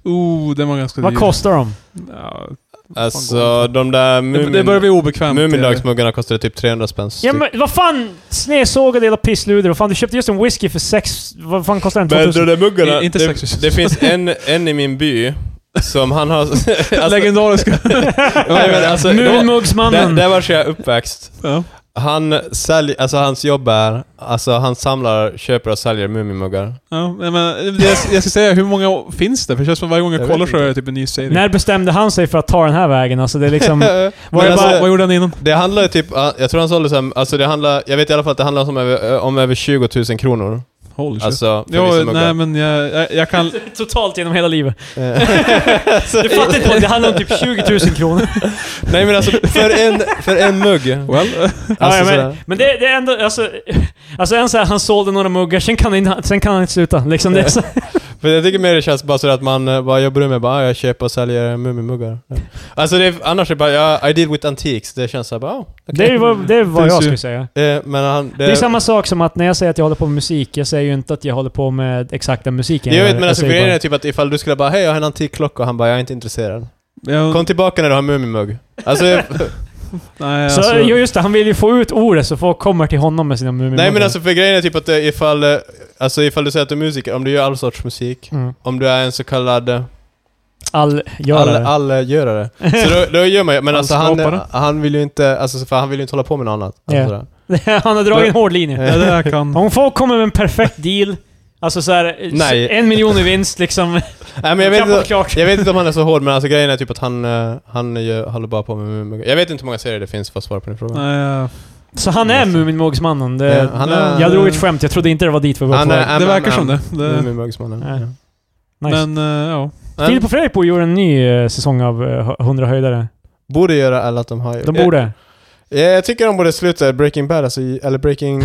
[SPEAKER 3] Oh, den var ganska
[SPEAKER 1] vad
[SPEAKER 3] dyr.
[SPEAKER 1] kostar de?
[SPEAKER 3] Ja,
[SPEAKER 2] Alltså, de där
[SPEAKER 3] det, det
[SPEAKER 2] Mumin...
[SPEAKER 3] börjar bli eh. obekvämt.
[SPEAKER 2] Mumindagsmuggarna kostade typ 300 spänn styck.
[SPEAKER 1] Ja men vad fan! Snedsågade hela pissluder och fan du köpte just en whisky för sex... Vad fan kostar den?
[SPEAKER 2] Men de
[SPEAKER 1] 2000?
[SPEAKER 2] där muggarna,
[SPEAKER 3] I- inte
[SPEAKER 2] det,
[SPEAKER 3] sexistiskt.
[SPEAKER 2] det finns en, en i min by som han
[SPEAKER 3] [LAUGHS]
[SPEAKER 2] har... alltså,
[SPEAKER 3] [LAUGHS] Legendariska.
[SPEAKER 2] nej, men alltså, de- där,
[SPEAKER 1] Muminmuggsmannen!
[SPEAKER 2] där var jag är uppväxt.
[SPEAKER 3] ja.
[SPEAKER 2] Han säljer, alltså hans jobb är, alltså han samlar, köper och säljer Muminmuggar.
[SPEAKER 3] Ja, nej, men jag, jag ska säga, hur många finns det? För det känns som varje gång jag,
[SPEAKER 2] Jag vet
[SPEAKER 3] kollar så är
[SPEAKER 2] inte.
[SPEAKER 3] det typ en ny serie.
[SPEAKER 1] När bestämde han sig för att ta den här vägen? Alltså det är liksom...
[SPEAKER 3] [LAUGHS] Vad,
[SPEAKER 2] Men
[SPEAKER 3] vad-
[SPEAKER 2] alltså-
[SPEAKER 3] vad gjorde han innan?
[SPEAKER 2] Det handlar ju typ, jag tror han sålde så här, alltså det handlar, jag vet i alla fall att det handlar om över, om över 20 000 kronor.
[SPEAKER 3] Holy shit.
[SPEAKER 2] Alltså, för vissa
[SPEAKER 3] jo, nej
[SPEAKER 2] muggar.
[SPEAKER 3] men jag, jag, jag kan...
[SPEAKER 1] Totalt genom hela
[SPEAKER 3] [LAUGHS]
[SPEAKER 1] livet.
[SPEAKER 2] [LAUGHS] alltså,
[SPEAKER 1] Du fattar inte, vad- det handlar om typ 20 000 kronor.
[SPEAKER 2] nej men alltså, för en, för en mugg.
[SPEAKER 3] Well,
[SPEAKER 1] Ja,
[SPEAKER 2] Alltså,
[SPEAKER 1] ja, men,
[SPEAKER 2] sådär.
[SPEAKER 1] men det, det är ändå, alltså... [LAUGHS] Alltså en såhär, han sålde några muggar, sen kan han inte, sen kan han inte sluta. Liksom det är
[SPEAKER 2] [LAUGHS]
[SPEAKER 1] så,
[SPEAKER 2] För jag tycker mer det känns bara sådär att man, eh, vad jobbar du med? Bara, ah, jag köper och säljer Muminmuggar. Ja. Alltså det är, annars är det bara, ja, I deal with antiques. Det känns såhär bara, ah,
[SPEAKER 1] det är vad, det är vad
[SPEAKER 3] Finns
[SPEAKER 1] jag
[SPEAKER 3] ju-
[SPEAKER 1] skulle säga.
[SPEAKER 2] eh, men han, det,
[SPEAKER 1] Det är samma sak som att när jag säger att jag håller på med musik, jag säger ju inte att jag håller på med exakt den musiken.
[SPEAKER 2] Jag
[SPEAKER 1] gör.
[SPEAKER 2] vet men alltså
[SPEAKER 1] säger
[SPEAKER 2] grejen
[SPEAKER 1] bara-
[SPEAKER 2] är typ att ifall du skulle bara, hej jag har en antik klocka och han bara, jag är inte intresserad.
[SPEAKER 3] [LAUGHS] jag,
[SPEAKER 2] Kom tillbaka när du har en Muminmugg.
[SPEAKER 1] [LAUGHS]
[SPEAKER 2] Alltså, jag-
[SPEAKER 3] nej,
[SPEAKER 1] Så
[SPEAKER 3] alltså,
[SPEAKER 1] jo, just det, han vill ju få ut ordet så folk kommer till honom med sina
[SPEAKER 2] nej
[SPEAKER 1] mumimuggar.
[SPEAKER 2] men alltså för grejen är typ att eh, ifall, eh, alltså ifall du säger att du är musiker, om du gör all sorts musik,
[SPEAKER 1] Mm.
[SPEAKER 2] om du är en så kallad eh,
[SPEAKER 1] All, gör
[SPEAKER 2] all,
[SPEAKER 1] det.
[SPEAKER 2] all, eh, görare.
[SPEAKER 1] [LAUGHS]
[SPEAKER 2] Så då, då gör man ju, men alltså han,
[SPEAKER 3] Allskapare.
[SPEAKER 2] han vill ju inte, alltså för han vill ju inte hålla på med något annat.
[SPEAKER 1] Ja.
[SPEAKER 2] Alltså,
[SPEAKER 1] [LAUGHS] han har dragit en hård linje.
[SPEAKER 3] ja, det där
[SPEAKER 1] [LAUGHS]
[SPEAKER 2] Eh.
[SPEAKER 3] kan...
[SPEAKER 1] Om folk kommer med en perfekt deal, alltså såhär,
[SPEAKER 2] Nej.
[SPEAKER 1] en miljon i vinst liksom.
[SPEAKER 2] Nej, men jag,
[SPEAKER 1] Klappat
[SPEAKER 2] vet inte,
[SPEAKER 1] klart.
[SPEAKER 2] jag vet inte om han är så hård, men alltså grejen är typ att han, eh, han gör, håller bara på med Muminmuggar. Jag vet inte hur många serier det finns för att svara på din fråga.
[SPEAKER 3] Nej, jag-
[SPEAKER 1] Så han är Muminmuggsmannen. Det,
[SPEAKER 2] Alltså. Ja, han är-
[SPEAKER 1] jag drog ett skämt, jag trodde inte det var dit vi var
[SPEAKER 2] Han
[SPEAKER 1] på
[SPEAKER 2] är-
[SPEAKER 1] väg.
[SPEAKER 3] det
[SPEAKER 2] men-
[SPEAKER 3] verkar
[SPEAKER 2] men-
[SPEAKER 3] som det. det
[SPEAKER 2] Muminmuggsmannen.
[SPEAKER 1] Ja.
[SPEAKER 2] Ja.
[SPEAKER 1] Nice.
[SPEAKER 3] Men eh, ja.
[SPEAKER 2] Men
[SPEAKER 1] Filip och Fredrik borde gjorde en ny eh, säsong av eh, 100 höjdare.
[SPEAKER 2] Borde göra eller att de har gjort.
[SPEAKER 1] De borde.
[SPEAKER 2] Jag, jag tycker de borde sluta Breaking Bad, alltså, i- eller Breaking...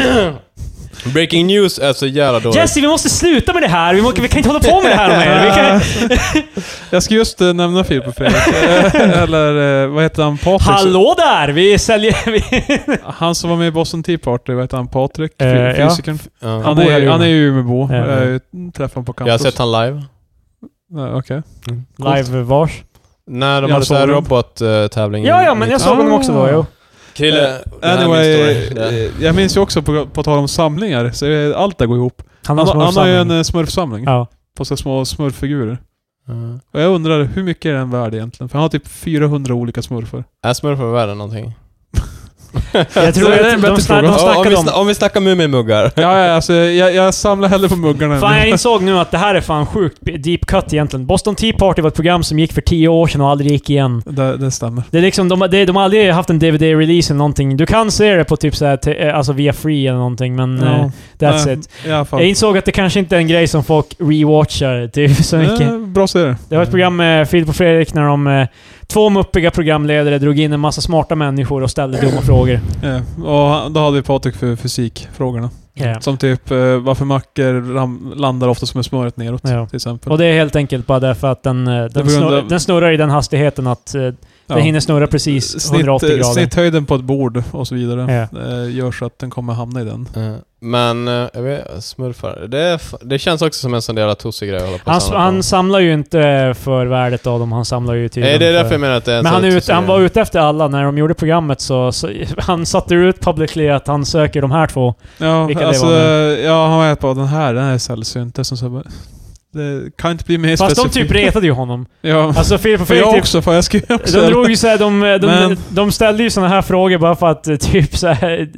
[SPEAKER 1] [LAUGHS]
[SPEAKER 2] breaking News är så jävla dåligt.
[SPEAKER 1] Jesse, vi måste sluta med det här! Vi, må, vi kan inte hålla på med det här mer! Vi
[SPEAKER 3] [LAUGHS]
[SPEAKER 1] kan,
[SPEAKER 3] Jag ska just eh, nämna Filip och Fredrik.
[SPEAKER 1] [LAUGHS]
[SPEAKER 3] Eh, Eller eh, vad heter han? Patrik?
[SPEAKER 1] Hallå där! Vi säljer... Vi,
[SPEAKER 3] Han som var med i Boston Tea Party, vad heter han? Patrik?
[SPEAKER 1] Eh,
[SPEAKER 3] Fy-
[SPEAKER 1] ja.
[SPEAKER 3] Fysikern?
[SPEAKER 2] Ja.
[SPEAKER 3] Han,
[SPEAKER 1] bor här i
[SPEAKER 3] är,
[SPEAKER 1] Umeå.
[SPEAKER 3] han är ju Umeåbo.
[SPEAKER 1] Ja.
[SPEAKER 3] Jag har ju träffat honom på
[SPEAKER 2] Jag har
[SPEAKER 3] campus.
[SPEAKER 2] sett han live.
[SPEAKER 3] Nej, Okej.
[SPEAKER 1] Live-vars.
[SPEAKER 2] När de
[SPEAKER 3] Jag
[SPEAKER 2] hade så här eh,
[SPEAKER 3] såg dem.
[SPEAKER 2] robottävling.
[SPEAKER 1] Ja, ja, men jag såg honom också då, jo. Eh,
[SPEAKER 2] Krille, det här är min
[SPEAKER 3] Anyway,
[SPEAKER 2] story. Det-
[SPEAKER 3] eh, jag minns ju också på, på tal om samlingar, så eh, allt det går ihop.
[SPEAKER 1] Han
[SPEAKER 3] Han,
[SPEAKER 1] har
[SPEAKER 3] han har ju en
[SPEAKER 1] smurfsamling.
[SPEAKER 3] eh, smurfsamling.
[SPEAKER 1] Ja.
[SPEAKER 3] På så små smurffigurer.
[SPEAKER 2] Mm.
[SPEAKER 3] Och jag undrar, hur mycket är den värd egentligen? För han har typ 400 olika smurfar.
[SPEAKER 2] Är smurfen värre än någonting?
[SPEAKER 1] Jag tror
[SPEAKER 3] [LAUGHS] det är
[SPEAKER 1] att
[SPEAKER 3] en
[SPEAKER 1] de,
[SPEAKER 3] bättre
[SPEAKER 1] de, snar-
[SPEAKER 3] fråga.
[SPEAKER 1] de
[SPEAKER 2] om, om,
[SPEAKER 1] snackade
[SPEAKER 2] vi
[SPEAKER 1] om...
[SPEAKER 2] sna- om vi snackar Muminmuggar.
[SPEAKER 3] Ja, ja alltså, jag, jag samlar hellre på muggarna. än-
[SPEAKER 1] Fan, jag insåg nu att det här är fan sjukt deep cut egentligen. Boston Tea Party var ett program som gick för tio år sedan och aldrig gick igen.
[SPEAKER 3] [LAUGHS] det, det stämmer.
[SPEAKER 1] Det är liksom, de, de, de har aldrig haft en DVD-release eller någonting. Du kan se det på typ såhär, te- eh, alltså via free eller någonting, men eh, that's
[SPEAKER 3] nej,
[SPEAKER 1] it.
[SPEAKER 3] I alla fall.
[SPEAKER 1] Jag insåg att det kanske inte är en grej som folk rewatchar typ så mycket.
[SPEAKER 3] Eh, bra serie.
[SPEAKER 1] Det var ett program med Filip och Fredrik när de, eh, två muppiga programledare, drog in en massa smarta människor och ställde dumma frågor.
[SPEAKER 3] Ja, och då hade vi Patrik för fysikfrågorna.
[SPEAKER 1] Ja.
[SPEAKER 3] Som typ eh, varför mackor ram- landar ofta som är smöret neråt
[SPEAKER 1] Ja.
[SPEAKER 3] till exempel.
[SPEAKER 1] Och det är helt enkelt bara därför att den, eh, den,
[SPEAKER 3] på grund
[SPEAKER 1] snurrar,
[SPEAKER 3] av-
[SPEAKER 1] den snurrar i den hastigheten att eh,
[SPEAKER 3] Ja.
[SPEAKER 1] den hinner snurra precis
[SPEAKER 3] Snitt-
[SPEAKER 1] 180
[SPEAKER 3] eh,
[SPEAKER 1] grader.
[SPEAKER 3] Snitthöjden på ett bord och så vidare
[SPEAKER 1] Ja.
[SPEAKER 3] eh, gör så att den kommer hamna i den.
[SPEAKER 2] Eh, Men, eh, jag vet, smurfar. Det, är, f- det känns också som en sån där jävla tossig grej att hålla på och
[SPEAKER 1] Han,
[SPEAKER 2] samla på.
[SPEAKER 1] han samlar ju inte för värdet av dem, han samlar ju
[SPEAKER 2] Nej,
[SPEAKER 1] tydligen
[SPEAKER 2] det är därför
[SPEAKER 1] för...
[SPEAKER 2] jag menar att det är en
[SPEAKER 1] Men han,
[SPEAKER 2] sån
[SPEAKER 1] är
[SPEAKER 2] tossig
[SPEAKER 1] ute, han
[SPEAKER 2] grej.
[SPEAKER 1] var ute efter alla när de gjorde programmet så, så han satte ut publicly att han söker de här två.
[SPEAKER 3] Ja,
[SPEAKER 1] Vilka det
[SPEAKER 3] alltså,
[SPEAKER 1] var
[SPEAKER 3] ja, han var ett på den här, den här är sällsynt. Det, är som så här, bara- det kan inte bli mer
[SPEAKER 1] Fast de
[SPEAKER 3] specifikt.
[SPEAKER 1] typ retade ju honom.
[SPEAKER 3] [LAUGHS] Ja,
[SPEAKER 1] Alltså Filip och
[SPEAKER 3] för
[SPEAKER 1] Fredrik...
[SPEAKER 3] jag
[SPEAKER 1] typ-
[SPEAKER 3] också, för jag skulle ju också...
[SPEAKER 1] De drog ju såhär, de, de,
[SPEAKER 3] Men-
[SPEAKER 1] de, ställde ju såna här frågor bara för att eh, typ såhär...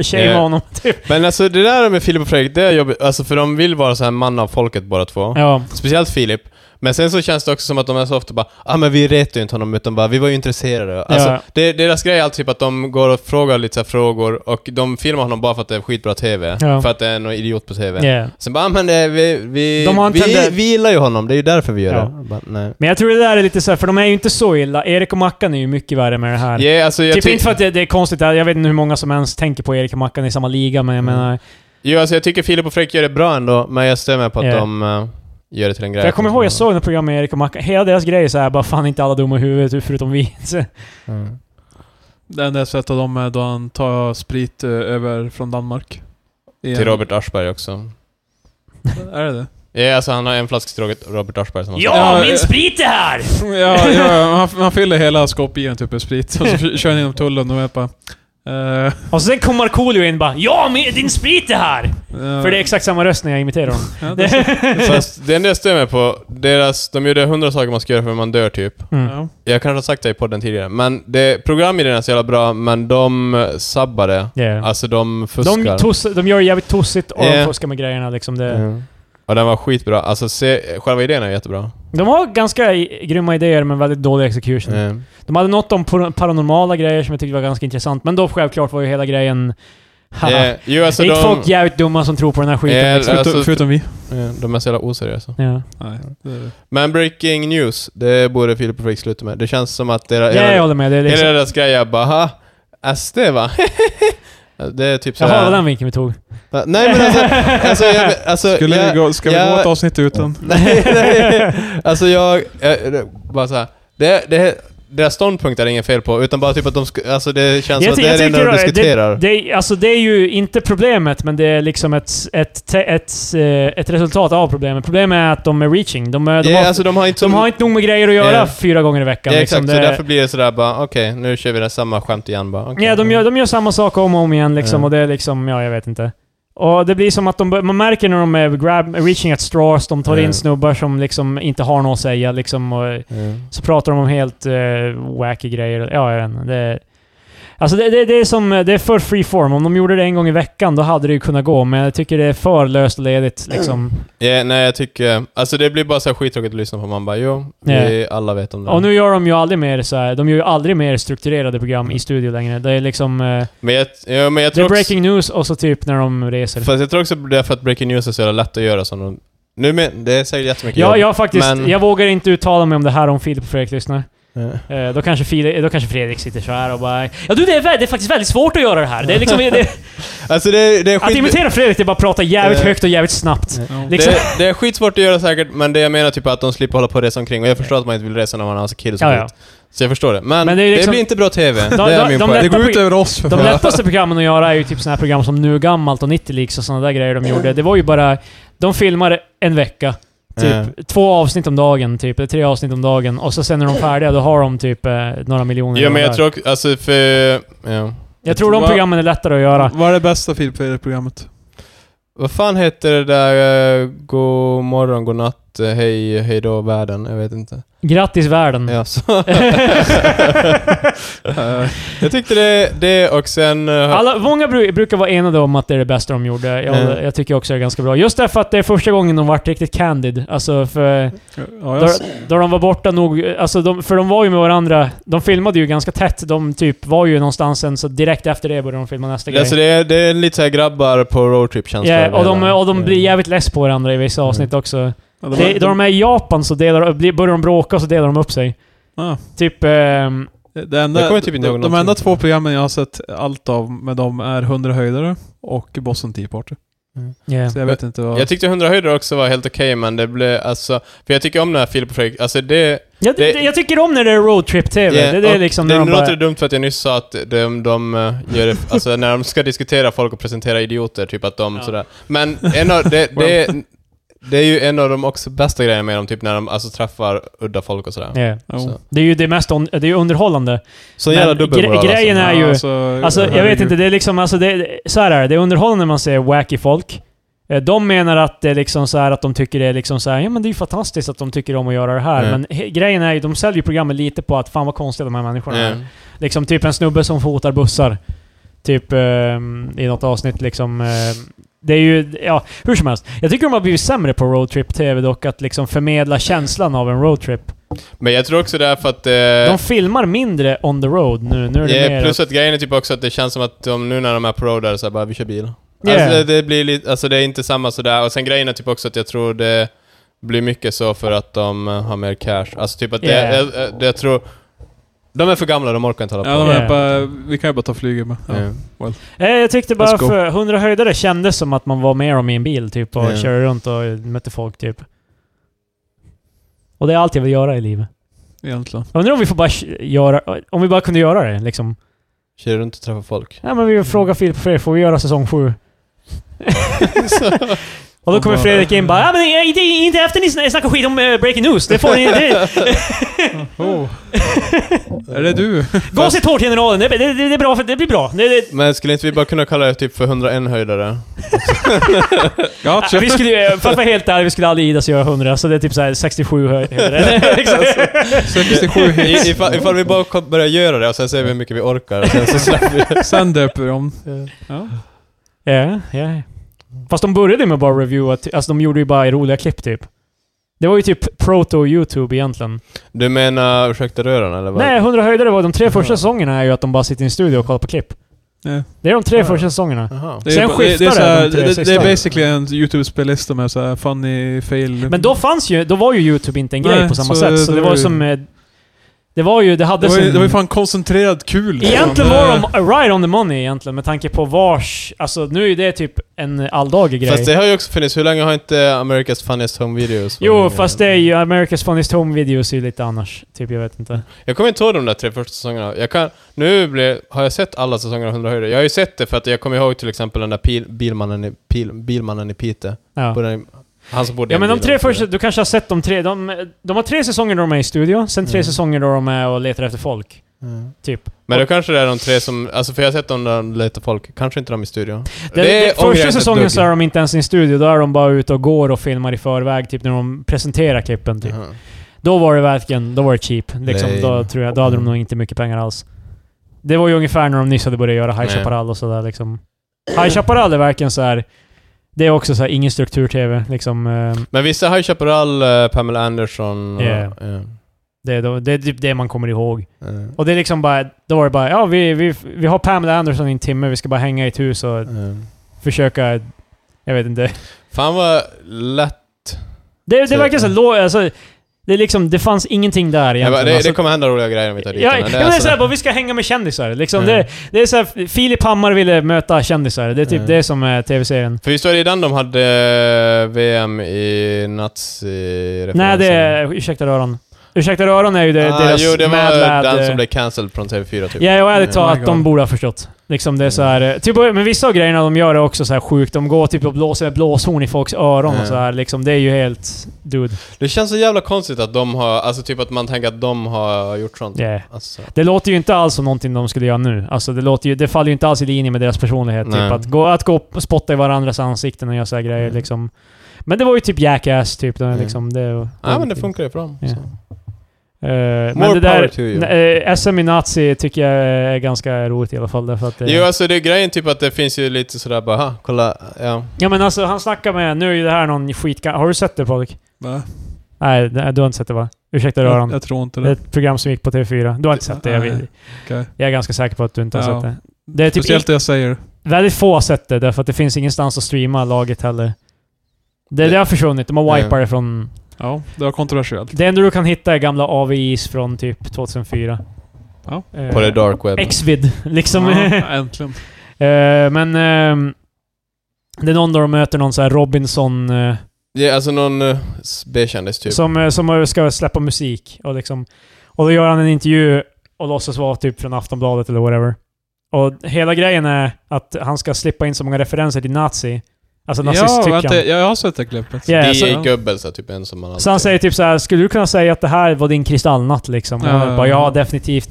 [SPEAKER 1] [LAUGHS] Shame
[SPEAKER 2] Ja.
[SPEAKER 1] honom. Typ.
[SPEAKER 2] Men alltså det där med Filip och Fredrik, det är jobbigt. Alltså för de vill vara så här man av folket båda två.
[SPEAKER 1] Ja.
[SPEAKER 2] Speciellt Filip. Men sen så känns det också som att de är så ofta bara ah men vi retar ju inte honom utan bara vi var ju intresserade. Alltså,
[SPEAKER 1] Ja.
[SPEAKER 2] det, deras grej är alltid typ att de går och frågar lite så här frågor och de filmar honom bara för att det är skitbra TV.
[SPEAKER 1] Ja.
[SPEAKER 2] För att det är någon idiot på TV.
[SPEAKER 1] Yeah.
[SPEAKER 2] Sen bara ah, men det, vi, vi,
[SPEAKER 1] De har en
[SPEAKER 2] vi,
[SPEAKER 1] tende-
[SPEAKER 2] vi gillar ju honom, det är ju därför vi gör
[SPEAKER 1] Ja.
[SPEAKER 2] det. Bara, nej.
[SPEAKER 1] Men jag tror det där är lite såhär, för de är ju inte så illa. Erik och Mackan är ju mycket värre med det här.
[SPEAKER 2] Ja, alltså, jag
[SPEAKER 1] typ
[SPEAKER 2] ty-
[SPEAKER 1] inte för att det, det är konstigt, jag vet inte hur många som ens tänker på Erik och Mackan i samma liga, men jag
[SPEAKER 2] Mm.
[SPEAKER 1] menar...
[SPEAKER 2] Jo, alltså jag tycker Filip och Fredrik gör det bra ändå, men jag stämmer på att
[SPEAKER 1] Ja.
[SPEAKER 2] de eh, gör det till en grej.
[SPEAKER 1] För jag kommer ihåg, jag såg något program med Erik och Mackan. Hela deras grej är såhär, bara fan inte alla dumma i huvudet förutom vi. [LAUGHS] Så,
[SPEAKER 2] Mm.
[SPEAKER 3] Den där sättet av dem är då han tar sprit eh, över från Danmark. I
[SPEAKER 2] Till
[SPEAKER 3] en-
[SPEAKER 2] Robert Aschberg också.
[SPEAKER 3] Är det det?
[SPEAKER 2] Ja, alltså han har en flaska till Robert- Robert Aschberg som han
[SPEAKER 3] Ja, min eh.
[SPEAKER 1] sprit är här!
[SPEAKER 3] Ja, ja, ja. Han, han fyller hela skåpbilen typ med sprit och så f- kör han genom tullen och jag bara... eh,
[SPEAKER 1] Och sen kom Markoolio in bara Ja, min, din sprit är här!
[SPEAKER 3] eh,
[SPEAKER 1] För det är exakt samma röst när jag imiterar [LAUGHS] honom.
[SPEAKER 3] ja, det-
[SPEAKER 2] [LAUGHS] Fast det enda jag stämmer på, deras, de gjorde hundra saker man ska göra för man dör typ.
[SPEAKER 1] Mm.
[SPEAKER 3] ja.
[SPEAKER 2] Jag kanske har sagt det i podden tidigare, men det, programidén är så jävla bra, men de eh, sabbar det.
[SPEAKER 1] Yeah.
[SPEAKER 2] Alltså de fuskar.
[SPEAKER 1] De, toss, de gör det jävligt tossigt och
[SPEAKER 2] Eh.
[SPEAKER 1] de fuskar med grejerna liksom. Det.
[SPEAKER 2] Mm. Och den var skitbra. Alltså se, själva idén är jättebra.
[SPEAKER 1] De har ganska i- grymma idéer men väldigt dålig execution.
[SPEAKER 2] Mm.
[SPEAKER 1] De hade något om por- paranormala grejer som jag tyckte var ganska intressant, men då självklart var ju hela grejen... Haha.
[SPEAKER 2] Eh, jo, alltså
[SPEAKER 1] är inte
[SPEAKER 2] de,
[SPEAKER 1] folk jävligt dumma som tror på den här skiten?
[SPEAKER 2] Eh,
[SPEAKER 1] liksom?
[SPEAKER 3] Förutom,
[SPEAKER 2] Alltså-
[SPEAKER 3] förutom vi.
[SPEAKER 2] eh, de är så jävla oseriösa.
[SPEAKER 1] Ja.
[SPEAKER 3] Nej. Det,
[SPEAKER 2] Men breaking news, det borde Filip och Fredrik sluta med. Det känns som att deras,
[SPEAKER 1] ja, jag
[SPEAKER 2] hela,
[SPEAKER 1] håller med. Det är
[SPEAKER 2] hela
[SPEAKER 1] liksom...
[SPEAKER 2] deras grej är bara "Ha, SD va? [LAUGHS] det är typ så
[SPEAKER 1] Jaha, det var den
[SPEAKER 2] här.
[SPEAKER 1] vinkeln vi tog.
[SPEAKER 2] Nej men alltså,
[SPEAKER 1] [LAUGHS]
[SPEAKER 2] alltså, jag, alltså
[SPEAKER 3] skulle
[SPEAKER 2] jag,
[SPEAKER 3] vi gå, ska vi
[SPEAKER 2] jag-
[SPEAKER 3] gå ett avsnitt utan?
[SPEAKER 2] [LAUGHS] Nej, [LAUGHS]
[SPEAKER 1] [LAUGHS]
[SPEAKER 2] nej. Alltså jag, jag det- bara så här. Det, det, deras ståndpunkt är det inget fel på, utan bara typ att de sku, alltså det känns som att
[SPEAKER 1] ty-
[SPEAKER 2] det är det enda
[SPEAKER 1] tycker
[SPEAKER 2] de diskuterar.
[SPEAKER 1] Det, det, är- alltså det är ju inte problemet, men det är liksom ett, ett, te- ett, eh, ett resultat av problemet. Problemet är att de är reaching. De, är- de,
[SPEAKER 2] ja,
[SPEAKER 1] har,
[SPEAKER 2] alltså de har inte
[SPEAKER 1] de har inte nog med grejer att göra
[SPEAKER 2] Ja.
[SPEAKER 1] fyra gånger i veckan.
[SPEAKER 2] Ja,
[SPEAKER 1] liksom.
[SPEAKER 2] exakt, så
[SPEAKER 1] Det-
[SPEAKER 2] därför blir det sådär bara, okej, nu kör vi det samma skämt igen bara. okej.
[SPEAKER 1] Ja, de gör, de gör samma sak om och om igen liksom,
[SPEAKER 2] Ja.
[SPEAKER 1] och det är liksom, ja jag vet inte. Och det blir som att de, bör- man märker när de är grab, reaching at straws, de tar
[SPEAKER 2] Ja.
[SPEAKER 1] in snubbar som liksom inte har något att säga liksom, och
[SPEAKER 2] Ja.
[SPEAKER 1] så pratar de om helt uh, wacky grejer. Ja, jag vet inte. Det, är- alltså det, det, det är som, det är för free form. Om de gjorde det en gång i veckan, då hade det ju kunnat gå, men jag tycker det är för löst och ledigt liksom.
[SPEAKER 2] Ja, nej jag tycker, alltså det blir bara så här skittråkigt att lyssna på. Man bara jo, vi alla vet om det.
[SPEAKER 1] Och nu gör de ju aldrig mer så här. de gör ju aldrig mer strukturerade program i studio längre. Det är liksom, eh,
[SPEAKER 2] men jag, ja, men jag
[SPEAKER 1] det
[SPEAKER 2] tror
[SPEAKER 1] är
[SPEAKER 2] också,
[SPEAKER 1] breaking news och så typ när de reser.
[SPEAKER 2] fast jag tror också det är för att breaking news är så jävla lätt att göra som de, nu men, det är säkert jättemycket
[SPEAKER 1] Ja,
[SPEAKER 2] jobb.
[SPEAKER 1] jag har faktiskt...
[SPEAKER 2] men-
[SPEAKER 1] Jag vågar inte uttala mig om det här om Filip och Fredrik lyssnar.
[SPEAKER 2] Ja.
[SPEAKER 1] Eh, då, kanske Fili- då kanske Fredrik sitter så här och bara... Ja du, det är, vä- det är faktiskt väldigt svårt att göra det här. Det är
[SPEAKER 2] [LAUGHS]
[SPEAKER 1] liksom, det,
[SPEAKER 2] Alltså det, det är
[SPEAKER 1] att
[SPEAKER 2] skit...
[SPEAKER 1] imitera Fredrik, det är bara att prata jävligt
[SPEAKER 2] Eh.
[SPEAKER 1] högt och jävligt snabbt.
[SPEAKER 3] Ja.
[SPEAKER 1] Liksom.
[SPEAKER 2] Det, det är skitsvårt att göra säkert, men det jag menar typ är att de slipper hålla på och resa omkring. Och jag förstår att man inte vill resa när man har så kids och
[SPEAKER 1] Ja, ja.
[SPEAKER 2] skit. Så jag förstår det. Men,
[SPEAKER 1] Men det
[SPEAKER 2] det,
[SPEAKER 1] är liksom-
[SPEAKER 2] blir inte bra TV.
[SPEAKER 1] De-
[SPEAKER 2] det är
[SPEAKER 1] de-
[SPEAKER 2] min
[SPEAKER 1] de
[SPEAKER 2] poäng.
[SPEAKER 3] Det går
[SPEAKER 1] pro-
[SPEAKER 3] ut över oss för
[SPEAKER 1] De
[SPEAKER 3] fan.
[SPEAKER 1] lättaste programmen att göra är ju typ såna här program som Nu Gammalt och 90 Leaks och såna där grejer de gjorde. Det var ju bara... De filmar en vecka. Typ
[SPEAKER 2] Eh.
[SPEAKER 1] två avsnitt om dagen, typ. Eller tre avsnitt om dagen. Och så sen när de är färdiga, då har de typ eh, några miljoner.
[SPEAKER 2] Ja men jag
[SPEAKER 1] dollar.
[SPEAKER 2] tror också, alltså för... Ja.
[SPEAKER 1] jag tror de
[SPEAKER 3] Vad-
[SPEAKER 1] programmen är lättare att göra.
[SPEAKER 3] Vad är det bästa Filip för det programmet?
[SPEAKER 2] Vad fan heter det där eh, god morgon, god natt, eh, hej, hej då världen? Jag vet inte.
[SPEAKER 1] Grattis världen! [LAUGHS]
[SPEAKER 2] Ja, så. jag tyckte det, det och sen... eh,
[SPEAKER 1] Alla, många bru, brukar vara enade om att det är det bästa de gjorde. Jag,
[SPEAKER 2] Mm.
[SPEAKER 1] jag tycker också det är ganska bra. Just därför att det är första gången de varit riktigt candid. Alltså för...
[SPEAKER 3] Ja, jag,
[SPEAKER 1] Då, då de var borta nog, alltså de, för de var ju med varandra, de filmade ju ganska tätt, de typ var ju någonstans sen, så direkt efter det började de filma nästa grej.
[SPEAKER 2] Alltså det är, det är lite såhär grabbar på roadtrip-känsla.
[SPEAKER 1] Ja, och, de,
[SPEAKER 2] redan.
[SPEAKER 1] och de blir
[SPEAKER 2] Eh.
[SPEAKER 1] jävligt less på varandra i vissa
[SPEAKER 2] Mm.
[SPEAKER 1] avsnitt också.
[SPEAKER 3] ja,
[SPEAKER 1] Det, då de är i Japan så delar, blir- börjar de bråka och så delar de upp sig.
[SPEAKER 3] ja.
[SPEAKER 1] Typ... ehm,
[SPEAKER 3] Det enda,
[SPEAKER 2] Jag kommer typ inte ihåg
[SPEAKER 3] de, de
[SPEAKER 2] någonting.
[SPEAKER 3] enda två programmen jag har sett allt av med dem är 100 höjdare och Boston Tea Party.
[SPEAKER 1] yeah.
[SPEAKER 3] Så jag vet inte vad...
[SPEAKER 2] Jag tyckte 100 höjder också var helt okej, men det blev alltså... För jag tycker om när Filip och Fredrik, alltså det...
[SPEAKER 1] ja, det,
[SPEAKER 2] det-
[SPEAKER 1] jag tycker om när det är roadtrip-tv.
[SPEAKER 2] Yeah,
[SPEAKER 1] det, det är
[SPEAKER 2] och
[SPEAKER 1] liksom
[SPEAKER 2] det
[SPEAKER 1] när de
[SPEAKER 2] låter
[SPEAKER 1] bara...
[SPEAKER 2] dumt för att jag nyss sa att de, de eh, gör det, alltså när de ska diskutera folk och presentera idioter, typ att de
[SPEAKER 1] Ja.
[SPEAKER 2] sådär. Men en av, det, det, det är ju en av de också bästa grejerna med dem, typ när de alltså träffar udda folk och sådär.
[SPEAKER 1] Yeah.
[SPEAKER 3] Jo.
[SPEAKER 2] Så.
[SPEAKER 1] Det är ju det mest on, det är ju underhållande.
[SPEAKER 2] Så
[SPEAKER 1] Men
[SPEAKER 2] jävla dubbelmoral
[SPEAKER 1] gre- grejen är ju- Alltså, jag vet
[SPEAKER 3] herregud.
[SPEAKER 1] inte. Det är liksom, alltså, det, det- så här är det. Det är underhållande när man ser wacky folk. Eh, De menar att det är liksom så här att de tycker det är liksom så här, ja men det är ju fantastiskt att de tycker om att göra det här.
[SPEAKER 2] Mm.
[SPEAKER 1] Men he- grejen är ju, de säljer ju programmet lite på att fan vad konstiga de här människorna är.
[SPEAKER 2] alltså.
[SPEAKER 1] Liksom typ en snubbe som fotar bussar. Typ ehm, i något avsnitt liksom. ehm, det är ju, ja, hur som helst. Jag tycker de har blivit sämre på roadtrip-tv dock, att liksom förmedla känslan av en roadtrip.
[SPEAKER 2] Men jag tror också det är för att... Eh,
[SPEAKER 1] De filmar mindre on the road nu. Nu är det
[SPEAKER 2] ja,
[SPEAKER 1] mer
[SPEAKER 2] plus att grejen är typ också att det känns som att de, nu när de är på road där så här, bara vi kör bil.
[SPEAKER 1] Yeah.
[SPEAKER 2] Alltså, det, det blir lite, alltså det är inte samma sådär. Och sen grejen är typ också att jag tror det blir mycket så för att de eh, har mer cash. Alltså typ att det,
[SPEAKER 1] Yeah.
[SPEAKER 2] jag, jag, jag tror... De är för gamla, de orkar inte hålla
[SPEAKER 3] Ja,
[SPEAKER 2] på.
[SPEAKER 3] de är
[SPEAKER 1] Yeah.
[SPEAKER 3] bara, vi kan ju bara ta flyget med. Ja.
[SPEAKER 2] Ja.
[SPEAKER 1] Eh, Jag tyckte bara
[SPEAKER 3] Let's go.
[SPEAKER 1] för 100 höjdare kändes som att man var med dem i en bil typ och
[SPEAKER 2] Ja.
[SPEAKER 1] körde runt och mötte folk typ. Och det är allt jag vill göra i livet.
[SPEAKER 3] Egentligen.
[SPEAKER 1] Jag undrar om vi får bara k- göra, om vi bara kunde göra det liksom.
[SPEAKER 2] Kör runt och träffar folk.
[SPEAKER 1] Ja men vi frågar Filip och Fredrik, får vi göra säsong 7? och då kommer Fredrik in bara ja men eh, inte, inte efter ni sn- snackar skit om eh, Breaking News, det får ni det,
[SPEAKER 3] Oh. [LAUGHS] är det du?
[SPEAKER 1] Gå och se Tårtgeneralen, det, det, det, det är bra, för det blir bra. Det, det,
[SPEAKER 2] Men skulle inte vi bara kunna kalla det typ för 101 höjdare?
[SPEAKER 3] Gotcha.
[SPEAKER 1] vi skulle, ju- för att vara helt ärlig, vi skulle aldrig idas göra 100, så det är typ såhär 67 [LAUGHS] höjdare. Liksom.
[SPEAKER 3] 67
[SPEAKER 2] I,
[SPEAKER 3] hits.
[SPEAKER 2] ifall, ifall vi bara kom- börjar göra det och sen ser vi hur mycket vi orkar. Och
[SPEAKER 3] [LAUGHS]
[SPEAKER 2] sen så släpper vi.
[SPEAKER 3] Sen döper vi dem. Ja.
[SPEAKER 1] Ja, ja. Fast de började med bara reviewa, ty- alltså de gjorde ju bara roliga klipp typ. Det var ju typ proto-youtube egentligen.
[SPEAKER 2] Du menar Ursäkta röran eller vad?
[SPEAKER 1] Nej, 100 höjdare var de tre första
[SPEAKER 2] Ja.
[SPEAKER 1] säsongerna är ju att de bara sitter i en studio och kollar på klipp.
[SPEAKER 3] Ja.
[SPEAKER 1] Det är de tre
[SPEAKER 2] Ja.
[SPEAKER 1] första säsongerna.
[SPEAKER 2] Jaha.
[SPEAKER 3] Det är,
[SPEAKER 1] Sen
[SPEAKER 3] bara- det, det, är
[SPEAKER 1] skiftar
[SPEAKER 3] så
[SPEAKER 1] det
[SPEAKER 3] här,
[SPEAKER 1] de tre
[SPEAKER 3] det, det
[SPEAKER 1] sista.
[SPEAKER 3] är basically en YouTube-spellista med så här funny fail.
[SPEAKER 1] Men då fanns ju, då var ju youtube inte en grej
[SPEAKER 3] Nej,
[SPEAKER 1] på samma
[SPEAKER 3] så
[SPEAKER 1] sätt, så
[SPEAKER 3] det
[SPEAKER 1] det
[SPEAKER 3] var
[SPEAKER 1] var
[SPEAKER 3] ju-
[SPEAKER 1] som... eh, Det var ju, det hade
[SPEAKER 3] det var, ju,
[SPEAKER 1] sin...
[SPEAKER 3] det var ju fan koncentrerad kul. liksom.
[SPEAKER 1] Egentligen
[SPEAKER 3] Det-
[SPEAKER 1] var de right on the money egentligen, med tanke på vars... Alltså nu är ju det typ en alldaglig grej.
[SPEAKER 2] Fast det har ju också funnits. Hur länge har inte America's Funniest Home Videos
[SPEAKER 1] Jo,
[SPEAKER 2] varit?
[SPEAKER 1] fast det är ju America's Funniest Home Videos är ju lite annars. Typ, jag vet inte.
[SPEAKER 2] Jag kommer inte ihåg de där tre första säsongerna. Jag kan, nu blir, har jag sett alla säsonger av 100 höjder. Jag har ju sett det för att jag kommer ihåg till exempel den där pil, bilmannen, i, pil, bilmannen i Pite.
[SPEAKER 1] Ja.
[SPEAKER 2] På den, han som bodde i
[SPEAKER 1] Ja men de
[SPEAKER 2] bilen,
[SPEAKER 1] tre
[SPEAKER 2] tror jag.
[SPEAKER 1] första, du kanske har sett de tre. De, de har tre säsonger då de är i studio, sen tre
[SPEAKER 2] Mm.
[SPEAKER 1] säsonger då de är och letar efter folk.
[SPEAKER 2] Mm.
[SPEAKER 1] Typ.
[SPEAKER 2] Men då kanske det är de tre som... Alltså för jag har sett dem där de letar folk. Kanske inte de i studion.
[SPEAKER 1] Den, den
[SPEAKER 2] är ångrar jag
[SPEAKER 1] första
[SPEAKER 2] inte ett
[SPEAKER 1] säsongen
[SPEAKER 2] dugg.
[SPEAKER 1] så är de inte ens i en studio, då är de bara ute och går och filmar i förväg, typ när de presenterar klippen. Typ.
[SPEAKER 2] Jaha.
[SPEAKER 1] Då var det verkligen, då var det cheap. Liksom, då,
[SPEAKER 2] Lame.
[SPEAKER 1] tror jag, då hade de nog inte mycket pengar alls. Det var ju ungefär när de nyss hade börjat göra High
[SPEAKER 2] Nej.
[SPEAKER 1] Chaparral och sådär liksom. High Chaparral är verkligen så här. Det är också så här, ingen struktur-tv. Liksom, eh,
[SPEAKER 2] Men vissa High Chaparral, eh, Pamela Anderson... och-
[SPEAKER 1] Yeah.
[SPEAKER 2] ja,
[SPEAKER 1] det, är då, det är typ det man kommer ihåg.
[SPEAKER 2] eh,
[SPEAKER 1] Och det är liksom bara, då var det bara ja vi, vi, vi har Pamela Anderson i en timme, vi ska bara hänga i ett hus och
[SPEAKER 2] eh.
[SPEAKER 1] försöka, jag vet inte.
[SPEAKER 2] Fan vad lätt...
[SPEAKER 1] Det, det verkar så lågt, alltså, det är liksom, det fanns ingenting där
[SPEAKER 2] Jag
[SPEAKER 1] egentligen.
[SPEAKER 2] bara, det,
[SPEAKER 1] alltså,
[SPEAKER 2] det kommer hända roliga grejer om vi tar dit
[SPEAKER 1] Ja,
[SPEAKER 2] henne.
[SPEAKER 1] ja,
[SPEAKER 2] Det
[SPEAKER 1] men
[SPEAKER 2] är
[SPEAKER 1] det är
[SPEAKER 2] alltså-
[SPEAKER 1] såhär bara, vi ska hänga med kändisar. Liksom.
[SPEAKER 2] Mm.
[SPEAKER 1] Det, det är såhär, Filip Hammar ville möta kändisar. Det är typ
[SPEAKER 2] Mm.
[SPEAKER 1] det som är tv-serien.
[SPEAKER 2] För visst var det i den de hade eh, VM i nazi
[SPEAKER 1] Nej, det är Ursäkta röran. Ursäkta röran är ju det,
[SPEAKER 2] ah,
[SPEAKER 1] deras
[SPEAKER 2] jo, det var
[SPEAKER 1] Mad Lad,
[SPEAKER 2] den
[SPEAKER 1] eh,
[SPEAKER 2] som blev cancelled från TV4 typ.
[SPEAKER 1] Ja, och ärligt
[SPEAKER 2] Mm.
[SPEAKER 1] talat,
[SPEAKER 3] Oh my
[SPEAKER 1] att de
[SPEAKER 3] God.
[SPEAKER 1] borde ha förstått. Det Liksom det är så här, eh, typ, men vissa av grejerna de gör är också så här sjukt. De går typ och blåser med blåshorn i folks öron
[SPEAKER 2] Mm.
[SPEAKER 1] och så här. Liksom, det är ju helt... Dude.
[SPEAKER 2] Det känns så jävla konstigt att de har, alltså typ att man tänker att de har gjort sånt.
[SPEAKER 1] Yeah.
[SPEAKER 2] Alltså,
[SPEAKER 1] Det låter ju inte alls som någonting de skulle göra nu. Alltså det, låter ju, det faller ju inte alls i linje med deras personlighet. Typ
[SPEAKER 2] Nej.
[SPEAKER 1] att gå, att gå och spotta i varandras ansikten och göra sådana grejer
[SPEAKER 2] Mm.
[SPEAKER 1] liksom. Men det var ju typ Jackass typ. Där,
[SPEAKER 2] Mm.
[SPEAKER 1] liksom, det,
[SPEAKER 2] ja men det funkar ju för dem.
[SPEAKER 1] Ja.
[SPEAKER 2] så.
[SPEAKER 1] Eh, men det
[SPEAKER 2] More power
[SPEAKER 1] där...
[SPEAKER 2] to you.
[SPEAKER 1] n- eh, SM i Nazi tycker jag är ganska roligt i alla fall. Därför att, eh,
[SPEAKER 2] Jo alltså det är grejen typ att det finns ju lite sådär bara, "Ha, kolla, ja.
[SPEAKER 1] Ja men alltså han snackar med... Nu är ju det här någon skit... Har du sett det Patrik?
[SPEAKER 3] Nej,
[SPEAKER 1] Nej, det- du har inte sett det va? Ursäkta
[SPEAKER 3] jag,
[SPEAKER 1] röran.
[SPEAKER 3] jag tror inte
[SPEAKER 1] Det är
[SPEAKER 3] det.
[SPEAKER 1] ett program som gick på TV4. Du har inte sett det? Jag, vet-
[SPEAKER 3] Nej, okej.
[SPEAKER 1] jag är ganska säker på att du inte har
[SPEAKER 3] Ja.
[SPEAKER 1] sett det. Det är typ
[SPEAKER 3] Speciellt det jag säger.
[SPEAKER 1] Väldigt få har sett det, därför att det finns ingenstans att streama laget heller. Det, det har försvunnit, de har
[SPEAKER 2] Ja.
[SPEAKER 1] wipat det från...
[SPEAKER 3] Ja, det var kontroversiellt.
[SPEAKER 1] Det enda du kan hitta är gamla AVIs från typ 2004.
[SPEAKER 3] Ja.
[SPEAKER 1] Eh,
[SPEAKER 2] På det dark web.
[SPEAKER 1] Xvid, liksom.
[SPEAKER 3] Ja, äntligen.
[SPEAKER 1] [LAUGHS] eh, men... ehm, det är någon där de möter någon så här Robinson eh,
[SPEAKER 2] Ja, alltså någon eh, s- B-kändis typ.
[SPEAKER 1] som, eh, som ska släppa musik. Och, liksom, och då gör han en intervju och låtsas vara typ från Aftonbladet eller whatever. Och hela grejen är att han ska slippa in så många referenser till nazi. Alltså
[SPEAKER 3] Ja,
[SPEAKER 1] nazisttyckan.
[SPEAKER 3] vänta, jag jag har sett det klippet.
[SPEAKER 1] Ja, alltså-
[SPEAKER 2] Det
[SPEAKER 1] så-
[SPEAKER 2] är Goebbels, typ en som man alltid...
[SPEAKER 1] Så han säger typ så här: skulle du kunna säga att det här var din kristallnatt liksom? Och
[SPEAKER 3] Ja,
[SPEAKER 1] jag
[SPEAKER 3] ja,
[SPEAKER 1] bara,
[SPEAKER 3] ja.
[SPEAKER 1] ja, definitivt.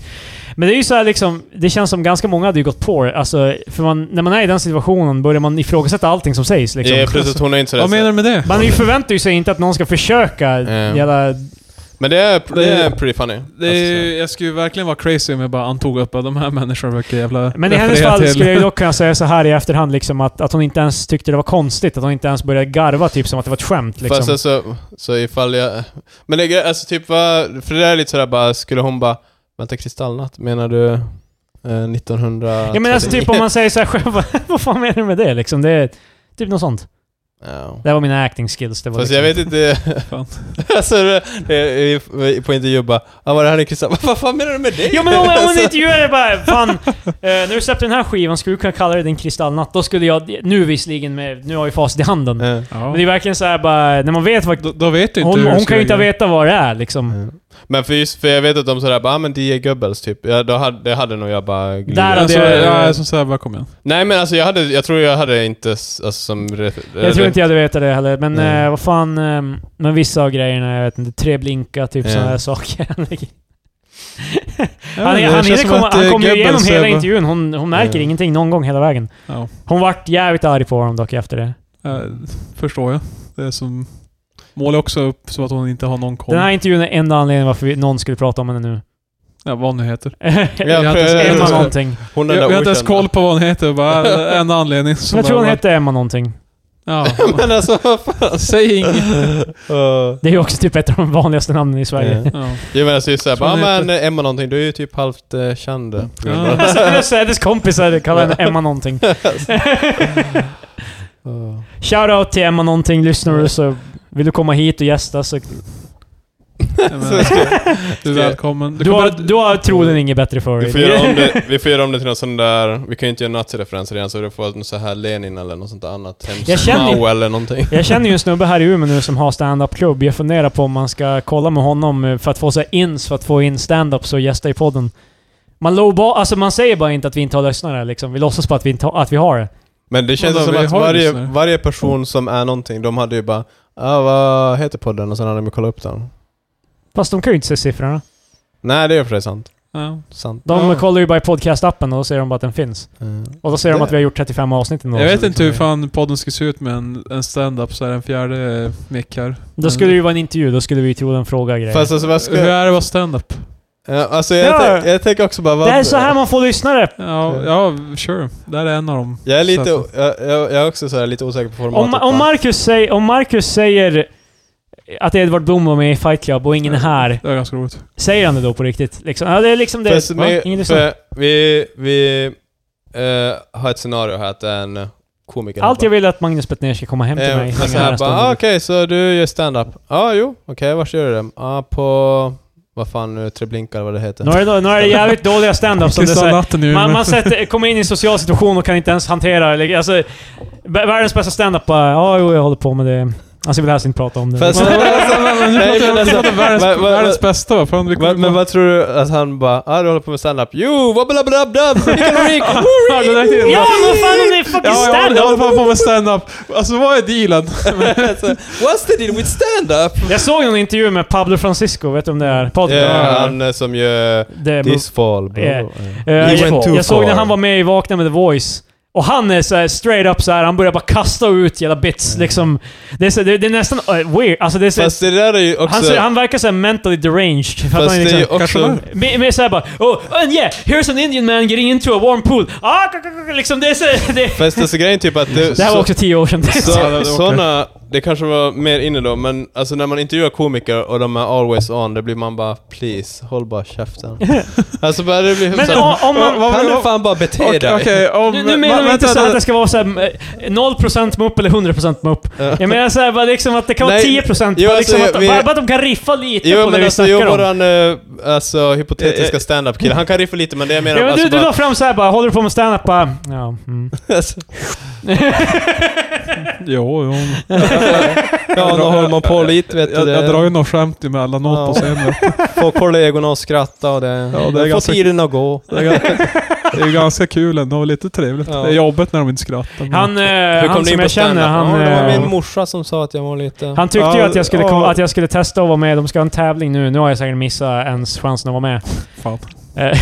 [SPEAKER 1] Men det är ju så här liksom, det känns som ganska många hade ju gått på det. Alltså, för man, när man är i den situationen börjar man ifrågasätta allting som sägs liksom.
[SPEAKER 2] Ja, precis, hon är inte sådär.
[SPEAKER 3] Vad menar du med det?
[SPEAKER 1] Man ju förväntar ju sig inte att någon ska försöka
[SPEAKER 2] Ja.
[SPEAKER 1] jävla...
[SPEAKER 2] Men det är, det är pretty funny. Alltså,
[SPEAKER 3] det är, ju- jag skulle ju verkligen vara crazy om jag bara antog att bara de här människorna verkar jävla...
[SPEAKER 1] Men i hennes
[SPEAKER 3] referera
[SPEAKER 1] fall
[SPEAKER 3] till-
[SPEAKER 1] skulle jag ju dock kunna säga så här i efterhand liksom att, att hon inte ens tyckte det var konstigt. Att hon inte ens började garva typ som att det var ett skämt liksom.
[SPEAKER 2] Fast alltså, så ifall jag... Men det är gre- alltså typ vad... För det där är lite sådär bara, skulle hon bara... Vänta, kristallnatt, menar du eh, 1900...
[SPEAKER 1] ja men alltså typ om man säger så här [LAUGHS] själv, vad- vad fan menar du med det liksom? Det är typ något sånt.
[SPEAKER 2] Ja.
[SPEAKER 1] Det här var mina acting skills. Det var
[SPEAKER 2] Fast
[SPEAKER 1] liksom...
[SPEAKER 2] jag vet inte...
[SPEAKER 3] Fan.
[SPEAKER 2] [LAUGHS] alltså, det- det är- på intervju bara... Ah, var det här är kristall... [LAUGHS] Vad fan menar du med det?
[SPEAKER 1] Jo men om hon intervjuade bara Fan, eh, när du släppte den här skivan skulle du kunna kalla det din kristallnatt. Då skulle jag, nu visserligen med, nu har jag ju facit i handen.
[SPEAKER 2] [LAUGHS] Ja.
[SPEAKER 1] Men det är verkligen så här bara, när man vet vad...
[SPEAKER 3] Då, då vet du inte
[SPEAKER 1] Hon,
[SPEAKER 3] hur du
[SPEAKER 1] hon
[SPEAKER 3] ska
[SPEAKER 1] kan ju inte
[SPEAKER 3] reagera.
[SPEAKER 1] veta vad det är liksom.
[SPEAKER 2] Ja. Men för, just, för jag vet att de sådär bara, ah, men D.A. Goebbels typ. Ja, då hade, det hade nog jag bara... glidit.
[SPEAKER 1] Där hade
[SPEAKER 3] Alltså,
[SPEAKER 1] jag-
[SPEAKER 3] ja, jag som säger bara kom igen.
[SPEAKER 2] Nej men alltså jag hade, jag tror jag hade inte s- alltså, som... ref-
[SPEAKER 3] Eh,
[SPEAKER 1] Jag tror inte jag hade vetat det heller. Men
[SPEAKER 2] Nej.
[SPEAKER 1] eh, vad fan, eh, men vissa av grejerna, jag vet inte, tre blinka, typ
[SPEAKER 2] Ja.
[SPEAKER 1] sådana där saker. [LAUGHS]
[SPEAKER 3] Ja,
[SPEAKER 1] han
[SPEAKER 3] det
[SPEAKER 1] han,
[SPEAKER 3] känns
[SPEAKER 1] hinner
[SPEAKER 3] som
[SPEAKER 1] komma-
[SPEAKER 3] att,
[SPEAKER 1] han
[SPEAKER 3] eh,
[SPEAKER 1] kommer ju igenom
[SPEAKER 3] Goebbels är
[SPEAKER 1] hela
[SPEAKER 3] bara-
[SPEAKER 1] intervjun, hon, hon märker
[SPEAKER 2] Ja.
[SPEAKER 1] ingenting någon gång hela vägen.
[SPEAKER 3] Ja,
[SPEAKER 1] Hon vart jävligt arg på honom dock efter det.
[SPEAKER 3] eh, förstår jag. Det är som... Målar också upp så att hon inte har någon koll.
[SPEAKER 1] Den här intervjun är enda anledningen varför vi, någon skulle prata om henne nu. [LAUGHS]
[SPEAKER 3] Ja, vad hon nu heter.
[SPEAKER 2] jag
[SPEAKER 3] hade-
[SPEAKER 2] tror-
[SPEAKER 1] Emma
[SPEAKER 3] jag tror-
[SPEAKER 1] någonting.
[SPEAKER 2] Hon
[SPEAKER 3] Jag,
[SPEAKER 2] är
[SPEAKER 3] jag har inte ens koll på vad hon
[SPEAKER 1] [LAUGHS]
[SPEAKER 3] heter. Bara en anledning. som
[SPEAKER 1] Jag tror
[SPEAKER 3] bara-
[SPEAKER 1] hon hette Emma någonting.
[SPEAKER 3] Ja.
[SPEAKER 1] [LAUGHS]
[SPEAKER 2] Men alltså vad fan.
[SPEAKER 3] Säg inget.
[SPEAKER 2] Uh,
[SPEAKER 1] Det är ju också typ ett av de vanligaste namnen i Sverige.
[SPEAKER 2] [LAUGHS]
[SPEAKER 1] [LAUGHS]
[SPEAKER 2] Ja.
[SPEAKER 3] Ja.
[SPEAKER 2] jag menar så just såhär,
[SPEAKER 3] Tror
[SPEAKER 2] bara,
[SPEAKER 3] hon
[SPEAKER 2] ah,
[SPEAKER 3] heter-
[SPEAKER 2] men Emma någonting, du är ju typ halvt uh, känd. på grund av-
[SPEAKER 1] Alltså, [LAUGHS] hennes- hennes kompisar kallar henne Emma någonting.
[SPEAKER 2] Ja.
[SPEAKER 1] Shoutout till Emma någonting, lyssnar du så vill du komma hit och gästa så...
[SPEAKER 3] Jag menar, du är välkommen.
[SPEAKER 1] Du har, du har troligen inget bättre för
[SPEAKER 2] Vi får, göra om
[SPEAKER 1] dig.
[SPEAKER 2] det, vi får göra om det till någon sån där, vi kan ju inte göra nazireferenser igen så det får vara något så här Lenin eller något sånt där annat. Hemskt
[SPEAKER 1] Jag känner ju-
[SPEAKER 2] Mao eller någonting.
[SPEAKER 1] Jag känner ju en snubbe här i Umeå nu som har stand-up-klubb. Jag funderar på om man ska kolla med honom eh, för att få så här ins, för att få in stand-up så gästa i podden. Man lowball, alltså man säger bara inte att vi inte har lyssnare liksom. Vi låtsas bara att vi, inte har, att vi har det.
[SPEAKER 2] Men det känns
[SPEAKER 3] Vadå,
[SPEAKER 2] som
[SPEAKER 3] vi
[SPEAKER 2] att
[SPEAKER 3] har ju
[SPEAKER 2] varje,
[SPEAKER 3] lyssnare.
[SPEAKER 2] varje person som är någonting, de hade ju bara ah, vad heter podden? Och sen hade de ju kollat upp den.
[SPEAKER 1] Fast de kan ju inte se siffrorna.
[SPEAKER 2] Nej, det är ju för sig sant.
[SPEAKER 3] Ja.
[SPEAKER 2] sant.
[SPEAKER 1] De
[SPEAKER 3] Ja.
[SPEAKER 1] kollar ju bara i podcast-appen och då ser de bara att den finns.
[SPEAKER 2] Mm.
[SPEAKER 1] Och då ser de
[SPEAKER 2] Det-
[SPEAKER 1] att vi har gjort 35 avsnitt ändå.
[SPEAKER 3] Jag vet
[SPEAKER 1] Så
[SPEAKER 3] inte hur
[SPEAKER 1] liksom-
[SPEAKER 3] fan podden ska se ut med en, en stand-up så här en fjärde eh, mick här.
[SPEAKER 1] Då skulle det ju vara en intervju, då skulle vi troligen fråga grejer.
[SPEAKER 2] Fast alltså vad ska...
[SPEAKER 3] Hur är det att vara stand-up?
[SPEAKER 2] Ja, alltså jag,
[SPEAKER 1] Ja.
[SPEAKER 2] tänk, jag tänker också bara... Vad,
[SPEAKER 1] det är så här man får lyssnare!
[SPEAKER 3] Ja, ja, sure. Där är en av dem.
[SPEAKER 2] Jag är lite...
[SPEAKER 3] Så att-
[SPEAKER 2] Jag, jag, jag är också så här lite osäker på formatet.
[SPEAKER 1] Om, om,
[SPEAKER 2] va?
[SPEAKER 1] Marcus säger, om Marcus säger att Edvard Blom var med i Fight Club och ingen är här,
[SPEAKER 3] Det är ganska roligt.
[SPEAKER 1] säger han det då på riktigt? Liksom, ja, det är liksom det.
[SPEAKER 2] Fast
[SPEAKER 1] Va?
[SPEAKER 2] med,
[SPEAKER 1] ingen lyssnar.
[SPEAKER 2] för vi vi eh, har ett scenario här att det är en komiker...
[SPEAKER 1] Allt jag vill är att Magnus Bettner ska komma hem till
[SPEAKER 2] Eh,
[SPEAKER 1] mig.
[SPEAKER 2] och
[SPEAKER 1] hänga
[SPEAKER 2] så
[SPEAKER 1] här
[SPEAKER 2] här
[SPEAKER 1] en
[SPEAKER 2] bara,
[SPEAKER 1] stund.
[SPEAKER 2] ah, okej, så du gör stand-up? Ja, ah, jo, okej, vart gör du det? Ah, på... Vad fan nu, Treblinka eller vad det heter.
[SPEAKER 1] Nu är det, nu är det jävligt dåliga stand-ups. som det är så
[SPEAKER 3] Sista
[SPEAKER 1] här-
[SPEAKER 3] natten i
[SPEAKER 1] Man,
[SPEAKER 3] Umeå.
[SPEAKER 1] man
[SPEAKER 3] [LAUGHS]
[SPEAKER 1] sätter, kommer in i en social situation och kan inte ens hantera... eller- Alltså, b- världens bästa stand-up bara, ja, jo, jag håller på med det. Alltså jag vill helst inte prata om det.
[SPEAKER 2] Fast-
[SPEAKER 3] Men- men- men- men-
[SPEAKER 2] Nej, men
[SPEAKER 3] Nu
[SPEAKER 2] alltså,
[SPEAKER 3] pratar vi världens-
[SPEAKER 2] vad- vad-
[SPEAKER 3] världens bästa va? Fan, vi
[SPEAKER 2] Men, men vad tror du att han bara, ah du håller på med standup? Jo, wabbelabblabb, [LAUGHS] Rick
[SPEAKER 3] Ja, det där är-
[SPEAKER 1] Ja, men vad fan
[SPEAKER 2] [LAUGHS]
[SPEAKER 1] om det är fucking
[SPEAKER 3] Ja, jag håller-
[SPEAKER 1] stand
[SPEAKER 3] jag håller fan på med stand-up. Alltså vad är dealen?
[SPEAKER 2] alltså, What's the deal with stand-up?
[SPEAKER 1] Jag såg en intervju med Pablo Francisco, vet du om det är? Podden.
[SPEAKER 2] Eh, han eh, som gör
[SPEAKER 1] Det är
[SPEAKER 2] This fall, bro.
[SPEAKER 1] Yeah. Eh,
[SPEAKER 2] He
[SPEAKER 1] jag,
[SPEAKER 2] went too
[SPEAKER 1] jag såg när
[SPEAKER 2] far.
[SPEAKER 1] han var med i Vakna med The Voice. Och han är så här straight up så här, han börjar bara kasta ut jävla bits liksom. Det är, så, det, det är nästan eh, weird. Alltså det är så,
[SPEAKER 2] Mm. Fast det där är ju också...
[SPEAKER 1] han, ser, han verkar så här mentally deranged. För att
[SPEAKER 2] fast
[SPEAKER 1] han
[SPEAKER 2] det
[SPEAKER 1] är
[SPEAKER 2] är ju
[SPEAKER 1] liksom,
[SPEAKER 2] också...
[SPEAKER 3] kanske
[SPEAKER 1] med, med så här bara oh, and yeah, here's an Indian man getting into a warm pool. Ah, k- k- k- liksom det är så, det,
[SPEAKER 2] Fast alltså grejen är typ att... Det,
[SPEAKER 1] det här var också tio år sedan.
[SPEAKER 2] Så,
[SPEAKER 3] Ja, det var
[SPEAKER 2] så,
[SPEAKER 3] okej.
[SPEAKER 2] såna, det kanske var mer inne då, men alltså när man intervjuar komiker och de är always on, det blir man bara please, håll bara
[SPEAKER 1] [LAUGHS]
[SPEAKER 2] käften. alltså bara det blir
[SPEAKER 1] Men
[SPEAKER 2] så,
[SPEAKER 1] om- om man-
[SPEAKER 2] kan du
[SPEAKER 3] vad-
[SPEAKER 2] fan bara bete
[SPEAKER 3] Okej,
[SPEAKER 2] dig?
[SPEAKER 3] okej, om...
[SPEAKER 1] Nu, nu menar
[SPEAKER 3] va-
[SPEAKER 1] jag inte
[SPEAKER 3] vänta,
[SPEAKER 1] så här att
[SPEAKER 3] vänta.
[SPEAKER 1] det ska vara så här, eh, 0% mupp eller 100% mupp.
[SPEAKER 2] Ja.
[SPEAKER 1] Jag menar så här, bara liksom att det kan vara
[SPEAKER 2] Nej,
[SPEAKER 1] 10%.
[SPEAKER 2] jo,
[SPEAKER 1] bara,
[SPEAKER 2] alltså,
[SPEAKER 1] liksom att,
[SPEAKER 2] jag- vi-
[SPEAKER 1] bara, bara att de kan riffa lite
[SPEAKER 2] Jo
[SPEAKER 1] på det
[SPEAKER 2] men
[SPEAKER 1] vi
[SPEAKER 2] alltså,
[SPEAKER 1] snackar
[SPEAKER 2] jo,
[SPEAKER 1] om.
[SPEAKER 2] våran eh, alltså, hypotetiska
[SPEAKER 3] Eh, eh.
[SPEAKER 2] stand-up kille han kan riffa lite men det jag menar...
[SPEAKER 1] Ja, men du,
[SPEAKER 2] alltså,
[SPEAKER 1] du
[SPEAKER 2] bara- [LAUGHS]
[SPEAKER 1] la fram såhär bara, håller du på med standup? Bara, ja. Mm.
[SPEAKER 2] alltså,
[SPEAKER 3] Jo, jo.
[SPEAKER 2] ja, nu håller man på lite vet du.
[SPEAKER 3] Jag,
[SPEAKER 2] det-
[SPEAKER 3] jag drar ju något skämt med alla något på
[SPEAKER 2] Ja.
[SPEAKER 3] scenen.
[SPEAKER 2] [LAUGHS] Får kollegorna att skratta och det...
[SPEAKER 3] det är
[SPEAKER 2] får
[SPEAKER 3] ganska-
[SPEAKER 2] tiden att gå.
[SPEAKER 1] Eh,
[SPEAKER 3] Det är, ganska- det är ju ganska kul ändå, och lite trevligt.
[SPEAKER 2] Ja.
[SPEAKER 3] Det är jobbigt när de inte skrattar. men-
[SPEAKER 1] Han, eh,
[SPEAKER 2] Hur kom
[SPEAKER 1] han
[SPEAKER 2] du
[SPEAKER 1] som
[SPEAKER 2] in på
[SPEAKER 1] jag
[SPEAKER 2] stand-up?
[SPEAKER 1] känner, han,
[SPEAKER 2] ja, det var
[SPEAKER 1] eh,
[SPEAKER 2] min morsa som sa att jag var lite...
[SPEAKER 1] han tyckte ju
[SPEAKER 3] Ja,
[SPEAKER 1] att jag, skulle
[SPEAKER 3] ja.
[SPEAKER 1] komma, att jag skulle testa att vara med. De ska ha en tävling nu. Nu har jag säkert missat ens chansen att vara med.
[SPEAKER 3] Fan.
[SPEAKER 1] Eh,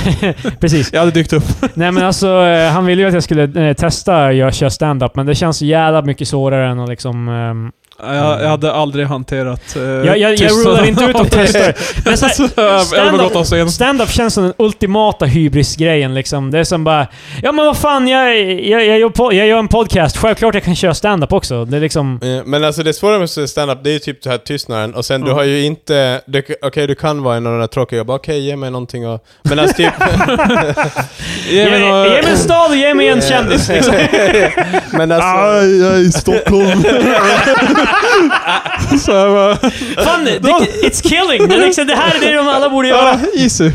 [SPEAKER 1] [LAUGHS] Precis.
[SPEAKER 3] Jag hade dykt upp.
[SPEAKER 1] Nej men alltså, eh, han ville ju att jag skulle eh, testa att göra- köra stand-up, men det känns så jävla mycket svårare än att liksom... ehm,
[SPEAKER 3] Jag, jag hade aldrig hanterat eh,
[SPEAKER 1] jag, jag, jag
[SPEAKER 3] tystnaden.
[SPEAKER 1] rullar inte ut
[SPEAKER 3] [LAUGHS]
[SPEAKER 1] om tester. Men så här,
[SPEAKER 3] Så [LAUGHS] jag har
[SPEAKER 1] Stand-up-
[SPEAKER 3] övergått av scenen.
[SPEAKER 1] Stand-up känns som den ultimata hybrisgrejen liksom. Det är som bara... Ja men vad fan, jag, jag, jag, gör, po- jag gör en podcast. Självklart jag kan köra stand-up också. Det är liksom...
[SPEAKER 2] Eh, Men alltså det svåra med stand-up det är ju typ det här tystnaden och sen du
[SPEAKER 3] Ja.
[SPEAKER 2] har ju inte... du- Okej, du kan vara en av de där tråkiga, jag bara okej, ge mig någonting och... Men alltså
[SPEAKER 1] [LAUGHS]
[SPEAKER 2] typ...
[SPEAKER 1] Ge mig, ge mig en stad och ge mig
[SPEAKER 3] [LAUGHS]
[SPEAKER 1] en kändis liksom.
[SPEAKER 2] Eh, [LAUGHS] men alltså...
[SPEAKER 3] Aj,
[SPEAKER 1] [LAUGHS]
[SPEAKER 3] aj, Stockholm. [LAUGHS] så jag bara,
[SPEAKER 1] Fan, det, it's killing! Det, är liksom, det här är det de alla borde göra.
[SPEAKER 3] ja, easy.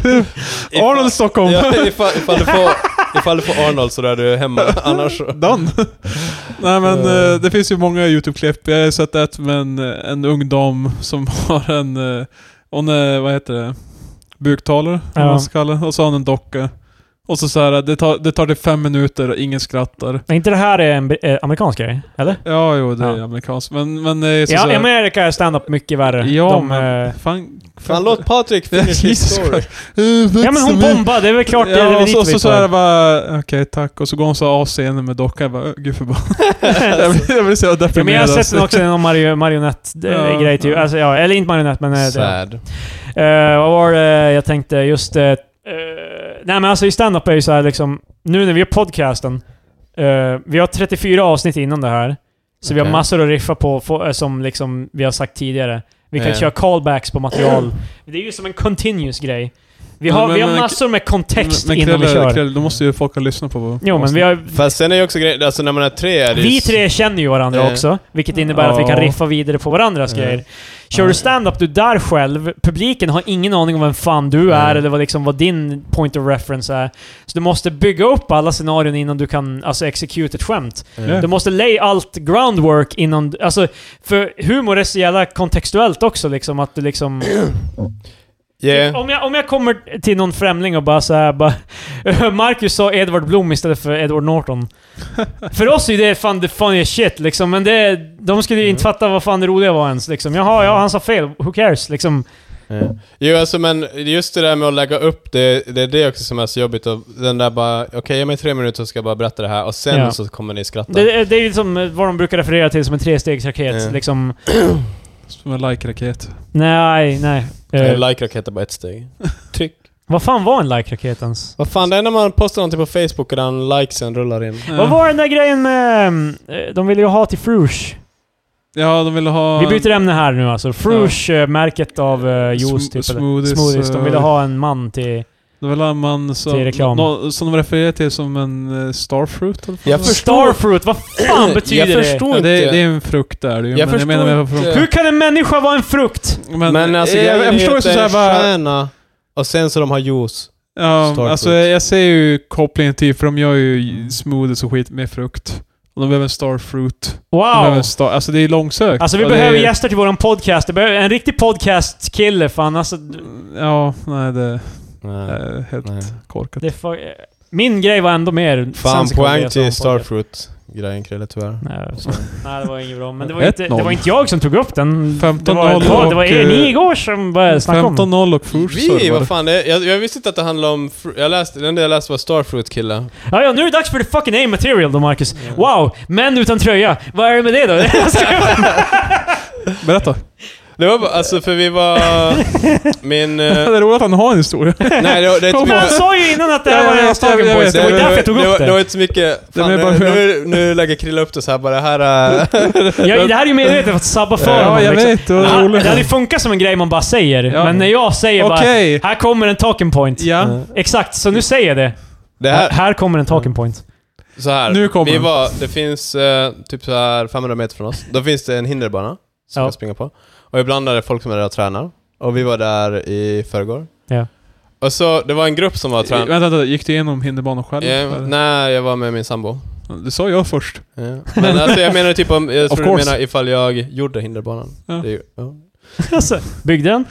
[SPEAKER 3] "Ah, Arnold Stockholm.
[SPEAKER 2] Ja, ifall, ifall, du får, ifall du får Arnold så är
[SPEAKER 1] [LAUGHS]
[SPEAKER 2] du hemma, annars...
[SPEAKER 3] Done. [LAUGHS] Nej men
[SPEAKER 2] Eh.
[SPEAKER 3] eh, det finns ju många YouTube-klipp. Jag har ju sett ett med en, eh, en ung dam som [LAUGHS] har en... eh, Hon är, vad heter det? Buktalare,
[SPEAKER 1] Ja.
[SPEAKER 3] ja. man ska kalla det. Och så har hon en docka. Och så så här, det tar, det tar det fem minuter och ingen skrattar.
[SPEAKER 1] Men inte det här är en eh, amerikansk grej? Eller?
[SPEAKER 3] Ja, jo det är
[SPEAKER 1] Ja.
[SPEAKER 3] amerikanskt. Men, men det är så, så
[SPEAKER 1] Ja, i
[SPEAKER 3] här,
[SPEAKER 1] Amerika är stand-up mycket värre.
[SPEAKER 3] Ja,
[SPEAKER 1] de,
[SPEAKER 3] men-
[SPEAKER 1] eh,
[SPEAKER 3] Fan,
[SPEAKER 2] Fan låt
[SPEAKER 1] [LAUGHS]
[SPEAKER 2] Patrik finish his
[SPEAKER 3] Jesus
[SPEAKER 2] story.
[SPEAKER 3] Christ. Eh,
[SPEAKER 1] ja men hon
[SPEAKER 3] växer mig.
[SPEAKER 1] bombade, det är väl klart det är
[SPEAKER 3] Ja,
[SPEAKER 1] väl
[SPEAKER 3] och
[SPEAKER 1] dit
[SPEAKER 3] så,
[SPEAKER 1] vi
[SPEAKER 3] så, så
[SPEAKER 1] tar.
[SPEAKER 3] är det bara, okej tack. Och så går hon så av scenen med dockan. Jag bara,
[SPEAKER 1] [LAUGHS]
[SPEAKER 3] gud förbannat. [LAUGHS] jag, blir, jag blir så
[SPEAKER 1] Ja, men
[SPEAKER 3] deprimerad.
[SPEAKER 1] jag har sett
[SPEAKER 3] alltså.
[SPEAKER 1] den också, någon mario, marionettgrej
[SPEAKER 3] Ja,
[SPEAKER 1] grej typ.
[SPEAKER 3] ja.
[SPEAKER 1] Alltså, ja, eller inte marionett men... eh, det-
[SPEAKER 2] Sad.
[SPEAKER 1] Eh, vad var det jag tänkte? Just eh, eh, Nej men alltså i stand-up är ju så här liksom... Nu när vi gör podcasten. eh, vi har 34 avsnitt innan det här. Så vi har
[SPEAKER 2] Okej.
[SPEAKER 1] massor att riffa på få- eh, som liksom vi har sagt tidigare. Vi kan
[SPEAKER 2] Ja.
[SPEAKER 1] köra callbacks på material. Det är ju som en continuous grej. Vi
[SPEAKER 3] Men-
[SPEAKER 1] har,
[SPEAKER 3] men-
[SPEAKER 1] vi har
[SPEAKER 3] men-
[SPEAKER 1] massor med kontext
[SPEAKER 3] Men- men
[SPEAKER 1] innan vi
[SPEAKER 3] Krille-
[SPEAKER 1] kör.
[SPEAKER 3] Krille, Då måste ju folk ha lyssnat på vår
[SPEAKER 1] Jo men vi har...
[SPEAKER 2] Fast sen är ju också grejen, alltså när man är tre är det Eh. ju-
[SPEAKER 1] Vi tre känner ju varandra
[SPEAKER 2] Ja.
[SPEAKER 1] också, vilket innebär att vi kan
[SPEAKER 3] Ja.
[SPEAKER 1] riffa vidare på varandras
[SPEAKER 2] Eh. Ja.
[SPEAKER 1] grejer. Kör du stand-up, du är där själv, publiken har ingen aning om vem fan du
[SPEAKER 2] Ja.
[SPEAKER 1] är eller vad, liksom, vad din point of reference är. Så du måste bygga upp alla scenarion innan du kan alltså, execute ett skämt.
[SPEAKER 3] Ja.
[SPEAKER 1] Du måste lay allt groundwork innan... Alltså, för humor är så jävla kontextuellt också liksom, att du liksom...
[SPEAKER 2] Yeah.
[SPEAKER 1] Typ, Om, jag, om jag kommer till någon främling och bara såhär bara... [LAUGHS] Marcus sa Edward Blom istället för Edward Norton. för oss är det fan the funniest shit liksom, men det... De skulle ju inte fatta vad fan det roliga var ens liksom. Jaha, ja han sa fel. Who cares? Liksom.
[SPEAKER 2] Ja. Jo, alltså men just det där med att lägga upp det, det är det också som är så jobbigt. Och den där bara, okej ge mig tre minuter så ska jag bara berätta det här och sen
[SPEAKER 1] Ja.
[SPEAKER 2] så kommer ni skratta.
[SPEAKER 1] Det, det är ju som vad de brukar referera till som en trestegsraket.
[SPEAKER 2] Ja.
[SPEAKER 1] Liksom.
[SPEAKER 3] Eh, Som en like-raket.
[SPEAKER 1] Nej, nej. Eh,
[SPEAKER 2] Eh, Like-raketter bara ett steg. [LAUGHS] Tryck.
[SPEAKER 1] vad fan var en like-raket ens?
[SPEAKER 2] Vad fan, det är när man postar någonting på Facebook och den likesen rullar in.
[SPEAKER 3] Eh,
[SPEAKER 1] Vad var den där grejen med... eh, De ville ju ha till Frush.
[SPEAKER 3] Ja, de ville ha...
[SPEAKER 1] Vi byter ämne här nu alltså. Frush, eh, märket av uh, juice
[SPEAKER 3] Sm-
[SPEAKER 1] typ. eller-
[SPEAKER 3] smoothies,
[SPEAKER 1] smoothies. De
[SPEAKER 3] eh,
[SPEAKER 1] ville ha en man till...
[SPEAKER 3] De ville ha en man som...
[SPEAKER 1] Till reklam.
[SPEAKER 3] nå- som de refererar till som en eh, starfruit. eller vad
[SPEAKER 2] Jag
[SPEAKER 3] fan
[SPEAKER 2] förstår-
[SPEAKER 1] Starfruit, vad
[SPEAKER 3] [CLEARS THROAT]
[SPEAKER 1] fan betyder
[SPEAKER 2] jag
[SPEAKER 1] det?
[SPEAKER 2] förstår
[SPEAKER 3] det är. Ja,
[SPEAKER 2] inte.
[SPEAKER 3] det, det är en frukt där ju.
[SPEAKER 2] Jag
[SPEAKER 3] men jag
[SPEAKER 2] förstår
[SPEAKER 3] menar med
[SPEAKER 2] inte.
[SPEAKER 1] Hur kan en människa vara en frukt?
[SPEAKER 3] Men,
[SPEAKER 2] men alltså
[SPEAKER 3] eh, jag,
[SPEAKER 2] grejen
[SPEAKER 3] jag
[SPEAKER 2] är ju
[SPEAKER 3] förstår
[SPEAKER 2] att
[SPEAKER 3] så
[SPEAKER 2] det är en
[SPEAKER 3] här bara...
[SPEAKER 2] stjärna och sen så de har juice.
[SPEAKER 3] Ja,
[SPEAKER 2] Starfruit.
[SPEAKER 3] alltså jag ser ju kopplingen till, för de gör ju smoothies och skit med frukt. Och de behöver en starfruit. De behöver
[SPEAKER 1] Wow!
[SPEAKER 3] en star... Alltså det är långsökt.
[SPEAKER 1] Alltså vi
[SPEAKER 3] Och
[SPEAKER 1] behöver
[SPEAKER 3] det är...
[SPEAKER 1] gäster till våran podcast. Det behöver en riktig podcast-kille fan. Alltså, d-
[SPEAKER 3] Ja, nej det
[SPEAKER 2] Nej.
[SPEAKER 3] är helt
[SPEAKER 2] Nej.
[SPEAKER 3] korkat.
[SPEAKER 1] det är fa- Min grej var ändå mer...
[SPEAKER 2] Fan,
[SPEAKER 1] sensical
[SPEAKER 2] poäng
[SPEAKER 1] grej som
[SPEAKER 2] till
[SPEAKER 1] podcast.
[SPEAKER 2] Starfruit-grejen Krille tyvärr.
[SPEAKER 1] Nej, sorry. Nej, det var inget bra. Men det var,
[SPEAKER 3] Ett
[SPEAKER 1] inte, det var
[SPEAKER 3] noll.
[SPEAKER 1] inte jag som tog upp den. Det
[SPEAKER 3] 15-0
[SPEAKER 1] var, det var, det var
[SPEAKER 3] och,
[SPEAKER 1] er ni
[SPEAKER 3] eh,
[SPEAKER 1] igår som började snacka om det.
[SPEAKER 3] 15-0 och Furs
[SPEAKER 2] Vi,
[SPEAKER 3] servar.
[SPEAKER 2] vad fan det är? Jag, jag visste inte att det handlade om... fru- Jag läste, den enda jag läste var Starfruit-killen.
[SPEAKER 1] Ja, ja, nu är det dags för the fucking A-material då, Marcus. Wow! Män utan tröja. Vad är det med det då? [LAUGHS] Jag skojar.
[SPEAKER 2] Eh.
[SPEAKER 3] Berätta.
[SPEAKER 2] Det var bara, alltså för vi var... Min...
[SPEAKER 3] [LAUGHS] Det
[SPEAKER 2] eh,
[SPEAKER 3] är roligt att han har en
[SPEAKER 2] [LAUGHS]
[SPEAKER 3] historia.
[SPEAKER 2] nej, det, var- det är inte
[SPEAKER 1] Men Han
[SPEAKER 2] mycket...
[SPEAKER 1] sa ju innan att det här
[SPEAKER 3] Ja,
[SPEAKER 1] var
[SPEAKER 3] jag
[SPEAKER 1] en
[SPEAKER 3] vet, jag
[SPEAKER 1] Stalking
[SPEAKER 3] vet,
[SPEAKER 1] Boys. Det var
[SPEAKER 3] jag
[SPEAKER 1] ju
[SPEAKER 3] vet.
[SPEAKER 1] därför jag tog
[SPEAKER 2] det,
[SPEAKER 1] upp
[SPEAKER 2] var- det var
[SPEAKER 1] det.
[SPEAKER 2] inte så mycket...
[SPEAKER 3] Det
[SPEAKER 2] Fan,
[SPEAKER 3] är bara
[SPEAKER 2] nu,
[SPEAKER 3] för-
[SPEAKER 2] nu, nu lägger Krille upp det så här bara, det här är...
[SPEAKER 3] [LAUGHS]
[SPEAKER 1] Ja, det här är ju medvetet för att sabba för
[SPEAKER 3] Ja,
[SPEAKER 1] honom.
[SPEAKER 3] jag
[SPEAKER 1] liksom.
[SPEAKER 3] vet. Det var
[SPEAKER 1] Ja,
[SPEAKER 3] roligt.
[SPEAKER 1] Det hade ju funkat som en grej man bara säger,
[SPEAKER 3] Ja.
[SPEAKER 1] men när jag säger
[SPEAKER 3] Okej.
[SPEAKER 1] bara “Här kommer en talking point”.
[SPEAKER 3] Ja.
[SPEAKER 2] Eh,
[SPEAKER 1] Exakt, så nu säger jag det.
[SPEAKER 2] Det
[SPEAKER 1] Här,
[SPEAKER 2] här,
[SPEAKER 1] här kommer en talking point.
[SPEAKER 2] så här.
[SPEAKER 3] Nu kommer
[SPEAKER 2] vi
[SPEAKER 3] den.
[SPEAKER 2] var, Det finns eh, typ så här 500 meter från oss. Då finns det en hinderbana som
[SPEAKER 1] Ja.
[SPEAKER 2] jag springer på. Och ibland är det folk som är där och tränar. Och vi var där i förrgår.
[SPEAKER 1] Ja.
[SPEAKER 2] Och så, det var en grupp som var och tränade.
[SPEAKER 3] Vänta, vänta, gick du igenom hinderbanan själv?
[SPEAKER 2] Eh,
[SPEAKER 3] eller?
[SPEAKER 2] nej, jag var med min sambo.
[SPEAKER 3] Det sa jag först. [LAUGHS]
[SPEAKER 2] Ja. Men alltså jag menar typ om, jag
[SPEAKER 3] Of
[SPEAKER 2] tror du
[SPEAKER 3] course.
[SPEAKER 2] menar ifall jag gjorde hinderbanan.
[SPEAKER 3] Ja.
[SPEAKER 2] Det är ju, ja. [LAUGHS]
[SPEAKER 1] [LAUGHS] Alltså, byggde den?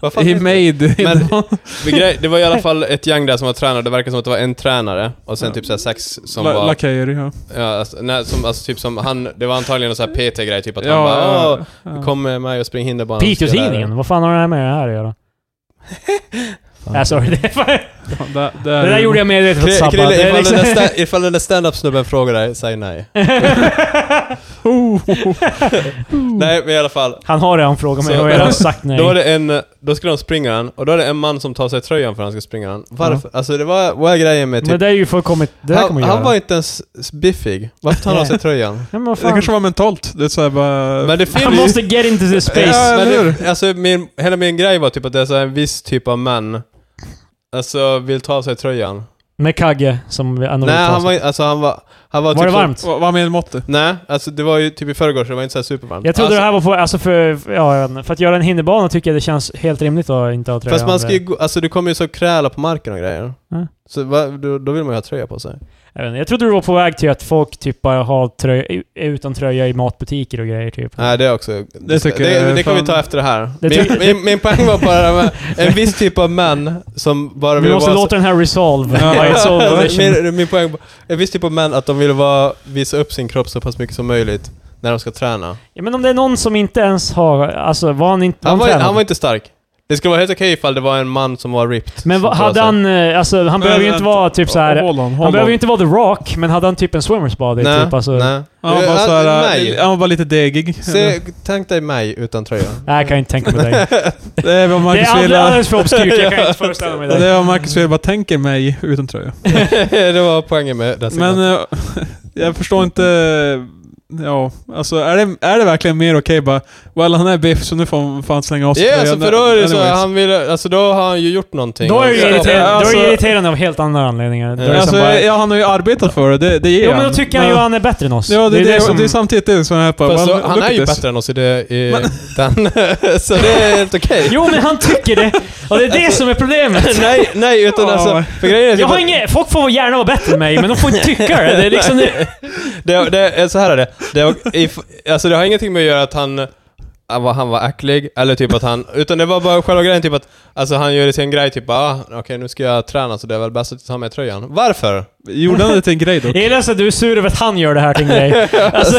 [SPEAKER 2] Vad fan
[SPEAKER 3] He
[SPEAKER 2] heter det?
[SPEAKER 3] made hinderbanan.
[SPEAKER 2] Men grej- Det var i alla fall ett gäng där som var tränare, det verkar som att det var en tränare och sen
[SPEAKER 3] Ja.
[SPEAKER 2] typ såhär sex som
[SPEAKER 3] La-
[SPEAKER 2] var...
[SPEAKER 3] Lakejer, ja.
[SPEAKER 2] Ja, alltså, nej, som, alltså typ som han, det var antagligen en sån här PT-grej, typ att han bara
[SPEAKER 3] Mm. Ja,
[SPEAKER 2] "Åh,
[SPEAKER 3] ja.
[SPEAKER 2] Kom med mig och spring hinderbanan.
[SPEAKER 1] Piteå-tidningen? Vad fan har det här med det här att göra? Nej, sorry. Det, är fan-
[SPEAKER 3] Ja, där,
[SPEAKER 1] det där gjorde jag medvetet för att sabba.
[SPEAKER 2] Krille, Krille,
[SPEAKER 1] Det är
[SPEAKER 2] ifall,
[SPEAKER 1] liksom-
[SPEAKER 2] den där sta- ifall den där standup-snubben frågar dig, säg nej. Nej, men i alla fall.
[SPEAKER 1] [LAUGHS] Han har redan frågat mig
[SPEAKER 2] Så-
[SPEAKER 1] och jag har sagt Mm. nej.
[SPEAKER 2] Då var det en, då skulle de springa den, och då är det en man som tar sig tröjan för han ska springa den. Varför? Alltså det var, vad är grejen med
[SPEAKER 1] Men
[SPEAKER 2] typ...
[SPEAKER 1] det är ju fullkomligt... Det där
[SPEAKER 2] Han,
[SPEAKER 1] kommer jag
[SPEAKER 2] han
[SPEAKER 1] göra.
[SPEAKER 2] var inte ens s- biffig. Varför tar han av
[SPEAKER 1] [LAUGHS]
[SPEAKER 2] sig tröjan?
[SPEAKER 1] Ja, men vad
[SPEAKER 3] Det
[SPEAKER 1] fan.
[SPEAKER 3] kanske var mentalt. Det är såhär bara...
[SPEAKER 2] Men det finns
[SPEAKER 1] Han måste get into the space.
[SPEAKER 3] Ja,
[SPEAKER 2] men
[SPEAKER 3] eller
[SPEAKER 2] det, alltså min, hela min grej var typ att det är så här en viss typ av män Alltså vill ta av sig tröjan.
[SPEAKER 1] Med Kagge som vi
[SPEAKER 2] Nej, han
[SPEAKER 1] var,
[SPEAKER 2] var, alltså, han var, han var,
[SPEAKER 1] var
[SPEAKER 2] typ
[SPEAKER 1] det
[SPEAKER 2] så-
[SPEAKER 1] varmt?
[SPEAKER 3] Vad vad menar måttet?
[SPEAKER 2] Nej, alltså det var ju typ i förrgår så det var inte så här supervarmt.
[SPEAKER 1] Jag trodde
[SPEAKER 2] alltså,
[SPEAKER 1] det här var för, alltså för, för- ja, jag vet inte. för att göra en hinderbana tycker jag det känns helt rimligt att inte ha tröja.
[SPEAKER 2] Fast man
[SPEAKER 1] under.
[SPEAKER 2] ska ju gå, alltså det kommer ju så kräla på marken och grejer.
[SPEAKER 1] Mm.
[SPEAKER 2] Så va, då, då vill man ju ha tröja på sig.
[SPEAKER 1] jag, vet inte, jag trodde du var på väg till att folk typ bara har tröja, är utan tröja i matbutiker och grejer typ.
[SPEAKER 2] Nej, det är också...
[SPEAKER 3] Det tycker
[SPEAKER 2] det,
[SPEAKER 3] jag är
[SPEAKER 2] det kan vi
[SPEAKER 3] fan-
[SPEAKER 2] ta efter det här.
[SPEAKER 1] Det
[SPEAKER 2] min,
[SPEAKER 1] ty-
[SPEAKER 2] min, min poäng var bara med
[SPEAKER 1] [LAUGHS]
[SPEAKER 2] en viss typ av män som bara
[SPEAKER 1] Vi
[SPEAKER 2] vill
[SPEAKER 1] måste
[SPEAKER 2] vara...
[SPEAKER 1] låta den här resolve. [LAUGHS]
[SPEAKER 3] Ja.
[SPEAKER 1] Ja, it's all
[SPEAKER 2] Ja,
[SPEAKER 1] relation.
[SPEAKER 2] min, min poäng var en viss typ av män att de vill vara, visa upp sin kropp så pass mycket som möjligt när de ska träna.
[SPEAKER 1] ja, men om det är någon som inte ens har, alltså var han inte,
[SPEAKER 2] Han var,
[SPEAKER 1] tränad?
[SPEAKER 2] han var inte stark. Det skulle vara helt okej ifall det var en man som var ripped.
[SPEAKER 1] Men
[SPEAKER 2] som
[SPEAKER 1] vad-
[SPEAKER 2] tar
[SPEAKER 1] hade
[SPEAKER 2] sig-
[SPEAKER 1] han, eh, alltså han behöver ju inte vara typ så här.
[SPEAKER 3] Håll on, håll
[SPEAKER 1] han
[SPEAKER 3] on.
[SPEAKER 1] behöver ju inte vara the rock, men hade han typ en swimmers body
[SPEAKER 2] Nej,
[SPEAKER 1] typ alltså. Nej.
[SPEAKER 2] nej.
[SPEAKER 3] Han var bara
[SPEAKER 2] Eh,
[SPEAKER 3] såhär...
[SPEAKER 2] mig.
[SPEAKER 3] Han var bara lite degig.
[SPEAKER 2] Se, tänk dig mig utan tröja.
[SPEAKER 1] [LAUGHS] jag kan inte tänka mig
[SPEAKER 3] [LAUGHS]
[SPEAKER 1] dig.
[SPEAKER 3] Det är vad
[SPEAKER 1] Det är
[SPEAKER 3] Marcus vill...
[SPEAKER 1] alldeles för obskyrt,
[SPEAKER 3] [LAUGHS]
[SPEAKER 1] jag kan inte föreställa mig
[SPEAKER 3] Det
[SPEAKER 1] det.
[SPEAKER 3] är vad Marcus vill bara tänker mig utan tröja.
[SPEAKER 2] [LAUGHS] det var poängen med det.
[SPEAKER 3] Men eh, [LAUGHS] jag förstår inte... Ja, alltså är det, är det verkligen mer okej bara... Well, han är biff så nu får han fan slänga av
[SPEAKER 2] Ja,
[SPEAKER 3] sig
[SPEAKER 2] alltså,
[SPEAKER 3] tröjan."
[SPEAKER 2] för då är det så
[SPEAKER 3] Anyways.
[SPEAKER 2] här, han vill, alltså då har han ju gjort någonting.
[SPEAKER 1] Då är det ju
[SPEAKER 2] Och-
[SPEAKER 1] irriterande, då är det ju
[SPEAKER 3] alltså-
[SPEAKER 1] irriterande av helt andra anledningar. Då är det
[SPEAKER 3] alltså,
[SPEAKER 1] som bara,
[SPEAKER 3] ja, han har ju arbetat för det, det, det ger
[SPEAKER 1] jo men då tycker han ju att han är bättre än oss.
[SPEAKER 3] Ja, det, det,
[SPEAKER 1] är
[SPEAKER 3] det,
[SPEAKER 1] som-
[SPEAKER 3] det är samtidigt det som är på...
[SPEAKER 2] Fast
[SPEAKER 3] well,
[SPEAKER 2] så, han
[SPEAKER 3] look
[SPEAKER 2] är
[SPEAKER 3] at
[SPEAKER 2] ju
[SPEAKER 3] this.
[SPEAKER 2] bättre än oss i det, i
[SPEAKER 3] Men-
[SPEAKER 2] den, [LAUGHS] så det är helt okej.
[SPEAKER 1] [LAUGHS] Jo men han tycker det! Och det är det som är
[SPEAKER 3] [LAUGHS]
[SPEAKER 1] problemet!
[SPEAKER 2] nej, nej, utan
[SPEAKER 3] Ja.
[SPEAKER 2] alltså, för grejen är typ
[SPEAKER 1] Jag har
[SPEAKER 2] att-
[SPEAKER 1] inget, folk får gärna vara bättre än mig, men de får inte tycka det. Det är
[SPEAKER 3] [LAUGHS]
[SPEAKER 1] liksom... Det,
[SPEAKER 2] Det, det är så här är det. det var, if, alltså det har ingenting med att göra att han, han var, han var äcklig, eller typ att han... Utan det var bara själva grejen typ att... Alltså han gör det till en grej typ ah, okej nu ska jag träna så det är väl bäst att ta med tröjan. Varför?
[SPEAKER 3] Gjorde han det till en
[SPEAKER 1] [LAUGHS]
[SPEAKER 3] grej då?
[SPEAKER 1] jag gillar så att du är sur över att han gör det här till en
[SPEAKER 3] [LAUGHS]
[SPEAKER 1] grej. [LAUGHS] Alltså,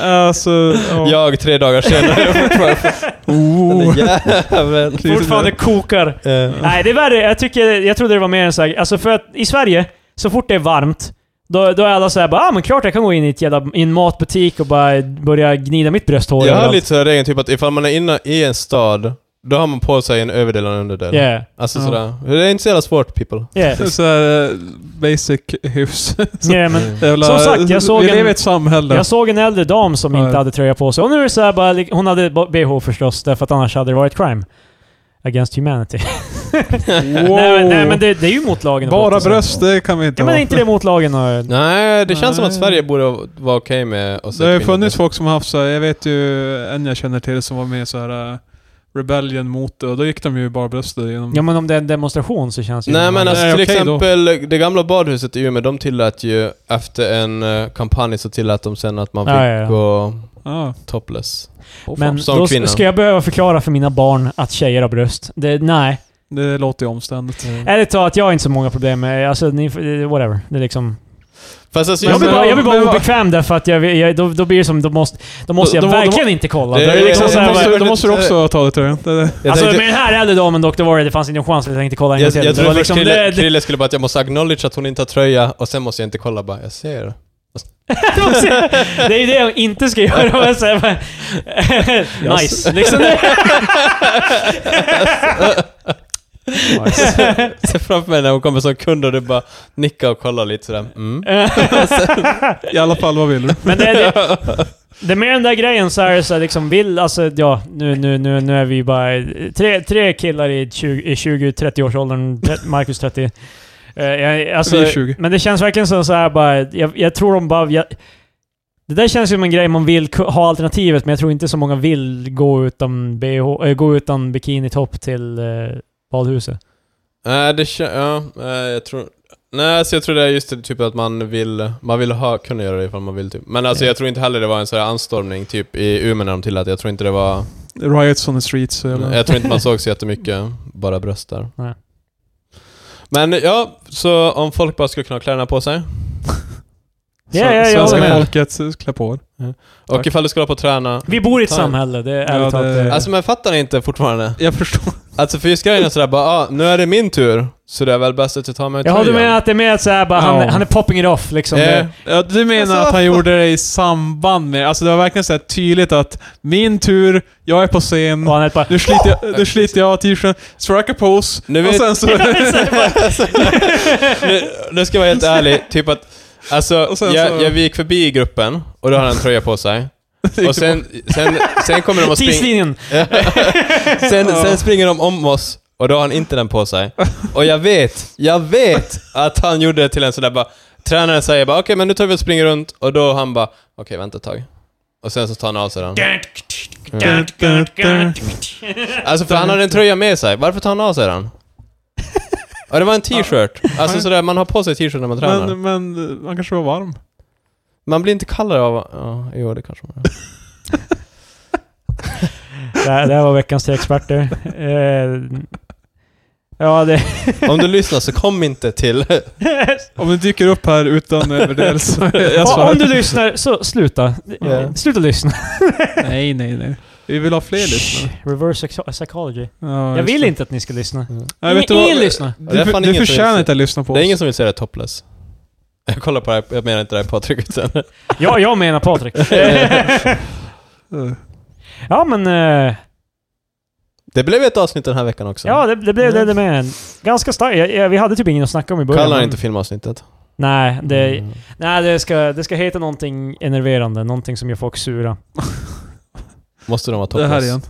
[SPEAKER 3] Alltså... Ja.
[SPEAKER 2] [LAUGHS] Jag tre
[SPEAKER 1] [LAUGHS]
[SPEAKER 2] dagar senare fortfarande...
[SPEAKER 3] Oh.
[SPEAKER 2] Jäveln.
[SPEAKER 1] fortfarande kokar.
[SPEAKER 2] Eh,
[SPEAKER 1] Nej, det är värre. Jag, tycker, jag trodde det var mer än såhär... Alltså för att i Sverige, så fort det är varmt, då, då är alla såhär bara ah, men klart jag kan gå in i, ett jävla, i en matbutik och bara börja gnida mitt brösthår
[SPEAKER 2] Jag har
[SPEAKER 1] överallt."
[SPEAKER 2] lite så här regeln typ att ifall man är inne i en stad, då har man på sig en överdel och en underdel.
[SPEAKER 1] Yeah.
[SPEAKER 2] Alltså
[SPEAKER 3] Ja.
[SPEAKER 2] sådär. Det är inte så jävla svårt people. [LAUGHS]
[SPEAKER 1] Yeah.
[SPEAKER 3] Så här, eh, basic hyfs. [LAUGHS]
[SPEAKER 1] yeah men,
[SPEAKER 2] Mm.
[SPEAKER 3] Jävla-
[SPEAKER 1] Som sagt, jag såg
[SPEAKER 3] Vi
[SPEAKER 1] en-
[SPEAKER 3] lever i ett samhälle.
[SPEAKER 1] Jag såg en äldre dam som
[SPEAKER 3] Ja.
[SPEAKER 1] inte hade tröja på sig. Och nu är det så här bara, li- hon hade b- bh förstås, därför att annars hade det varit crime. Against humanity. [LAUGHS]
[SPEAKER 3] Wow.
[SPEAKER 1] nej, men, nej men det, det är ju mot lagen. och
[SPEAKER 3] Bara
[SPEAKER 1] brott och så.
[SPEAKER 3] bröst, det kan vi inte
[SPEAKER 1] Ja men
[SPEAKER 3] ha.
[SPEAKER 1] är inte det mot lagen och...
[SPEAKER 2] Nej, det känns som att
[SPEAKER 3] Nej.
[SPEAKER 2] Sverige borde vara okej med att
[SPEAKER 3] Det har ju
[SPEAKER 2] kvinnor.
[SPEAKER 3] funnits folk som har haft så här, jag vet ju en jag känner till som var med så här eh, rebellion mot det och då gick de ju barbröstade genom...
[SPEAKER 1] Ja men om det är en demonstration så känns det
[SPEAKER 2] Nej men alltså
[SPEAKER 3] Nej,
[SPEAKER 2] till
[SPEAKER 3] okej då.
[SPEAKER 2] exempel det gamla badhuset i Umeå, de tillät ju efter en eh, kampanj så tillät de sen att man fick
[SPEAKER 1] Ja, ja, ja.
[SPEAKER 2] gå
[SPEAKER 3] Ja.
[SPEAKER 2] topless.
[SPEAKER 3] Åh, fan.
[SPEAKER 1] Men
[SPEAKER 2] som
[SPEAKER 1] då
[SPEAKER 2] kvinna.
[SPEAKER 1] ska jag behöva förklara för mina barn att tjejer har bröst. Det, nej.
[SPEAKER 3] Det låter ju omständigt. Eh,
[SPEAKER 1] Ärligt talat, jag har inte så många problem med... Alltså, ni, får- whatever. Det är liksom...
[SPEAKER 2] Fast alltså,
[SPEAKER 1] Jag
[SPEAKER 2] jag
[SPEAKER 1] blir bara, jag blir bara
[SPEAKER 3] men vad-
[SPEAKER 1] obekväm därför att jag, jag, då, då blir det som... Då måste, då måste jag
[SPEAKER 3] Då- då- då-
[SPEAKER 1] verkligen inte kolla.
[SPEAKER 2] Det-
[SPEAKER 1] Det, är liksom
[SPEAKER 2] det-
[SPEAKER 1] så här,
[SPEAKER 2] det-
[SPEAKER 1] bara-
[SPEAKER 3] måste, då
[SPEAKER 2] det-
[SPEAKER 3] måste du också ta det tröjan. Det, det.
[SPEAKER 2] jag
[SPEAKER 1] Alltså med
[SPEAKER 2] tänkte,
[SPEAKER 1] den här äldre damen dock, det var det, det fanns ingen chans att jag inte kolla en gång
[SPEAKER 2] jag,
[SPEAKER 1] till.
[SPEAKER 2] jag
[SPEAKER 1] Det
[SPEAKER 2] tror
[SPEAKER 1] var
[SPEAKER 2] först
[SPEAKER 1] liksom...
[SPEAKER 2] Krille,
[SPEAKER 1] Det, det,
[SPEAKER 2] Krille skulle bara att jag måste acknowledge att hon inte har tröja och sen måste jag inte kolla bara, jag [LAUGHS] ser.
[SPEAKER 1] det var så- [LAUGHS] det är ju det jag inte ska göra. men så här bara- nice. Liksom det. [LAUGHS]
[SPEAKER 2] Ser framför mig när hon kommer som kund och du bara nickar och kollar lite sådär. Mm.
[SPEAKER 3] I alla fall, vad vill du?
[SPEAKER 1] Men det, det,
[SPEAKER 3] [LAUGHS]
[SPEAKER 1] det är med den där grejen så är det så här, liksom vill, alltså ja, nu, nu, nu, nu är vi bara eh, tre, tre killar i 20-30-årsåldern, Marcus 30. Eh, jag, alltså,
[SPEAKER 3] Vi är 20.
[SPEAKER 1] Men det känns verkligen som så här bara, jag, jag tror de bara... Jag, det där känns ju som en grej man vill ku- ha alternativet, men jag tror inte så många vill gå utan, BH, äh, gå utan bikinitopp till eh, badhuset.
[SPEAKER 2] Nej, det kän- ja, eh, jag tror... Nej, alltså jag tror det är just det typ att man vill, man vill ha, kunna göra det ifall man vill typ. Men alltså
[SPEAKER 1] Ja.
[SPEAKER 2] jag tror inte heller det var en sån här anstormning typ i Umeå när de tillät Jag tror inte det var...
[SPEAKER 3] Riots on the streets. Eller?
[SPEAKER 2] Jag tror inte man såg så jättemycket bara bröst där.
[SPEAKER 1] Nej.
[SPEAKER 2] Men ja, så om folk bara skulle kunna ha kläderna på sig.
[SPEAKER 1] Ja, ja, jag
[SPEAKER 3] Svenska
[SPEAKER 2] håller med.
[SPEAKER 3] folket eh, klä på er.
[SPEAKER 2] Och
[SPEAKER 3] Tack.
[SPEAKER 2] ifall du skulle på träna.
[SPEAKER 1] Vi bor i ett
[SPEAKER 2] Ta-
[SPEAKER 1] samhälle, det är
[SPEAKER 3] Ja,
[SPEAKER 1] ärligt talat.
[SPEAKER 3] det-
[SPEAKER 1] eh,
[SPEAKER 2] Alltså men fattar ni inte fortfarande?
[SPEAKER 3] Jag förstår.
[SPEAKER 2] Alltså för just grejen är sådär bara, ah, nu är det min tur. Så det är väl bäst att jag tar med
[SPEAKER 1] Jaha, du menar att det är mer att såhär bara, han,
[SPEAKER 3] Ja.
[SPEAKER 1] han är popping it off liksom.
[SPEAKER 2] Eh,
[SPEAKER 1] Det,
[SPEAKER 3] Ja, du menar
[SPEAKER 2] Alltså,
[SPEAKER 3] att
[SPEAKER 2] vad
[SPEAKER 3] han gjorde det i samband med... Alltså det var verkligen så här tydligt att min tur, jag är på scen.
[SPEAKER 1] och han är bara...
[SPEAKER 3] Nu sliter jag, nu sliter jag av t-shirten, strike a pose,
[SPEAKER 2] Nu
[SPEAKER 3] och
[SPEAKER 2] vet-
[SPEAKER 3] sen
[SPEAKER 1] [LAUGHS]
[SPEAKER 3] så... [LAUGHS]
[SPEAKER 2] nu, nu ska jag vara helt ärlig, typ att Alltså,
[SPEAKER 3] Och sen
[SPEAKER 2] jag,
[SPEAKER 3] så-
[SPEAKER 2] jag gick förbi gruppen och då hade han en tröja på
[SPEAKER 3] [LAUGHS]
[SPEAKER 2] sig. Och sen, sen, sen kommer de att springa...
[SPEAKER 1] Tidslinjen!
[SPEAKER 2] [LAUGHS] sen, sen springer de om oss och då har han inte den på
[SPEAKER 3] [LAUGHS]
[SPEAKER 2] sig. Och jag vet, jag vet att han gjorde det till en sån där bara... Tränaren säger bara okej men nu tar vi och springer runt och då han bara okej vänta ett tag. Och sen så tar han av sig den. Alltså för han hade en tröja med sig, varför tar han av sig
[SPEAKER 3] [LAUGHS]
[SPEAKER 2] den? Ja det var en t-shirt. Alltså sådär, man har på sig t-shirt när man tränar.
[SPEAKER 3] men, men eh, han kanske var varm.
[SPEAKER 2] Man blir inte kallare av... Ja, jo det kanske man gör.
[SPEAKER 1] Det här, det här var veckans tre experter. Eh, ja, det...
[SPEAKER 2] Om du lyssnar så kom inte till...
[SPEAKER 3] Om det dyker upp här utan eh, värdering så... Jag
[SPEAKER 1] Ja,
[SPEAKER 3] svarar.
[SPEAKER 1] Om du lyssnar, så sluta.
[SPEAKER 2] Ja.
[SPEAKER 1] Sluta lyssna.
[SPEAKER 3] Nej, nej, nej. Vi vill ha fler lyssnare.
[SPEAKER 1] Shh, Reverse psycho- psychology.
[SPEAKER 3] Ja,
[SPEAKER 1] Jag
[SPEAKER 3] just
[SPEAKER 1] vill
[SPEAKER 3] det.
[SPEAKER 1] inte att ni ska lyssna.
[SPEAKER 3] Nej, vet du
[SPEAKER 1] ingen
[SPEAKER 3] vad?
[SPEAKER 1] lyssnar.
[SPEAKER 2] Det är
[SPEAKER 3] Du,
[SPEAKER 2] fan
[SPEAKER 3] du
[SPEAKER 2] ingen som
[SPEAKER 3] förtjänar
[SPEAKER 2] vill
[SPEAKER 3] inte att lyssna på
[SPEAKER 2] Det är
[SPEAKER 3] oss.
[SPEAKER 2] ingen som vill se det topless. Jag kollar på det här, jag menar inte det här Patrik sen.
[SPEAKER 1] Ja, jag menar
[SPEAKER 3] [LAUGHS]
[SPEAKER 1] Patrik.
[SPEAKER 3] Eh,
[SPEAKER 1] ja, men... eh,
[SPEAKER 2] Det blev ett avsnitt den här veckan också.
[SPEAKER 1] ja, det, det blev det det med. Ganska starkt. Jag- jag- Vi hade typ ingen att snacka om i början.
[SPEAKER 2] Kallar inte filmavsnittet. Mm.
[SPEAKER 1] Nej, det,
[SPEAKER 3] Mm.
[SPEAKER 1] nej, det, ska, det ska heta någonting enerverande. Någonting som gör folk sura.
[SPEAKER 2] Måste de vara
[SPEAKER 3] Det
[SPEAKER 2] topless?
[SPEAKER 3] här igen.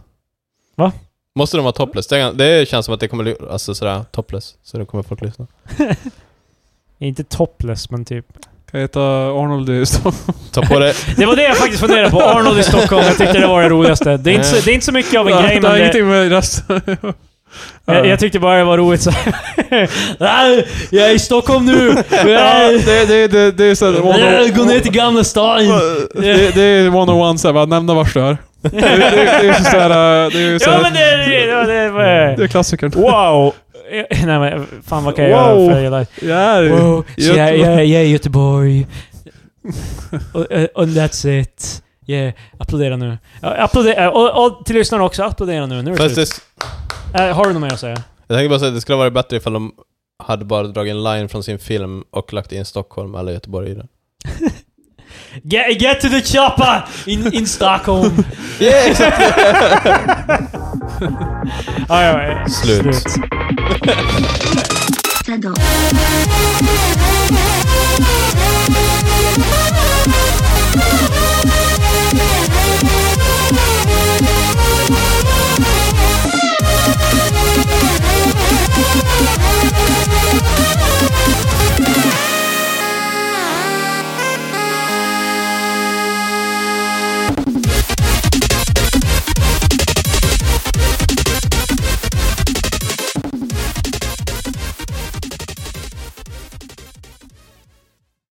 [SPEAKER 2] Måste de vara topless? Det, det känns som att det kommer... li- Alltså sådär, topless. Så då kommer folk lyssna.
[SPEAKER 1] Inte topless, men typ.
[SPEAKER 3] Kan jag heta Arnold i Stockholm?
[SPEAKER 2] Ta
[SPEAKER 1] [LAUGHS]
[SPEAKER 2] på dig...
[SPEAKER 1] Det var det jag faktiskt funderade på. Arnold i Stockholm. Jag tyckte det var det roligaste. Det är inte så, det är inte så mycket av en grej,
[SPEAKER 3] det
[SPEAKER 1] men
[SPEAKER 3] har
[SPEAKER 1] det,
[SPEAKER 3] ingenting med resten [LAUGHS]
[SPEAKER 1] jag, jag tyckte bara det var roligt så Nej, Jag är i Stockholm
[SPEAKER 3] [LAUGHS]
[SPEAKER 1] nu!
[SPEAKER 3] Ja,
[SPEAKER 1] Nej,
[SPEAKER 3] det, det, det, det är såhär...
[SPEAKER 1] nej, Gå ner till Gamla stan!
[SPEAKER 3] Det, det är 101 såhär, bara nämna vars du är. Det, det, det är ju såhär... Det är ju
[SPEAKER 1] Ja
[SPEAKER 3] såhär...
[SPEAKER 1] men det är det! var- det
[SPEAKER 3] Det
[SPEAKER 1] var-
[SPEAKER 3] är klassikern.
[SPEAKER 1] Wow! Eh, Nej men fan vad kan jag
[SPEAKER 3] Wow.
[SPEAKER 1] göra för att
[SPEAKER 3] Ja, det-
[SPEAKER 1] jag Wow! Så
[SPEAKER 3] Göteborg.
[SPEAKER 1] jag, jag, jag är i Göteborg. och, eh, och that's it. Yeah, applådera nu. Ja, Applådera, eh, och, och till lyssnarna också, applådera nu. nu är det
[SPEAKER 2] Fast
[SPEAKER 1] slut.
[SPEAKER 2] det,
[SPEAKER 1] Eh, Har du något mer att säga?
[SPEAKER 2] jag tänkte bara säga att det skulle vara bättre ifall de hade bara dragit en line från sin film och lagt in Stockholm eller
[SPEAKER 1] [LAUGHS]
[SPEAKER 2] Göteborg i den.
[SPEAKER 1] Get, get to the chopper in, in Stockholm!
[SPEAKER 2] Yeah, exakt!
[SPEAKER 1] Ah, ja, ja.
[SPEAKER 2] Slut.
[SPEAKER 4] Tada.